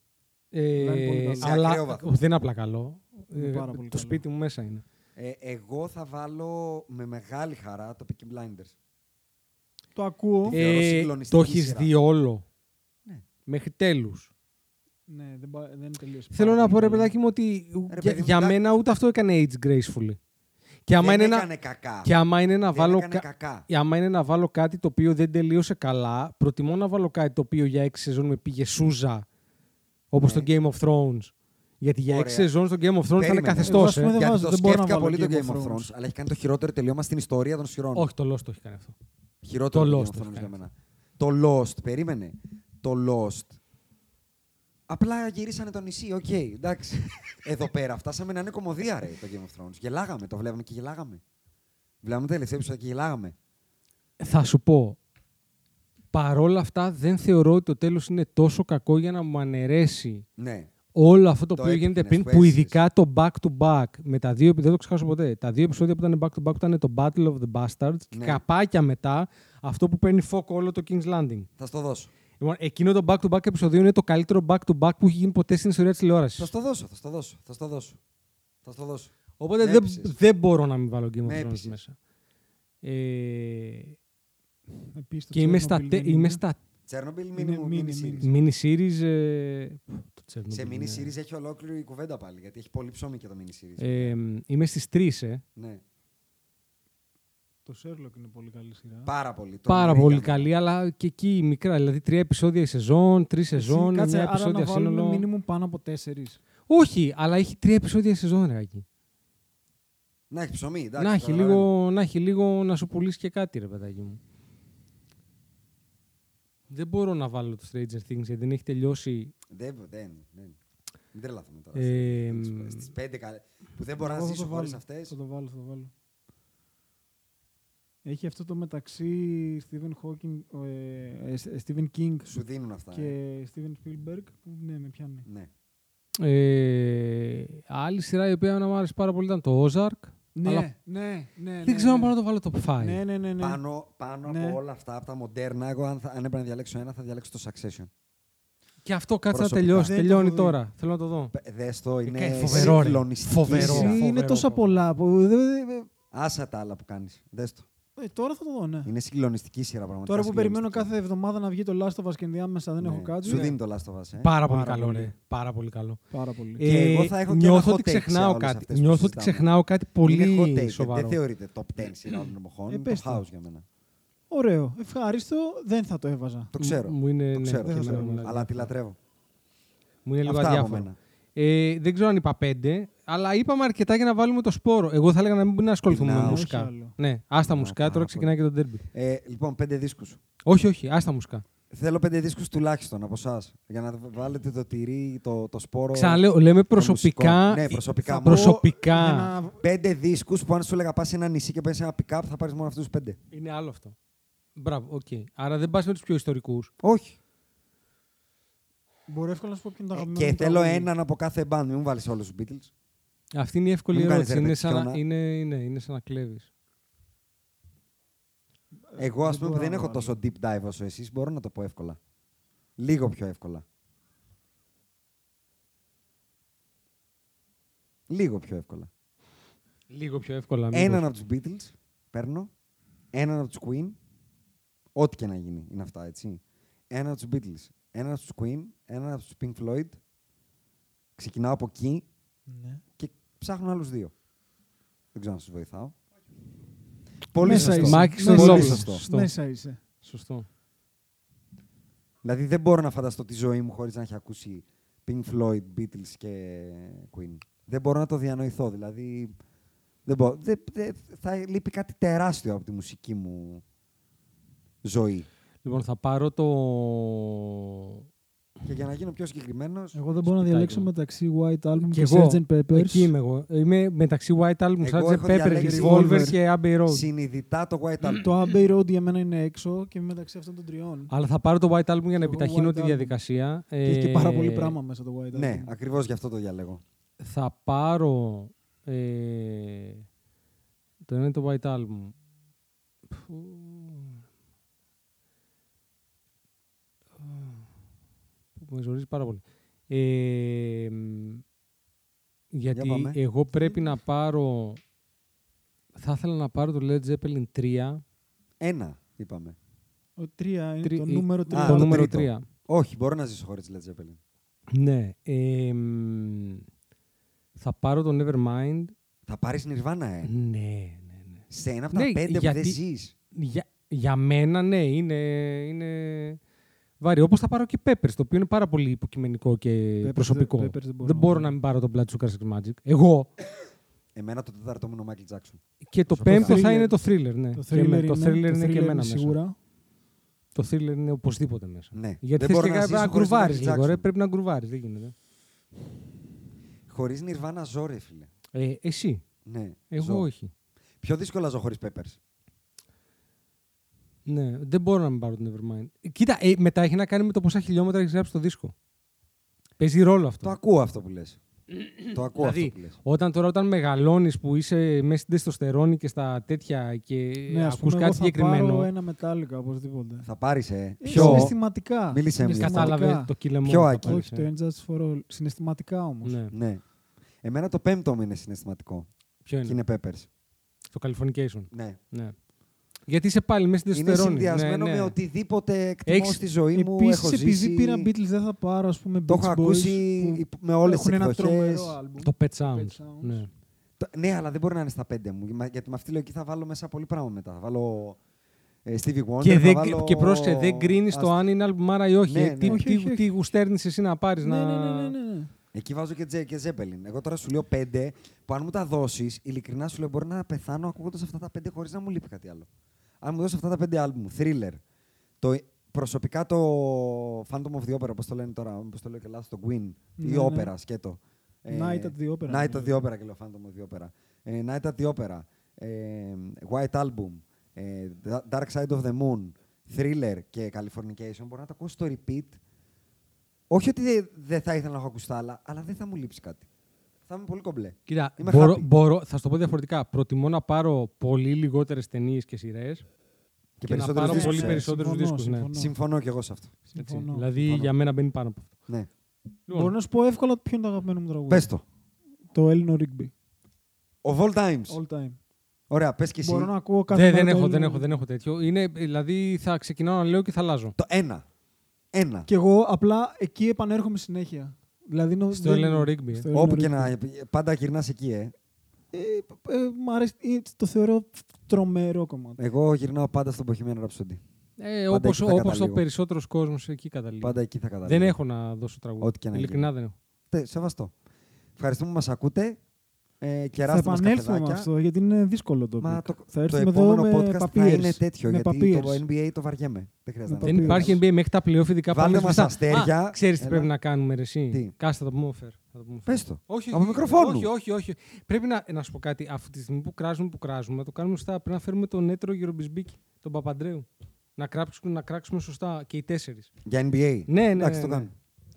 S3: είναι πολύ
S1: Ε,
S3: καλό.
S2: Σε ακραίο
S1: αλλά
S2: βαθμό.
S1: δεν είναι απλά καλό.
S3: Είναι
S1: Ε,
S3: πάρα
S1: το
S3: πολύ καλό.
S1: σπίτι μου μέσα είναι.
S2: Ε, εγώ θα βάλω με μεγάλη χαρά το Peaky Blinders.
S3: Το ακούω.
S2: Ε, Θεωρώ
S1: το
S2: συγκλονιστική
S1: έχεις
S2: σειρά.
S1: δει όλο.
S2: Ναι.
S1: Μέχρι τέλους.
S3: Ναι, δεν, πα- δεν τελείωσε.
S1: Θέλω
S3: Πάρα
S1: να πω
S3: πολύ
S1: ρε
S3: καλά.
S1: παιδάκι μου ότι
S2: Ρε,
S1: για,
S2: παιδί μου,
S1: για
S2: εντάξει.
S1: μένα ούτε αυτό έκανε age gracefully. Και άμα,
S2: δεν
S1: είναι
S2: έκανε
S1: να,
S2: κακά.
S1: και άμα είναι να
S2: δεν
S1: βάλω
S2: έκανε
S1: κα-
S2: κακά.
S1: Ε, άμα είναι να βάλω κάτι το οποίο δεν τελείωσε καλά, προτιμώ να βάλω κάτι το οποίο για 6 σεζόν με πήγε σούζα, όπως
S2: Ναι.
S1: το Game of Thrones. Γιατί για 6
S2: Ωραία.
S1: σεζόν στο Game of Thrones θα είναι
S2: Περίμενε.
S1: καθεστώς.
S3: Εγώ, ας πούμε,
S1: Ε.
S3: δεν
S2: Γιατί
S3: βάζω,
S2: το
S3: δεν μπορώ να
S2: σκέφτηκα
S3: βάλω
S2: πολύ το
S3: Game
S2: Game
S3: of
S2: of
S3: Thrones.
S2: Thrones, αλλά έχει κάνει το χειρότερο τελείωμα στην ιστορία των σειρών.
S1: Όχι, το Lost το έχει κάνει αυτό.
S2: Χειρότερο
S1: Το
S2: το
S1: Lost
S2: Game of
S1: το
S2: Thrones
S1: κάνει.
S2: για μένα. Το Lost, περίμενε. Το Lost. Απλά γυρίσανε το νησί, οκ, εντάξει. Εδώ πέρα φτάσαμε να είναι κομμωδία, ρε, το Game of Thrones. Γελάγαμε, το βλέπαμε και γελάγαμε. Βλέπαμε τα τελευταία επεισόδια και γελάγαμε.
S1: Θα σου πω. Παρόλα αυτά, δεν θεωρώ ότι το τέλος είναι τόσο κακό για να μου αναιρέσει
S2: Ναι,
S1: όλο αυτό το,
S2: Το
S1: οποίο γίνεται
S2: epicness
S1: πριν,
S2: που
S1: που
S2: έζησες.
S1: ειδικά το back to back με τα δύο, δεν το ξεχάσω ποτέ. Τα δύο επεισόδια που ήταν back to back ήταν το Battle of the Bastards και
S2: Ναι.
S1: καπάκια μετά αυτό που παίρνει φόκο όλο το King's Landing.
S2: θα στο δώσω.
S1: Λοιπόν, εκείνο το back to back επεισόδιο είναι το καλύτερο back to back που έχει γίνει ποτέ στην ιστορία της
S2: Θα
S1: τηλεόραση.
S2: στο δώσω, θα στο δώσω, θα στο δώσω. Θα στο δώσω.
S1: Οπότε
S2: με
S1: δεν,
S2: έπεισες.
S1: δεν μπορώ να μην βάλω Game
S2: Με
S1: of Thrones
S2: έπεισες.
S1: μέσα. Ε,
S3: Επίσης, το
S1: και είμαι
S3: Chernobyl
S1: στα, τε,
S3: δεν
S1: είμαι
S3: είναι.
S1: στα
S2: Τσέρνομπιλ,
S3: Είναι mini,
S2: mini series.
S1: mini series. Ε, το ναι. Chernobyl
S2: Σε mini
S1: είναι-
S2: series έχει ολόκληρη κουβέντα πάλι, γιατί έχει πολύ ψωμί και το mini series.
S1: Ε, είμαι στις τρεις, ε.
S2: ναι,
S3: Το Sherlock είναι πολύ καλή σειρά.
S2: πάρα πολύ.
S1: Πάρα
S2: Τρομερή
S1: πολύ
S2: για μένα.
S1: καλή, αλλά και εκεί η μικρά. Δηλαδή τρία επεισόδια η σεζόν, τρεις
S3: Εσύ,
S1: σεζόν,
S3: κάτσε,
S1: μια
S3: άρα
S1: επεισόδια
S3: να βάλουμε
S1: σύνολο.
S3: μήνυμου πάνω από τέσσερις.
S1: Όχι, αλλά έχει τρία επεισόδια η σεζόν, ρε Άκη.
S2: Να έχει ψωμί, εντάξει.
S1: Να έχει,
S2: καταλαβαίνω.
S1: λίγο, να έχει λίγο να σου πουλήσει και κάτι, ρε παιδάκι μου. Δεν μπορώ να βάλω το Stranger Things γιατί δεν έχει τελειώσει.
S2: Δεν, δεν, δεν. Μην τρελαθούμε τώρα.
S1: Ε,
S2: Στις πέντε καλέ. Που δεν μπορώ να
S3: Εγώ θα
S2: ζήσω
S3: το
S2: χωρίς
S3: βάλω.
S2: αυτές.
S3: Θα το βάλω, θα το βάλω. Έχει αυτό το μεταξύ Stephen, Hawking, ε, ε, Stephen King
S2: Σου δίνουν αυτά. ε.
S3: και Steven Spielberg που ναι, με πιάνει.
S2: Ναι.
S1: Ε, άλλη σειρά η οποία να μου άρεσε πάρα πολύ ήταν το Ozark.
S3: Ναι,
S1: Αλλά
S3: ναι, ναι.
S1: δεν ξέρω αν μπορώ να το βάλω top 5.
S3: Ναι, ναι, ναι. ναι.
S2: Πάνω, πάνω
S3: Ναι.
S2: από όλα αυτά, από τα μοντέρνα, εγώ αν, θα, αν έπρεπε να διαλέξω ένα, θα διαλέξω το Succession.
S1: Και αυτό κάτσε να
S2: Προσωπικά.
S1: τελειώσει.
S3: Δεν το
S1: Τελειώνει
S3: έχω δει.
S1: τώρα. Θέλω να το δω.
S2: Πε- Δες το,
S1: Ε,
S2: είναι
S1: φοβερό, ρε.
S2: συγκλονιστική
S1: Φοβερό.
S2: σειρά.
S3: Εσύ είναι
S1: φοβερό,
S3: τόσα
S1: φοβερό.
S3: πολλά. Που... ε, δε- δε- δε-
S2: Άσα τα άλλα που κάνεις. Δες το.
S3: Ε, τώρα θα το δω, ναι.
S2: Είναι συγκλονιστική σειρά πραγματικά.
S3: Τώρα που περιμένω κάθε
S2: συγκλονιστική.
S3: εβδομάδα να βγει το Last of Us και ενδιάμεσα δεν
S2: Ναι.
S3: έχω κάτι.
S2: Σου
S3: Ναι.
S2: δίνει το Last of Us, ε.
S1: Πάρα πολύ
S3: Πάρα
S1: καλό,
S3: πολύ.
S1: ρε. Πάρα πολύ καλό. Ε,
S3: Πάρα πολύ.
S2: Και εγώ θα έχω και ένα
S1: νιώθω
S2: hot
S1: ότι
S2: take σε
S1: ξεχνάω
S2: όλες αυτές
S1: κάτι.
S2: που
S1: Νιώθω ότι
S2: συζητάμε.
S1: ξεχνάω κάτι
S2: είναι hot take,
S1: πολύ
S2: δεν-
S1: σοβαρό.
S2: Δεν θεωρείται top 10 σειρά όλων των εποχών.
S3: Ε,
S2: Είναι
S3: πες
S2: το
S3: το.
S2: house για μένα.
S3: Ωραίο. Ευχάριστο. Δεν θα το έβαζα.
S2: Το ξέρω.
S1: Μου είναι,
S2: Το
S1: ναι,
S2: ξέρω,
S1: και
S2: το
S1: εμένα
S2: ξέρω.
S1: μου αρέσει.
S2: Αλλά τη λατρεύω.
S1: Μου είναι λίγο
S2: Αυτά από
S1: αδιάφορο.
S2: μένα.
S1: Ε, δεν ξέρω αν είπα πέντε, αλλά είπαμε αρκετά για να βάλουμε το σπόρο. Εγώ θα έλεγα να μην ασχοληθούμε
S2: Να,
S1: με
S2: όχι
S1: μουσικά.
S3: άλλο.
S1: Ναι, άστα
S2: Να,
S1: μουσικά, τώρα
S2: πάρα
S1: ξεκινάει και το ντέρμπι.
S2: Ε, λοιπόν, πέντε δίσκους.
S1: Όχι, όχι, άστα μουσικά.
S2: Θέλω πέντε δίσκους τουλάχιστον από εσάς. Για να βάλετε το τυρί, το, το σπόρο.
S1: Ξαναλέω, λέμε προσωπικά.
S2: μουσικό. Ναι, προσωπικά.
S1: θα
S2: Μου-
S1: προσωπικά.
S3: Για να-
S2: Πέντε δίσκους που αν σου έλεγα πας σε ένα νησί και παίρνεις ένα pick-up θα πάρεις μόνο αυτούς τους πέντε.
S1: Είναι άλλο αυτό. Μπράβο, οκ. Άρα δεν πας με τους πιο ιστορικούς.
S2: Όχι.
S3: Μπορώ εύκολα να σου πω ποιο είναι το
S2: Ε,
S3: αγαπημένο.
S2: και
S3: μου
S2: θέλω
S3: τραγούδι.
S2: έναν από κάθε band. Μην μου βάλεις όλους τους Beatles.
S1: Αυτή είναι η εύκολη
S2: Μην μου κάνεις
S1: ερώτηση. Είναι
S2: έρπετ
S1: σαν, να-
S2: χιώνα.
S1: είναι, είναι, είναι σαν να κλέβεις.
S2: Εγώ, ας
S3: δεν
S2: πούμε,
S3: μπορώ
S2: που δεν
S3: να
S2: έχω
S3: βάλω.
S2: τόσο deep dive όσο εσείς, μπορώ να το πω εύκολα. Λίγο πιο εύκολα. Λίγο πιο εύκολα.
S1: Λίγο πιο εύκολα. μήπως.
S2: Έναν από τους Beatles παίρνω. Έναν από τους Queen. Ό,τι και να γίνει είναι αυτά, έτσι. Έναν από τους Beatles. Έναν από τους Queen. Έναν από τους Pink Floyd. Ξεκινάω από εκεί
S3: Ναι.
S2: και ψάχνω άλλους δύο. Δεν ξέρω αν σας βοηθάω. Πολύ
S3: Μέσα
S2: σωστό.
S3: είσαι.
S1: Μάκη
S3: Μέσα
S2: Πολύ
S3: είσαι.
S2: σωστό.
S1: Σωστό.
S3: Μέσα είσαι.
S1: Σωστό.
S2: Δηλαδή δεν μπορώ να φανταστώ τη ζωή μου χωρίς να έχει ακούσει Pink Floyd, Beatles και Queen. Δεν μπορώ να το διανοηθώ. Δηλαδή δεν μπορώ. Δεν- δεν- θα λείπει κάτι τεράστιο από τη μουσική μου ζωή.
S1: Λοιπόν, θα πάρω το.
S2: Και για να γίνω πιο συγκεκριμένος,
S3: Εγώ δεν μπορώ να
S1: Σπιτάκι
S3: διαλέξω
S1: μου.
S3: μεταξύ White Album
S1: Κι
S3: και
S1: εγώ.
S3: Sgt. Peppers.
S1: Εκεί είμαι εγώ. Είμαι μεταξύ White Album,
S2: Εγώ
S1: Sgt. Pepper,
S2: έχω διαλέξει
S1: Revolver
S3: Revolver.
S1: και Abbey Road.
S2: συνειδητά το White Album.
S3: Το Abbey Road για μένα είναι έξω και είμαι μεταξύ αυτών των τριών.
S1: Αλλά θα πάρω το White Album για να
S3: Εγώ
S1: επιταχύνω
S3: White
S1: τη
S3: Album.
S1: διαδικασία. Ε,
S3: Και έχει και πάρα πολύ πράγμα μέσα το White Album.
S2: ναι, ακριβώς γι' αυτό το διαλέγω.
S1: θα πάρω ε, το ένα είναι το White Album Που- που με ζορίζει πάρα πολύ Ε, μ, γιατί
S2: Για πάμε.
S1: εγώ πρέπει να πάρω θα ήθελα να πάρω το Led Zeppelin 3
S2: Ένα, είπαμε.
S3: Ο 3 είναι
S1: Τρι-
S3: το
S1: η-
S3: νούμερο 3.
S2: Α,
S1: το
S2: το
S1: νούμερο
S2: τρίτο.
S1: 3
S2: Όχι, μπορώ να ζήσω χωρίς Led Zeppelin.
S1: ναι ε, μ, θα πάρω το Nevermind
S2: Θα πάρεις Nirvana, ε.
S1: ναι ναι ναι
S2: Σε ένα από τα
S1: Ναι,
S2: πέντε που
S1: γιατί-
S2: δεν ζεις.
S1: Για, για μένα, ναι, είναι, είναι βαρύ. Όπως θα πάρω και Peppers, το οποίο είναι πάρα πολύ υποκειμενικό και
S3: Peppers
S1: προσωπικό.
S3: δεν- Peppers δεν μπορώ να
S1: μπορώ
S3: πάρω.
S1: να μην πάρω τον Blood Sugar Sex Magic. Εγώ.
S2: Εμένα το τέταρτο μου είναι ο Michael Jackson.
S1: και το
S2: Προσωπικά.
S1: πέμπτο θα
S3: Thriller.
S1: είναι το thriller, ναι.
S3: Το
S1: Και
S3: thriller
S1: με-
S3: είναι,
S1: το thriller είναι,
S3: thriller
S1: και εμένα μέσα.
S3: σίγουρα.
S1: Το thriller είναι οπωσδήποτε μέσα.
S2: Ναι.
S1: Γιατί
S2: Δεν
S1: θες
S2: μπορώ
S1: και
S2: να
S1: να,
S2: ζήσω
S1: να
S2: χωρίς
S1: γκρουβάρεις
S2: Michael
S1: λίγο, ρε.
S2: Jackson.
S1: Πρέπει να γκρουβάρεις, δεν γίνεται.
S2: Χωρίς Nirvana ζω, ρε, φίλε.
S1: Ε, εσύ.
S2: Ναι,
S1: Εγώ
S2: ζω.
S1: όχι.
S2: Πιο δύσκολα ζω χωρίς Peppers.
S1: Ναι, δεν μπορώ να μην πάρω τον Nevermind. Ε, Κοίτα, ε, μετά έχει να κάνει με το πόσα χιλιόμετρα έχεις γράψει το δίσκο. Παίζει ρόλο αυτό.
S2: Το ακούω αυτό που λες. το ακούω
S1: Δηλαδή,
S2: αυτό που λες.
S1: Όταν τώρα όταν μεγαλώνεις που είσαι μέσα στην τεστοστερόνη και στα τέτοια και
S3: Ναι, ας
S1: Ε, ακούς
S3: πούμε, εγώ
S1: κάτι
S3: θα πάρω
S1: συγκεκριμένο,
S3: ένα Metallica οπωσδήποτε.
S2: Θα πάρεις, ε.
S3: Ε,
S2: Ποιο,
S3: Συναισθηματικά.
S2: Μίλησε μου.
S3: Συναισθηματικά.
S1: κατάλαβες το κύλε μόνο.
S2: Πιο
S1: που θα
S2: άκυρο.
S1: πάρεις,
S3: Όχι, το
S1: ε.
S3: End Just for All. Συναισθηματικά όμως.
S1: Ναι.
S2: Ναι. Εμένα το πέμπτο μου είναι συναισθηματικό.
S1: Ποιο
S2: Και
S1: είναι.
S2: είναι Peppers.
S1: Το Californication.
S2: Ναι.
S1: Ναι. Γιατί είσαι πάλι μέσα στην
S2: Είναι
S1: τεστοστερόνη.
S2: συνδυασμένο
S1: ναι, ναι.
S2: με οτιδήποτε εκτιμώ
S1: Έχεις-
S2: στη ζωή μου.
S3: Επίσης,
S2: έχω
S3: επειδή
S2: ζήσει,
S3: πήρα Beatles, δεν θα πάρω, ας πούμε, Beach
S2: Το έχω
S3: Boys,
S2: ακούσει
S3: που
S2: υπ- με όλες
S3: έχουν
S2: τις
S3: ένα
S2: εκδοχές.
S3: τρομερό άλμπουμ.
S1: Το Pet Sounds.
S3: Sounds.
S1: Ναι.
S2: Το- Ναι, αλλά δεν μπορεί να είναι στα πέντε μου. μα- Γιατί με αυτή τη λογική θα βάλω μέσα πολύ πράγμα μετά. Θα βάλω ε, Stevie Wonder.
S3: ναι,
S1: Και,
S2: θα
S1: δεν,
S2: βάλω...
S1: και πρόσεχε, δεν γκρίνει το
S2: Άστο.
S1: αν είναι αλμπουμάρα ή όχι.
S2: Ναι,
S1: ε.
S2: ναι.
S1: Τι,
S3: Όχι,
S1: τι,
S3: όχι, όχι.
S1: τι γουστέρνεις εσύ να πάρεις.
S3: Ναι,
S1: να...
S3: ναι, ναι, ναι, ναι.
S2: Εκεί βάζω και, Τζε, και Zeppelin. Εγώ τώρα σου λέω πέντε που αν μου τα δώσεις, ειλικρινά σου λέω μπορεί να πεθάνω ακούγοντας αυτά τα πέντε χωρίς να μου λείπει κάτι άλλο. Αν μου δώσεις αυτά τα πέντε άλμπουμ, thriller. Το, ε, προσωπικά το Phantom of the Opera, πώ το λένε τώρα, πώ το λέω και λάθος, το Queen.
S3: Ναι,
S2: ή
S3: ναι.
S2: Opera, σκέτο. Ε,
S3: Night at the Opera.
S2: Night at the Opera και λέω Phantom of the Opera. Ε, Night at the Opera. Ε, White Album. ε, Dark Side of the Moon, Thriller και Californication, μπορώ να τα ακούσω στο repeat. Όχι ότι δεν δε θα ήθελα να έχω ακουστά άλλα, αλλά δεν θα μου λείψει κάτι. Θα είμαι πολύ κομπλέ.
S1: Κοίτα,
S2: Είμαι
S1: μπορώ,
S2: happy.
S1: μπορώ, θα σου το πω διαφορετικά. Προτιμώ να πάρω πολύ λιγότερες ταινίες και σειρές
S2: Και,
S1: και να
S2: περισσότερους
S1: πάρω
S2: δίσκους,
S1: πολύ
S2: ε.
S1: περισσότερους
S3: Συμφωνώ,
S1: δίσκους. Ναι.
S3: συμφωνώ.
S2: Συμφωνώ και εγώ σε αυτό.
S1: Έτσι.
S3: Συμφωνώ.
S1: Δηλαδή
S2: Συμφωνώ.
S1: για μένα μπαίνει πάνω από αυτό.
S2: Ναι.
S1: Λοιπόν,
S3: Μπορώ να σου πω εύκολα ποιο είναι το αγαπημένο μου τραγούδι.
S2: Πες το.
S3: Το Έλληνο Rigby.
S2: Of all times.
S3: All time.
S2: Ωραία, πες και εσύ.
S3: Μπορώ να ακούω κάθε
S1: δεν,
S3: μέρα
S1: Ναι, δεν,
S3: το
S1: έχω,
S3: Έλληνο
S1: δεν, έχω,
S3: Rigby.
S1: δεν έχω τέτοιο. Είναι, δηλαδή θα ξεκινάω να λέω και θα αλλάζω.
S2: Το ένα. Ένα.
S3: Κι εγώ απλά εκεί επανέρχομαι συνέχεια. Δηλαδή, νο-
S1: Στο
S3: δεν-
S1: Έλληνο Rigby, ε.
S3: στο Έλληνο
S2: Όπου και
S3: Rigby.
S2: να. Πάντα γυρνάς εκεί, ε.
S3: Ε, ε, μ' αρέσει, ε, το θεωρώ τρομερό κομμάτι.
S2: Εγώ γυρνάω πάντα στον Bohemian Rhapsody.
S1: Ε,
S2: Πάντα
S1: όπως
S2: εκεί θα
S1: όπως ο
S2: καταλήγω.
S1: περισσότερος κόσμος εκεί καταλήγει.
S2: Πάντα εκεί θα καταλάβω.
S1: Δεν έχω να δώσω τραγούδι.
S2: Ό,τι και να
S1: Ειλικρινά δεν έχω.
S2: Τε, σεβαστό. Ευχαριστούμε που μας ακούτε. Ε,
S3: θα
S2: κεράστε μας
S3: επανέλθουμε με
S2: καφεδάκια.
S3: αυτό, γιατί είναι δύσκολο το
S2: Μα
S3: topic.
S2: το,
S3: Θα
S2: το
S3: έρθουμε εδώ
S2: επόμενο
S3: με
S2: podcast θα
S3: papiers.
S2: είναι τέτοιο,
S3: Με
S2: γιατί το
S3: papiers.
S2: NBA το βαριέμαι. Δεν χρειάζεται να
S3: Με
S1: Δεν
S3: papiers.
S2: τα
S1: υπάρχει NBA μέχρι τα playoff, ειδικά
S2: Βάλτε
S1: πάμε
S2: μας
S1: σβηστά.
S2: αστέρια.
S1: Α, Ξέρεις τι
S2: Έλα.
S1: πρέπει να κάνουμε, ρε, εσύ.
S2: Τι?
S1: Κάτσε, θα το πούμε off air. Θα το πούμε off air.
S2: Πες το.
S1: Όχι,
S2: Από
S1: όχι,
S2: μικροφόνου.
S1: Όχι, όχι, όχι. Πρέπει να, να σου πω κάτι. Αυτή τη στιγμή που κράζουμε, που κράζουμε, το κάνουμε σωστά. Πρέπει να φέρουμε τον έτερο Γερομπισμπίκη, τον Παπαντρέου. Να κράξουμε, να κράξουμε σωστά και οι τέσσερις.
S2: Για NBA.
S1: Ναι, ναι,
S2: Εντάξει, το
S1: ναι.
S2: κάνω.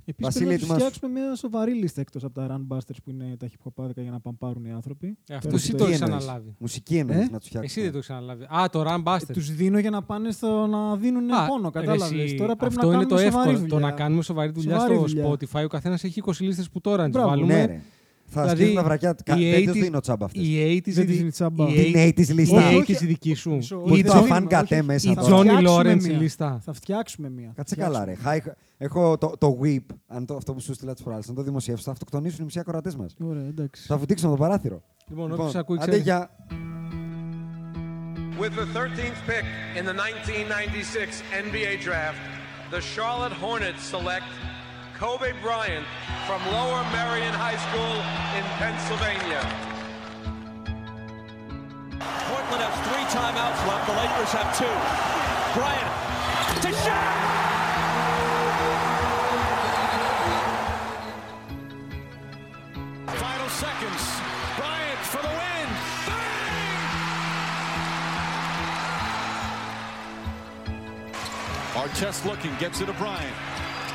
S3: Επίσης
S2: Βασίλη,
S3: πρέπει να τους
S2: ετοιμάσου.
S3: φτιάξουμε μια σοβαρή λίστα εκτός από τα Run Busters που είναι τα χιπχοπάδικα για να παμπάρουν οι άνθρωποι.
S1: Ε, αυτό
S3: Τέλος
S1: εσύ
S3: του
S1: το
S3: τέλους.
S1: έχεις
S2: Τι εννοείς?
S1: αναλάβει.
S2: Μουσική εννοείς
S3: Ε?
S2: να
S1: Εσύ
S2: τους φτιάξουμε.
S1: δεν το έχεις αναλάβει. Α, το Run Buster.
S3: Τους δίνω για να πάνε στο να δίνουν
S1: Α,
S3: πόνο,
S1: ρε,
S3: κατάλαβες.
S1: εσύ,
S3: Τώρα πρέπει
S1: αυτό
S3: να
S1: είναι
S3: κάνουμε
S1: το
S3: σοβαρή
S1: εύκολο. Το
S3: δουλειά.
S1: να κάνουμε σοβαρή δουλειά
S3: Σοβαρή
S1: στο
S3: δουλειά.
S1: Spotify. Ο καθένας έχει 20 λίστες που τώρα να τις
S3: Μπράβο.
S1: βάλουμε.
S2: Ναι, ρε. Θα
S1: Δηλαδή,
S2: σκέφτομαι βραδιάτικα.
S1: οι
S2: Δεν τους
S1: 80s
S2: δίνω τσάμπα αυτές.
S1: Η 80s
S3: Δεν
S1: η-
S3: της δίνει τσάμπα.
S1: η
S2: Την 80s
S1: Η
S2: λίστα.
S3: Όχι,
S1: 80s η δική σου.
S3: Μισό,
S1: Η
S3: όχι,
S2: το
S3: δεν
S1: Τζον-
S2: fan
S3: δίνουμε,
S2: cut,
S3: όχι,
S2: ε,
S3: όχι.
S2: μέσα
S3: Θα
S1: τώρα.
S3: φτιάξουμε
S1: Johnny Lawrence
S3: μία.
S1: η λίστα.
S3: Θα φτιάξουμε μία.
S2: Κάτσε καλά, ρε. Χα- Έχω το, το whip, αν το, αυτό που σου στείλα της προάλλη, αν το δημοσιεύσω, θα αυτοκτονήσουν οι μισοί ακροατές μας.
S3: Ωραία, εντάξει.
S2: Θα βουτήξουν το παράθυρο.
S1: Λοιπόν, όποιος ακούει
S2: άντε
S1: ξέρει.
S2: γεια.
S4: With the 13th pick in the 1996 NBA Draft, the Charlotte Hornets select Kobe Bryant from Lower Merion High School in Pennsylvania.
S7: Portland has three timeouts left. The Lakers have two. Bryant to Shaq.
S6: Final seconds. Bryant for the win. Bang!
S5: Artest looking, gets it to Bryant.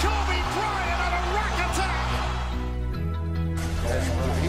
S5: Kobe Bryant on a rack attack.
S8: He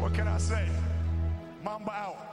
S6: What can I say? Mamba out.